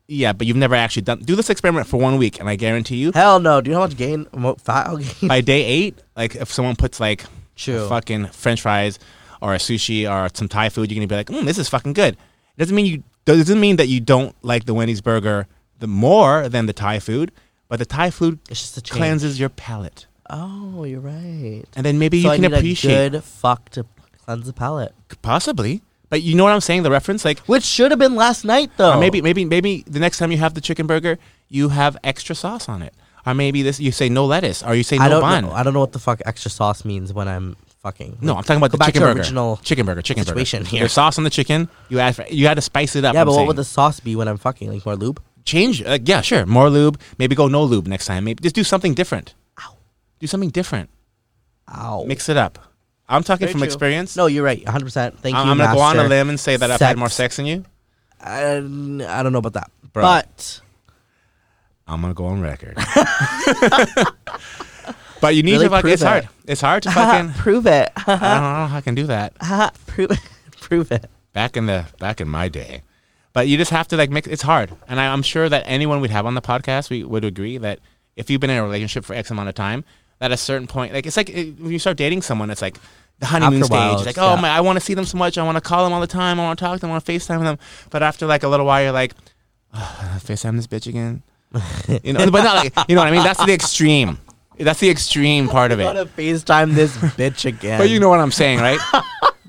Speaker 1: yeah, but you've never actually done. Do this experiment for one week, and I guarantee you,
Speaker 2: Hell no! Do you know how much gain mo- fat I'll gain?
Speaker 1: by day eight, like if someone puts like
Speaker 2: True.
Speaker 1: a fucking French fries or a sushi or some Thai food, you're gonna be like, mm, this is fucking good. It doesn't mean you doesn't mean that you don't like the Wendy's burger the more than the Thai food, but the Thai food
Speaker 2: It's just a change.
Speaker 1: cleanses your palate,
Speaker 2: Oh, you're right.
Speaker 1: and then maybe
Speaker 2: so
Speaker 1: you
Speaker 2: I
Speaker 1: can
Speaker 2: need
Speaker 1: appreciate
Speaker 2: a good fuck to cleanse the palate,
Speaker 1: possibly. But you know what I'm saying? The reference, like
Speaker 2: which should have been last night though.
Speaker 1: Or maybe maybe maybe the next time you have the chicken burger, you have extra sauce on it. Or maybe this you say no lettuce, or you say no
Speaker 2: I don't
Speaker 1: bun.
Speaker 2: know. I don't know what the fuck extra sauce means when I'm fucking.
Speaker 1: no, I'm talking about the
Speaker 2: Go back
Speaker 1: chicken
Speaker 2: to
Speaker 1: burger.
Speaker 2: original
Speaker 1: chicken burger, chicken
Speaker 2: situation
Speaker 1: burger.
Speaker 2: here.
Speaker 1: Your sauce on the chicken, you add you had to spice it up.
Speaker 2: yeah,
Speaker 1: I'm
Speaker 2: but what
Speaker 1: saying.
Speaker 2: would the sauce be when I'm fucking? Like more lube?
Speaker 1: change? Uh, yeah, sure, more lube. Maybe go no lube next time. Maybe just do something different.
Speaker 2: Ow.
Speaker 1: Do something different.
Speaker 2: Ow.
Speaker 1: Mix it up. I'm talking
Speaker 2: Very
Speaker 1: from
Speaker 2: true.
Speaker 1: experience.
Speaker 2: No, you're right. 100. percent Thank
Speaker 1: I-
Speaker 2: you.
Speaker 1: I'm gonna go on a
Speaker 2: master.
Speaker 1: limb and say that I've had
Speaker 2: Sex.
Speaker 1: more sex than you.
Speaker 2: Uh, I don't know about that,
Speaker 1: Bro.
Speaker 2: but
Speaker 1: I'm gonna go on record. but you need
Speaker 2: Really
Speaker 1: to fucking.
Speaker 2: prove
Speaker 1: It's
Speaker 2: it.
Speaker 1: hard. It's hard to fucking.
Speaker 2: prove it.
Speaker 1: I don't know how I can do that.
Speaker 2: prove it. prove it.
Speaker 1: back in the back in my day. But you just have to like mix. It's hard, and I, I'm sure that anyone we'd have on the podcast we would agree that if you've been in a relationship for X amount of time, at a certain point, like it's like it, when you start dating someone, it's like the honeymoon
Speaker 2: After a
Speaker 1: stage.
Speaker 2: while,
Speaker 1: it's like,
Speaker 2: it's-
Speaker 1: oh
Speaker 2: yeah.
Speaker 1: my, I want to see them so much. I want to call them all the time. I want to talk to them. I want to Facetime them. But after like a little while, you're like, oh, Facetime this bitch again. you know, but not like you know what I mean. That's the extreme. That's the extreme part of it.
Speaker 2: Gotta FaceTime this bitch again.
Speaker 1: But you know what I'm saying, right?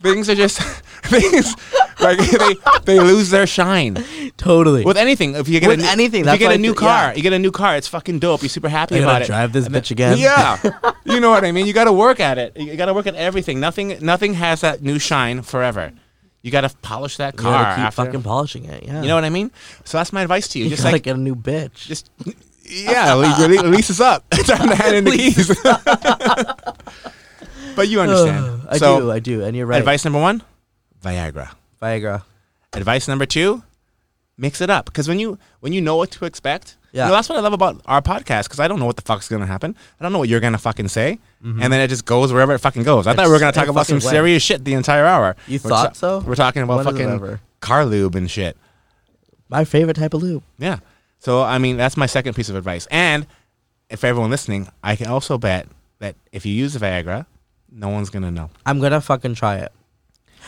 Speaker 1: things are just things like they, they lose their shine
Speaker 2: totally.
Speaker 1: with anything. If you get
Speaker 2: With
Speaker 1: a new,
Speaker 2: anything,
Speaker 1: if
Speaker 2: that's
Speaker 1: you get
Speaker 2: what
Speaker 1: a
Speaker 2: I
Speaker 1: new
Speaker 2: th-
Speaker 1: car,
Speaker 2: yeah.
Speaker 1: you get a new car. It's fucking dope. You're super happy
Speaker 2: I
Speaker 1: about
Speaker 2: gotta
Speaker 1: it.
Speaker 2: drive this
Speaker 1: And then-
Speaker 2: bitch again.
Speaker 1: Yeah, you know what I mean. You got to work at it. You got to work at everything. Nothing nothing has that new shine forever. You You got to polish that
Speaker 2: You
Speaker 1: car
Speaker 2: gotta keep
Speaker 1: after.
Speaker 2: fucking polishing it. Yeah.
Speaker 1: you know what I mean? So that's my advice to you.
Speaker 2: You
Speaker 1: just
Speaker 2: gotta
Speaker 1: like
Speaker 2: get a new bitch.
Speaker 1: just yeah, le- le- lease is up. Time to hand in the keys. but you understand.
Speaker 2: I
Speaker 1: so
Speaker 2: do. I do. And you're right.
Speaker 1: advice number one, Viagra.
Speaker 2: Viagra.
Speaker 1: Advice number two, mix it up because when you when you know what to expect, you
Speaker 2: Yeah.
Speaker 1: know, that's what I love about our podcast because I don't know what the fuck's gonna happen. I don't know what you're gonna fucking say, and then it just goes wherever it fucking goes. I thought we were
Speaker 2: Mm-hmm. It's-
Speaker 1: gonna
Speaker 2: it
Speaker 1: talk about some
Speaker 2: fucking went.
Speaker 1: serious shit the entire hour.
Speaker 2: You
Speaker 1: We're
Speaker 2: thought so?
Speaker 1: We're talking about
Speaker 2: When does it
Speaker 1: fucking
Speaker 2: ever?
Speaker 1: car lube and shit.
Speaker 2: My favorite type of lube.
Speaker 1: Yeah. So I mean, that's my second piece of advice. And if everyone listening, I can also bet that if you use Viagra, no one's gonna know.
Speaker 2: I'm gonna fucking try it.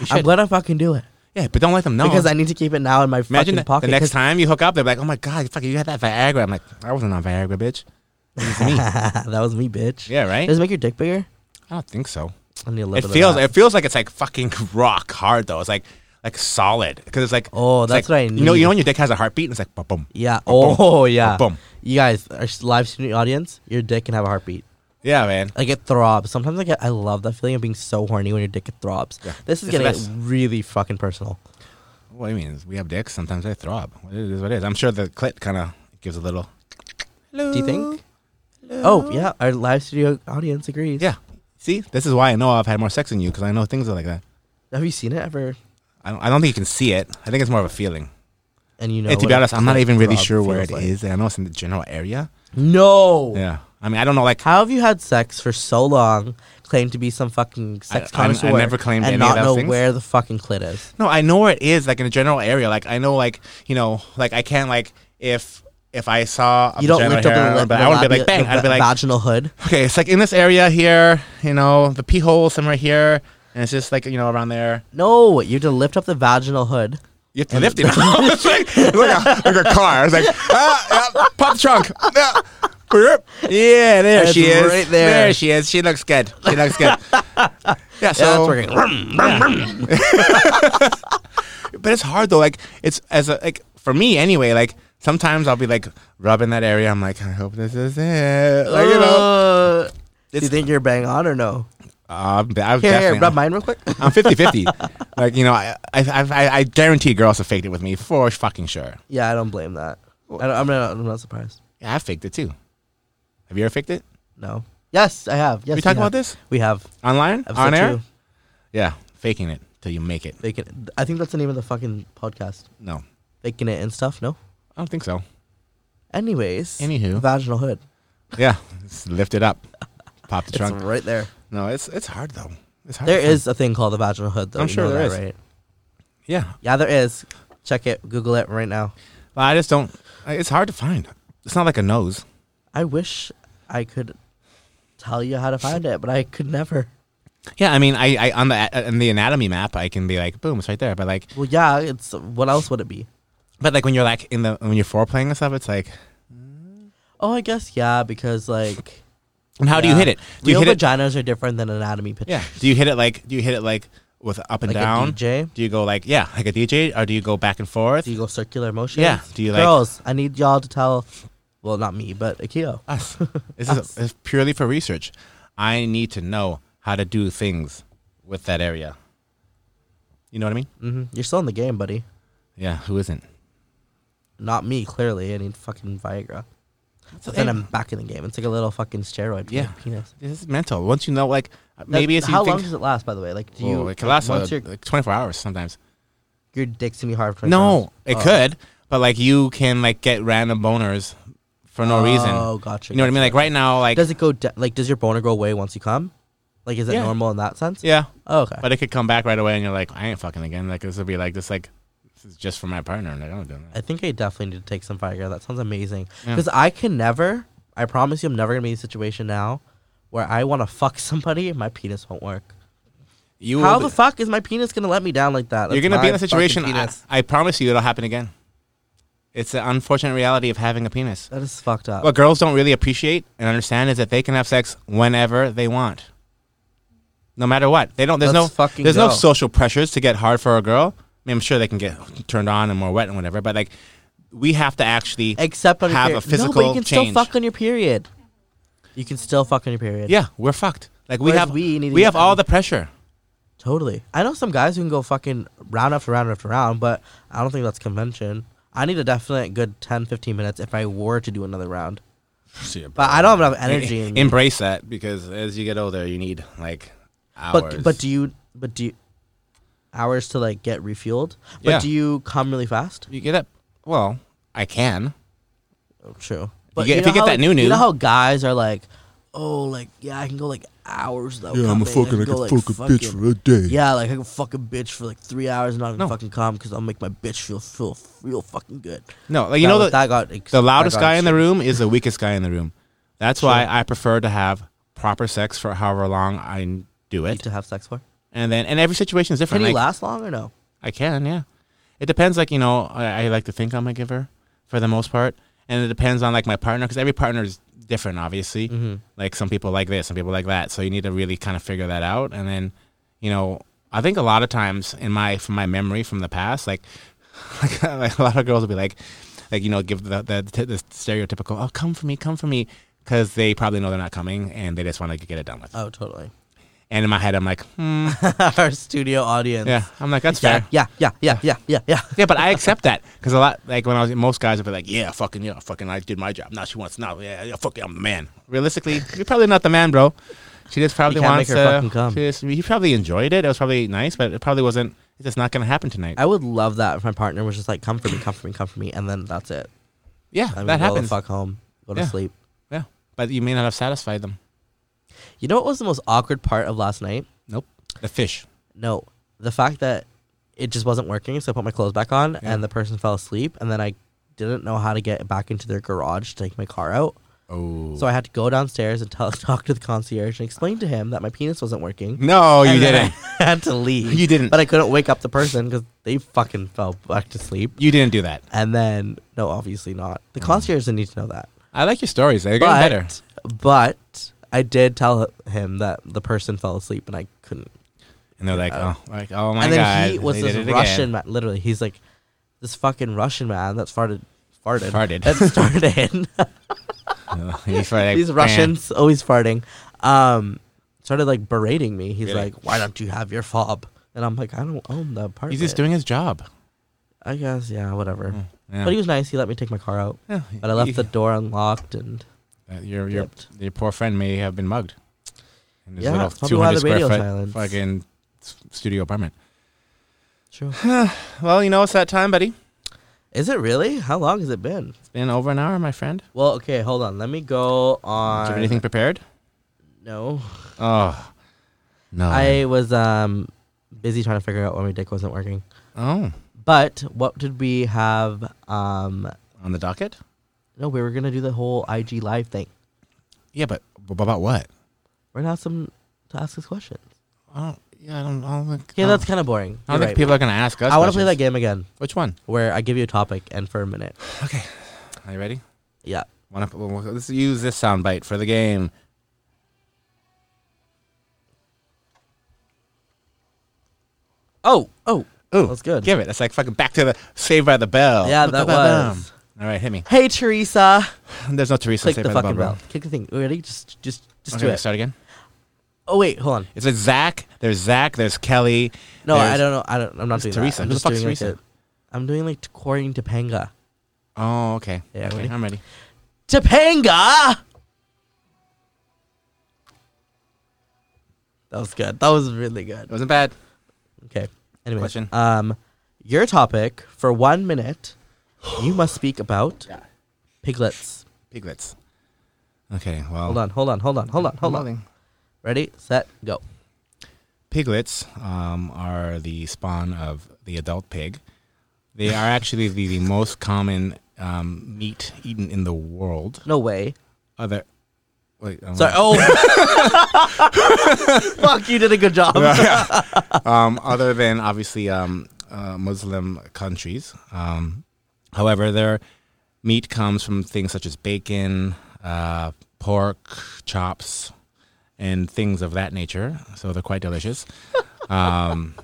Speaker 1: You should.
Speaker 2: I'm gonna fucking do it
Speaker 1: yeah, but don't let them know
Speaker 2: because I need to keep it now in my
Speaker 1: imagine
Speaker 2: fucking
Speaker 1: that
Speaker 2: pocket.
Speaker 1: the next
Speaker 2: 'cause
Speaker 1: time you hook up, they're like, "Oh my god, fuck, you had that Viagra." I'm like, "I wasn't on Viagra, bitch." It was me.
Speaker 2: that was me, bitch.
Speaker 1: Yeah, right?
Speaker 2: Does it make your dick bigger?
Speaker 1: I don't think so.
Speaker 2: I need a little
Speaker 1: It
Speaker 2: bit
Speaker 1: feels
Speaker 2: Of
Speaker 1: it
Speaker 2: that.
Speaker 1: feels like it's like fucking rock hard though. It's like like solid because it's like
Speaker 2: Oh,
Speaker 1: it's
Speaker 2: that's
Speaker 1: like-
Speaker 2: what I
Speaker 1: You know, you
Speaker 2: need.
Speaker 1: know when your dick has a heartbeat and it's like boom, boom.
Speaker 2: yeah.
Speaker 1: boom,
Speaker 2: Oh, yeah.
Speaker 1: boom.
Speaker 2: You guys, our s- live studio audience, your dick can have a heartbeat.
Speaker 1: Yeah, man.
Speaker 2: Like it throbs. Sometimes I get, I love that feeling of being so horny when your dick throbs.
Speaker 1: Yeah.
Speaker 2: This is
Speaker 1: It's the
Speaker 2: gonna
Speaker 1: best.
Speaker 2: get really fucking personal.
Speaker 1: What do you mean? We have dicks. Sometimes they throb. It is what it is. I'm sure the clit kind of gives a little.
Speaker 2: Do you think? Oh yeah, our live studio audience agrees.
Speaker 1: Yeah. See, this is why I know I've had more sex than you because I know things are like that.
Speaker 2: Have you seen it ever?
Speaker 1: I don't, I don't think you can see it. I think it's more of a feeling.
Speaker 2: And you know.
Speaker 1: And to
Speaker 2: what
Speaker 1: be
Speaker 2: a
Speaker 1: honest, I'm not
Speaker 2: clit
Speaker 1: even really
Speaker 2: throb
Speaker 1: sure where it
Speaker 2: feels
Speaker 1: is.
Speaker 2: like.
Speaker 1: I know it's in the general area.
Speaker 2: No.
Speaker 1: Yeah. I mean, I don't know. Like,
Speaker 2: How have you had sex for so long, claim to be some fucking sex
Speaker 1: I- I'm- I
Speaker 2: connoisseur,
Speaker 1: never claimed any
Speaker 2: and
Speaker 1: of
Speaker 2: not
Speaker 1: those
Speaker 2: know
Speaker 1: things.
Speaker 2: where the fucking clit is?
Speaker 1: no, I know where it is. Like in the general area. Like I know, like you know, like I can't like if if I saw a
Speaker 2: You don't
Speaker 1: vagina
Speaker 2: lift up
Speaker 1: hair,
Speaker 2: the,
Speaker 1: but
Speaker 2: the
Speaker 1: I would be
Speaker 2: labia-
Speaker 1: like bang.
Speaker 2: the
Speaker 1: I'd be
Speaker 2: va-
Speaker 1: like,
Speaker 2: vaginal hood.
Speaker 1: okay, it's like in this area here. You know, the pee hole somewhere here, and it's just like you know around there.
Speaker 2: No, you have to lift up the vaginal hood.
Speaker 1: You have to lift it. now. it's like, it's like, a, like a car. It's like, ah, yeah, pop the trunk. Yeah, Grip. Yeah, there
Speaker 2: It's
Speaker 1: she is.
Speaker 2: right there.
Speaker 1: she is. She looks good. She looks good. yeah, so
Speaker 2: Yeah, that's working.
Speaker 1: but it's hard though. Like it's as a like for me anyway. Like sometimes I'll be like rubbing that area. I'm like, I hope this is it. Like you know,
Speaker 2: Uh, do
Speaker 1: it's-
Speaker 2: you think you're bang on or no?
Speaker 1: I'm, I'm
Speaker 2: Here, here,
Speaker 1: definitely.
Speaker 2: rub mine real quick.
Speaker 1: I'm 50 50. like, you know, I, I, I, I guarantee girls have faked it with me for fucking sure.
Speaker 2: yeah, I don't blame that. I don't, I'm not. I'm not surprised.
Speaker 1: Yeah, I faked it too. Have you ever faked it?
Speaker 2: No. Yes, I have. Yes,
Speaker 1: we talked
Speaker 2: have.
Speaker 1: about this?
Speaker 2: We have.
Speaker 1: Online?
Speaker 2: Episode
Speaker 1: On air?
Speaker 2: two.
Speaker 1: Yeah, faking it till you make it.
Speaker 2: They can, I think that's the name of the fucking podcast.
Speaker 1: No,
Speaker 2: Faking it and stuff. No.
Speaker 1: I don't think so.
Speaker 2: Anyways.
Speaker 1: Anywho.
Speaker 2: Vaginal hood.
Speaker 1: Yeah, just lift it up, pop the
Speaker 2: It's
Speaker 1: trunk.
Speaker 2: right there.
Speaker 1: No, it's it's hard though. It's hard.
Speaker 2: There
Speaker 1: to find.
Speaker 2: is a thing called the vaginal hood, though.
Speaker 1: I'm
Speaker 2: You
Speaker 1: sure
Speaker 2: know
Speaker 1: there
Speaker 2: that,
Speaker 1: is.
Speaker 2: Right?
Speaker 1: Yeah,
Speaker 2: Yeah, there is. Check it. Google it right now.
Speaker 1: but I just don't. I- It's hard to find. It's not like a nose.
Speaker 2: I wish I could tell you how to find it, but I could never.
Speaker 1: Yeah, I mean, I, I on the on the anatomy map, I can be like, boom, it's right there. But like,
Speaker 2: Well, yeah, it's what else would it be?
Speaker 1: but like when you're like in the when you're foreplaying and stuff, it's like,
Speaker 2: Oh, I guess yeah, because like,
Speaker 1: and how do you
Speaker 2: yeah.
Speaker 1: hit it? Do you
Speaker 2: Real
Speaker 1: hit it?
Speaker 2: vaginas are different than anatomy pictures.
Speaker 1: Yeah. Do you hit it like? Do you hit it like with up and
Speaker 2: Like a
Speaker 1: down?
Speaker 2: DJ?
Speaker 1: Do you go like yeah, like a DJ, or do you go back and forth?
Speaker 2: Do you go circular motion?
Speaker 1: Yeah, do you like-
Speaker 2: girls? I need y'all to tell. Well, not me, but Akio.
Speaker 1: Us. This is it's purely for research. I need to know how to do things with that area. You know what I mean?
Speaker 2: hmm You're still in the game, buddy.
Speaker 1: Yeah. Who isn't?
Speaker 2: Not me, clearly. I need fucking Viagra. But then I'm back in the game. It's like a little fucking steroid for
Speaker 1: Yeah.
Speaker 2: my penis.
Speaker 1: This is mental. Once you know, like maybe
Speaker 2: That-
Speaker 1: it's you
Speaker 2: how
Speaker 1: think,
Speaker 2: long does it last? By the way, like do
Speaker 1: Well,
Speaker 2: you
Speaker 1: it can last uh,
Speaker 2: once your
Speaker 1: like 24 hours sometimes.
Speaker 2: your dick's gonna be hard for
Speaker 1: No, it
Speaker 2: Oh.
Speaker 1: could, but like you can like get random boners for no reason.
Speaker 2: Oh, gotcha.
Speaker 1: You know what I mean? Like right now, like
Speaker 2: does it go de- like does your boner go away once you come? Like is it
Speaker 1: Yeah.
Speaker 2: normal in that sense?
Speaker 1: yeah,
Speaker 2: Oh, okay.
Speaker 1: but it could come back right away, and you're like, I ain't fucking again. Like this would be like this, like this is just for my partner. and I don't do that.
Speaker 2: I think I definitely need to take some Viagra. That sounds amazing.
Speaker 1: Yeah.
Speaker 2: Because I can never. I promise you, I'm never gonna be in a situation now where I want to fuck somebody and my penis won't work.
Speaker 1: You
Speaker 2: How
Speaker 1: will be-
Speaker 2: the fuck is my penis gonna let me down like that?
Speaker 1: you're
Speaker 2: That's
Speaker 1: gonna be in
Speaker 2: my
Speaker 1: a situation.
Speaker 2: fucking
Speaker 1: I,
Speaker 2: penis.
Speaker 1: I promise you, it'll happen again. It's the unfortunate reality of having a penis.
Speaker 2: that is fucked up.
Speaker 1: What girls don't really appreciate and understand is that they can have sex whenever they want, no matter what. They don't. There's
Speaker 2: Let's
Speaker 1: no.
Speaker 2: fucking
Speaker 1: There's no
Speaker 2: go.
Speaker 1: social pressures to get hard for a girl. I mean, I'm sure they can get turned on and more wet and whatever, but like, we have to actually.
Speaker 2: Except on your
Speaker 1: have
Speaker 2: peri-
Speaker 1: a physical
Speaker 2: No, but you can
Speaker 1: change.
Speaker 2: still fuck on your period. You can still fuck on your period.
Speaker 1: yeah, we're fucked. Like we
Speaker 2: Whereas
Speaker 1: have.
Speaker 2: we
Speaker 1: We,
Speaker 2: need to
Speaker 1: we
Speaker 2: get
Speaker 1: have all
Speaker 2: them.
Speaker 1: the pressure.
Speaker 2: Totally. I know some guys who can go fucking round after round after round, but I don't think that's convention. I need a definite good 10, 15 minutes if I were to do another round.
Speaker 1: See,
Speaker 2: But I don't have enough energy. In me.
Speaker 1: E-, Embrace that because as you get older, you need like hours.
Speaker 2: But but do you but do you, hours to like get refueled? But
Speaker 1: Yeah.
Speaker 2: do you come really fast?
Speaker 1: you get up? Well, I can.
Speaker 2: Oh, true.
Speaker 1: get- if you get
Speaker 2: how,
Speaker 1: that new
Speaker 2: you
Speaker 1: new-
Speaker 2: know how guys are like, oh, like yeah, I can go like hours though.
Speaker 4: Yeah, I'm a fucking, I
Speaker 2: like
Speaker 4: can fuck a bitch for a day.
Speaker 2: Yeah, like I can fuck a bitch for like three hours and not even
Speaker 1: No.
Speaker 2: fucking come because I'll make my bitch feel feel real fucking good.
Speaker 1: No, like you
Speaker 2: That
Speaker 1: know
Speaker 2: was-
Speaker 1: the
Speaker 2: that got ex-
Speaker 1: the
Speaker 2: that
Speaker 1: loudest
Speaker 2: got
Speaker 1: guy in the
Speaker 2: extreme.
Speaker 1: room is the weakest guy in the room. That's why I prefer to have proper sex for however long I do
Speaker 2: Need
Speaker 1: it,
Speaker 2: to have sex for.
Speaker 1: and then and every situation is
Speaker 2: Can
Speaker 1: different.
Speaker 2: you
Speaker 1: Like,
Speaker 2: last long or no?
Speaker 1: I can, yeah. It depends. Like you know, I, I like to think I'm a giver for the most part, and it depends on like my partner because every partner is different, obviously. Like some people like this, some people like that. So you need to really kind of figure that out, and then you know, I think a lot of times in my from my memory from the past, like like, a lot of girls will be like, like you know, give the the, the stereotypical, oh, come for me, come for me, because they probably know they're not coming and they just want to get it done with.
Speaker 2: Oh, totally.
Speaker 1: And in my head, I'm like, hmm,
Speaker 2: Our studio audience.
Speaker 1: yeah, I'm like, that's
Speaker 2: Yeah,
Speaker 1: fair.
Speaker 2: yeah, yeah, yeah, yeah, yeah, yeah.
Speaker 1: Yeah, but I accept that because a lot, like when I was, most guys would be like, "Yeah, fucking yeah, fucking, I did my job. Now she wants now, yeah, yeah, fuck, it, I'm the man." Realistically, you're probably not the man, bro. She just probably
Speaker 2: You can't make
Speaker 1: wants
Speaker 2: her
Speaker 1: to.
Speaker 2: fucking come.
Speaker 1: She just, you probably enjoyed it. It was probably nice, but it probably wasn't. It's just not gonna happen tonight.
Speaker 2: I would love that if my partner was just like, "Come for me, come for me, come for me," and then that's it.
Speaker 1: yeah,
Speaker 2: I mean,
Speaker 1: that
Speaker 2: go the
Speaker 1: happens.
Speaker 2: fuck home, go to
Speaker 1: Yeah.
Speaker 2: sleep.
Speaker 1: Yeah, but you may not have satisfied them.
Speaker 2: You know what was the most awkward part of last night?
Speaker 1: Nope. The fish.
Speaker 2: No, the fact that it just wasn't working. So I put my clothes back on,
Speaker 1: Yeah.
Speaker 2: and the person fell asleep, and then I didn't know how to get back into their garage to take my car out.
Speaker 1: Oh
Speaker 2: So I had to go downstairs and tell, talk to the concierge and explain to him that my penis wasn't working.
Speaker 1: no, Oh, you
Speaker 2: And then
Speaker 1: didn't.
Speaker 2: I had to leave.
Speaker 1: You didn't.
Speaker 2: But I couldn't wake up the person because they fucking fell back to sleep.
Speaker 1: You didn't do that.
Speaker 2: And then, no, obviously not. The concierge didn't need to know that.
Speaker 1: I like your stories. They're Mm. getting better.
Speaker 2: But I did tell him that the person fell asleep and I couldn't.
Speaker 1: And they're like, oh, like, oh my
Speaker 2: uh, and then
Speaker 1: god.
Speaker 2: he was
Speaker 1: they
Speaker 2: this
Speaker 1: did it again.
Speaker 2: Russian man. Literally, he's like this fucking Russian man that farted, farted,
Speaker 1: Farted.
Speaker 2: that started.
Speaker 1: He's like, eh.
Speaker 2: These
Speaker 1: "Man."
Speaker 2: Russians always farting. Um, started like berating me. He's
Speaker 1: Really?
Speaker 2: like, "Why don't you have your fob?" And I'm like, "I don't own the apartment."
Speaker 1: He's just doing Mm. his job.
Speaker 2: I guess, yeah, whatever.
Speaker 1: Yeah.
Speaker 2: But he was nice. He let me take my car out,
Speaker 1: Yeah.
Speaker 2: but I left
Speaker 1: He-
Speaker 2: the door unlocked and.
Speaker 1: Uh, your your
Speaker 2: Dipped.
Speaker 1: your poor friend may have been mugged. In his
Speaker 2: Yeah,
Speaker 1: little
Speaker 2: that's probably why
Speaker 1: 200
Speaker 2: the radio
Speaker 1: square foot
Speaker 2: silence.
Speaker 1: fucking s- studio apartment.
Speaker 2: True.
Speaker 1: Well, you know it's that time, buddy.
Speaker 2: Is it really? How long has it been?
Speaker 1: It's been over an hour, my friend.
Speaker 2: Well, okay, hold on. Let me go
Speaker 1: Do
Speaker 2: on.
Speaker 1: you have anything prepared?
Speaker 2: No,
Speaker 1: Oh no.
Speaker 2: I was um busy trying to figure out why my dick wasn't working.
Speaker 1: oh
Speaker 2: But what did we have? Um,
Speaker 1: on the docket.
Speaker 2: no, we were gonna do the whole IG live thing.
Speaker 1: Yeah, but b- about what?
Speaker 2: We're gonna have some to ask us questions.
Speaker 1: Oh yeah, I don't. I don't think. I
Speaker 2: Okay,
Speaker 1: don't-
Speaker 2: that's kind of boring.
Speaker 1: I don't
Speaker 2: You're
Speaker 1: think
Speaker 2: right.
Speaker 1: people are gonna ask us.
Speaker 2: I want to play that
Speaker 1: questions.
Speaker 2: game again,
Speaker 1: Which one?
Speaker 2: where I give you a topic and for a minute.
Speaker 1: Okay. Are you ready?
Speaker 2: Yeah.
Speaker 1: Wanna, we'll- we'll- let's use this soundbite for the game.
Speaker 2: Oh, oh.
Speaker 1: Ooh,
Speaker 2: That's good.
Speaker 1: Give it. That's like fucking back to the Saved by the Bell.
Speaker 2: Yeah, that
Speaker 1: Ba-ba-bam.
Speaker 2: was.
Speaker 1: All right, hit me.
Speaker 2: Hey, Teresa.
Speaker 1: There's no Teresa.
Speaker 2: Click
Speaker 1: Saved
Speaker 2: the
Speaker 1: by
Speaker 2: fucking
Speaker 1: bro.
Speaker 2: bell. Click the thing. Ready? Just, just, just
Speaker 1: Okay,
Speaker 2: do it.
Speaker 1: start again.
Speaker 2: Oh wait, hold on.
Speaker 1: It's a Zach. There's Zach. There's Kelly.
Speaker 2: No, I
Speaker 1: there's-
Speaker 2: don't know. I don't. I'm not
Speaker 1: Who's
Speaker 2: doing
Speaker 1: Teresa?
Speaker 2: that.
Speaker 1: Who
Speaker 2: I'm
Speaker 1: the
Speaker 2: just
Speaker 1: fuck's
Speaker 2: doing like
Speaker 1: Teresa?
Speaker 2: a- I'm doing like according to Panga.
Speaker 1: Oh, okay.
Speaker 2: Yeah,
Speaker 1: okay,
Speaker 2: ready?
Speaker 1: I'm ready.
Speaker 2: Topanga. That was good. That was really
Speaker 1: It
Speaker 2: good.
Speaker 1: wasn't bad.
Speaker 2: Okay. Anyway,
Speaker 1: Question.
Speaker 2: Um, your topic for one minute, you must speak about
Speaker 1: Yeah.
Speaker 2: piglets.
Speaker 1: Piglets. Okay. Well,
Speaker 2: Hold on, hold on, hold on, hold on, hold on. Ready, set, go.
Speaker 1: Piglets um, are the spawn of the adult pig. They are actually the, the most common um, meat eaten in the world.
Speaker 2: No way.
Speaker 1: Other. Wait. I'm
Speaker 2: Sorry. Oh. Fuck, you did a good job.
Speaker 1: um, other than obviously um, uh, Muslim countries. Um, however, their meat comes from things such as bacon, uh, pork, chops, and things of that nature. So they're quite delicious. Um,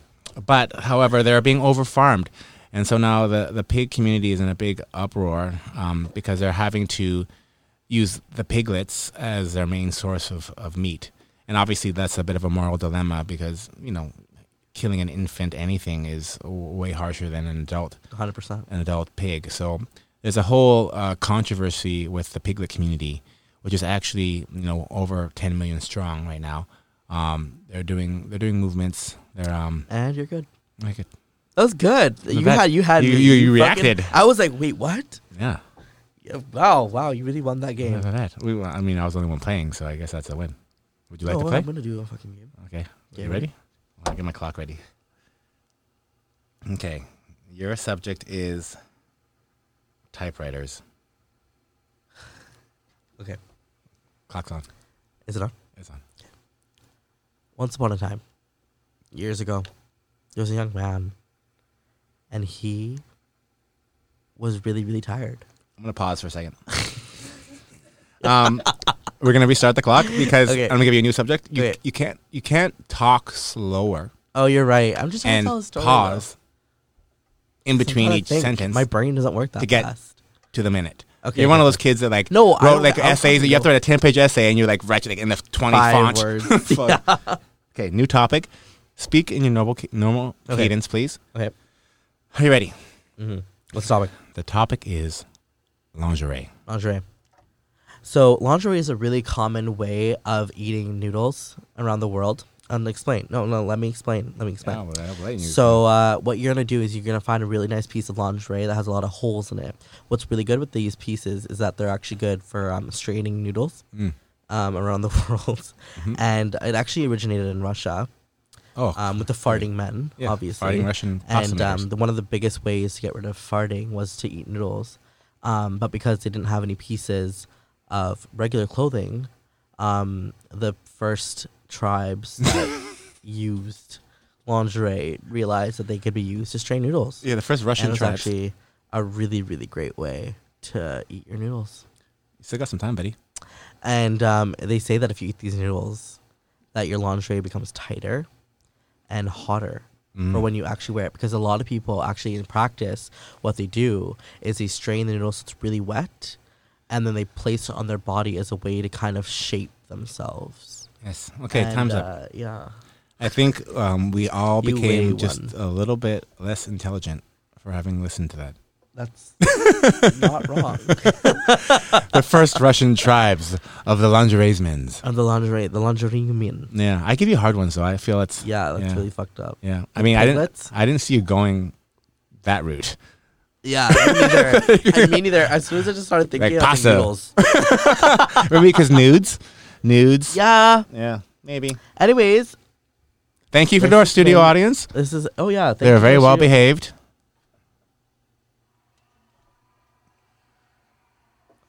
Speaker 1: but however, they're being overfarmed. And so now the, the pig community is in a big uproar um, because they're having to use the piglets as their main source of, of meat. And obviously, that's a bit of a moral dilemma because, you know, killing an infant anything is w- way harsher than an adult
Speaker 2: 100%.
Speaker 1: an adult pig. So there's a whole uh, controversy with the piglet community, which is actually you know over 10 million strong right now. Um, they're doing they're doing movements. They're um
Speaker 2: And you're good.
Speaker 1: like it,
Speaker 2: That was good. You
Speaker 1: that-
Speaker 2: had you had
Speaker 1: you-
Speaker 2: me.
Speaker 1: you- you
Speaker 2: fucking-
Speaker 1: reacted.
Speaker 2: I was like, wait, what?
Speaker 1: yeah.
Speaker 2: Yeah, Wow, wow, you really won that game.
Speaker 1: Look at that. We, I mean, I was the only one playing, so I guess that's a win. Would you like
Speaker 2: No,
Speaker 1: to
Speaker 2: Oh, I'm
Speaker 1: play?
Speaker 2: gonna do a fucking game.
Speaker 1: Okay.
Speaker 2: Yeah,
Speaker 1: you ready? I'll get my clock ready. Okay. Your subject is typewriters.
Speaker 2: Okay,
Speaker 1: Clock's on.
Speaker 2: is it on?
Speaker 1: It's on.
Speaker 2: Once upon a time, years ago, there was a young man, and he was really, really tired.
Speaker 1: I'm gonna pause for a second. um, we're gonna restart the clock because
Speaker 2: Okay.
Speaker 1: I'm gonna give you a new subject. You,
Speaker 2: Okay.
Speaker 1: you can't you can't talk slower
Speaker 2: Oh, you're right. I'm just trying
Speaker 1: and
Speaker 2: to tell a story. though.
Speaker 1: pause in
Speaker 2: That's
Speaker 1: between
Speaker 2: what I
Speaker 1: each
Speaker 2: think.
Speaker 1: sentence
Speaker 2: My brain doesn't work that
Speaker 1: to get-
Speaker 2: fast.
Speaker 1: to the minute.
Speaker 2: Okay.
Speaker 1: you're one of those kids that like
Speaker 2: No, I
Speaker 1: wrote
Speaker 2: don't-
Speaker 1: like
Speaker 2: I'm
Speaker 1: essays. that You have to
Speaker 2: talking
Speaker 1: write a ten page essay and you're like write like in the twenty
Speaker 2: Five
Speaker 1: font.
Speaker 2: words.
Speaker 1: Fuck. Okay, new topic. Speak in your normal ca- normal
Speaker 2: Okay.
Speaker 1: cadence, please.
Speaker 2: Okay,
Speaker 1: Are you ready?
Speaker 2: let's stop it.
Speaker 1: The topic is lingerie.
Speaker 2: Lingerie. So lingerie is a really common way of eating noodles around the world. Unexplained. No, no. Let me explain. Let me explain.
Speaker 1: Oh,
Speaker 2: So uh, what you're gonna do is you're gonna find a really nice piece of lingerie that has a lot of holes in it. What's really good with these pieces is that they're actually good for um, straightening noodles
Speaker 1: Mm.
Speaker 2: um, around the world, and it actually originated in Russia
Speaker 1: oh,
Speaker 2: um, with the farting men,
Speaker 1: Yeah,
Speaker 2: obviously.
Speaker 1: farting Russian pasta
Speaker 2: and
Speaker 1: makers.
Speaker 2: um, the, one of the biggest ways to get rid of farting was to eat noodles, um, but because they didn't have any pieces of regular clothing, um, the first tribes that used lingerie realized that they could be used to strain noodles.
Speaker 1: yeah, the first
Speaker 2: and
Speaker 1: Russian
Speaker 2: it's
Speaker 1: tribes.
Speaker 2: actually a really, really great way to eat your noodles.
Speaker 1: You still got some time, buddy.
Speaker 2: And um, they say that if you eat these noodles, that your lingerie becomes tighter and hotter
Speaker 1: Mm.
Speaker 2: for when you actually wear it. Because a lot of people actually in practice, what they do is they strain the noodles so it's really wet, and then they place it on their body as a way to kind of shape themselves.
Speaker 1: Yes. Okay,
Speaker 2: And,
Speaker 1: time's up.
Speaker 2: uh, Yeah.
Speaker 1: I think um, we all
Speaker 2: You weigh
Speaker 1: became just
Speaker 2: one.
Speaker 1: a little bit less intelligent for having listened to that.
Speaker 2: That's not wrong.
Speaker 1: the first Russian tribes of the lingerie-mens.
Speaker 2: And the lingerie, the lingerie men.
Speaker 1: Yeah, I give you hard ones though. I feel it's
Speaker 2: Yeah, that's
Speaker 1: yeah,
Speaker 2: really fucked up.
Speaker 1: yeah. I mean, I didn't
Speaker 2: piglets?
Speaker 1: I didn't see you going that route.
Speaker 2: Yeah, me neither. and me neither. As soon as I just started
Speaker 1: Like
Speaker 2: thinking about
Speaker 1: pasta.
Speaker 2: noodles.
Speaker 1: Maybe because nudes, nudes.
Speaker 2: Yeah.
Speaker 1: yeah, maybe.
Speaker 2: Anyways,
Speaker 1: Thank you for
Speaker 2: This
Speaker 1: our
Speaker 2: has
Speaker 1: studio
Speaker 2: been-
Speaker 1: audience.
Speaker 2: This is oh yeah, thank
Speaker 1: They're
Speaker 2: you
Speaker 1: very
Speaker 2: for
Speaker 1: well
Speaker 2: shooting.
Speaker 1: behaved.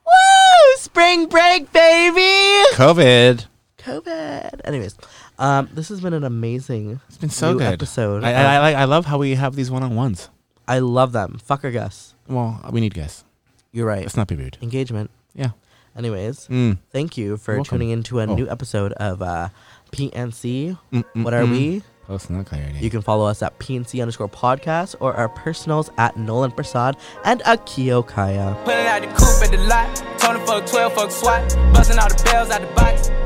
Speaker 2: Woo! Oh, Spring break, baby.
Speaker 1: COVID.
Speaker 2: COVID. Anyways, um, this has been an amazing.
Speaker 1: It's been so
Speaker 2: new
Speaker 1: good.
Speaker 2: episode.
Speaker 1: I, I, I like. I love how we have these one-on-ones.
Speaker 2: I love them. Fucker Gus.
Speaker 1: Well, we need guests.
Speaker 2: You're right.
Speaker 1: Let's not be rude.
Speaker 2: Engagement.
Speaker 1: Yeah.
Speaker 2: Anyways,
Speaker 1: Mm.
Speaker 2: thank you for
Speaker 1: You're welcome.
Speaker 2: tuning in to a
Speaker 1: Oh.
Speaker 2: new episode of uh, PNC.
Speaker 1: Mm, mm,
Speaker 2: What are
Speaker 1: mm.
Speaker 2: we?
Speaker 1: Post not clarity.
Speaker 2: You can follow us at PNC underscore podcast or our personals at Nolan Prasad and Akio Kaya.
Speaker 4: Pulling out the coupe at the lot. Tony fuck 12, fuck SWAT. Busting all the bells out the box. Mm.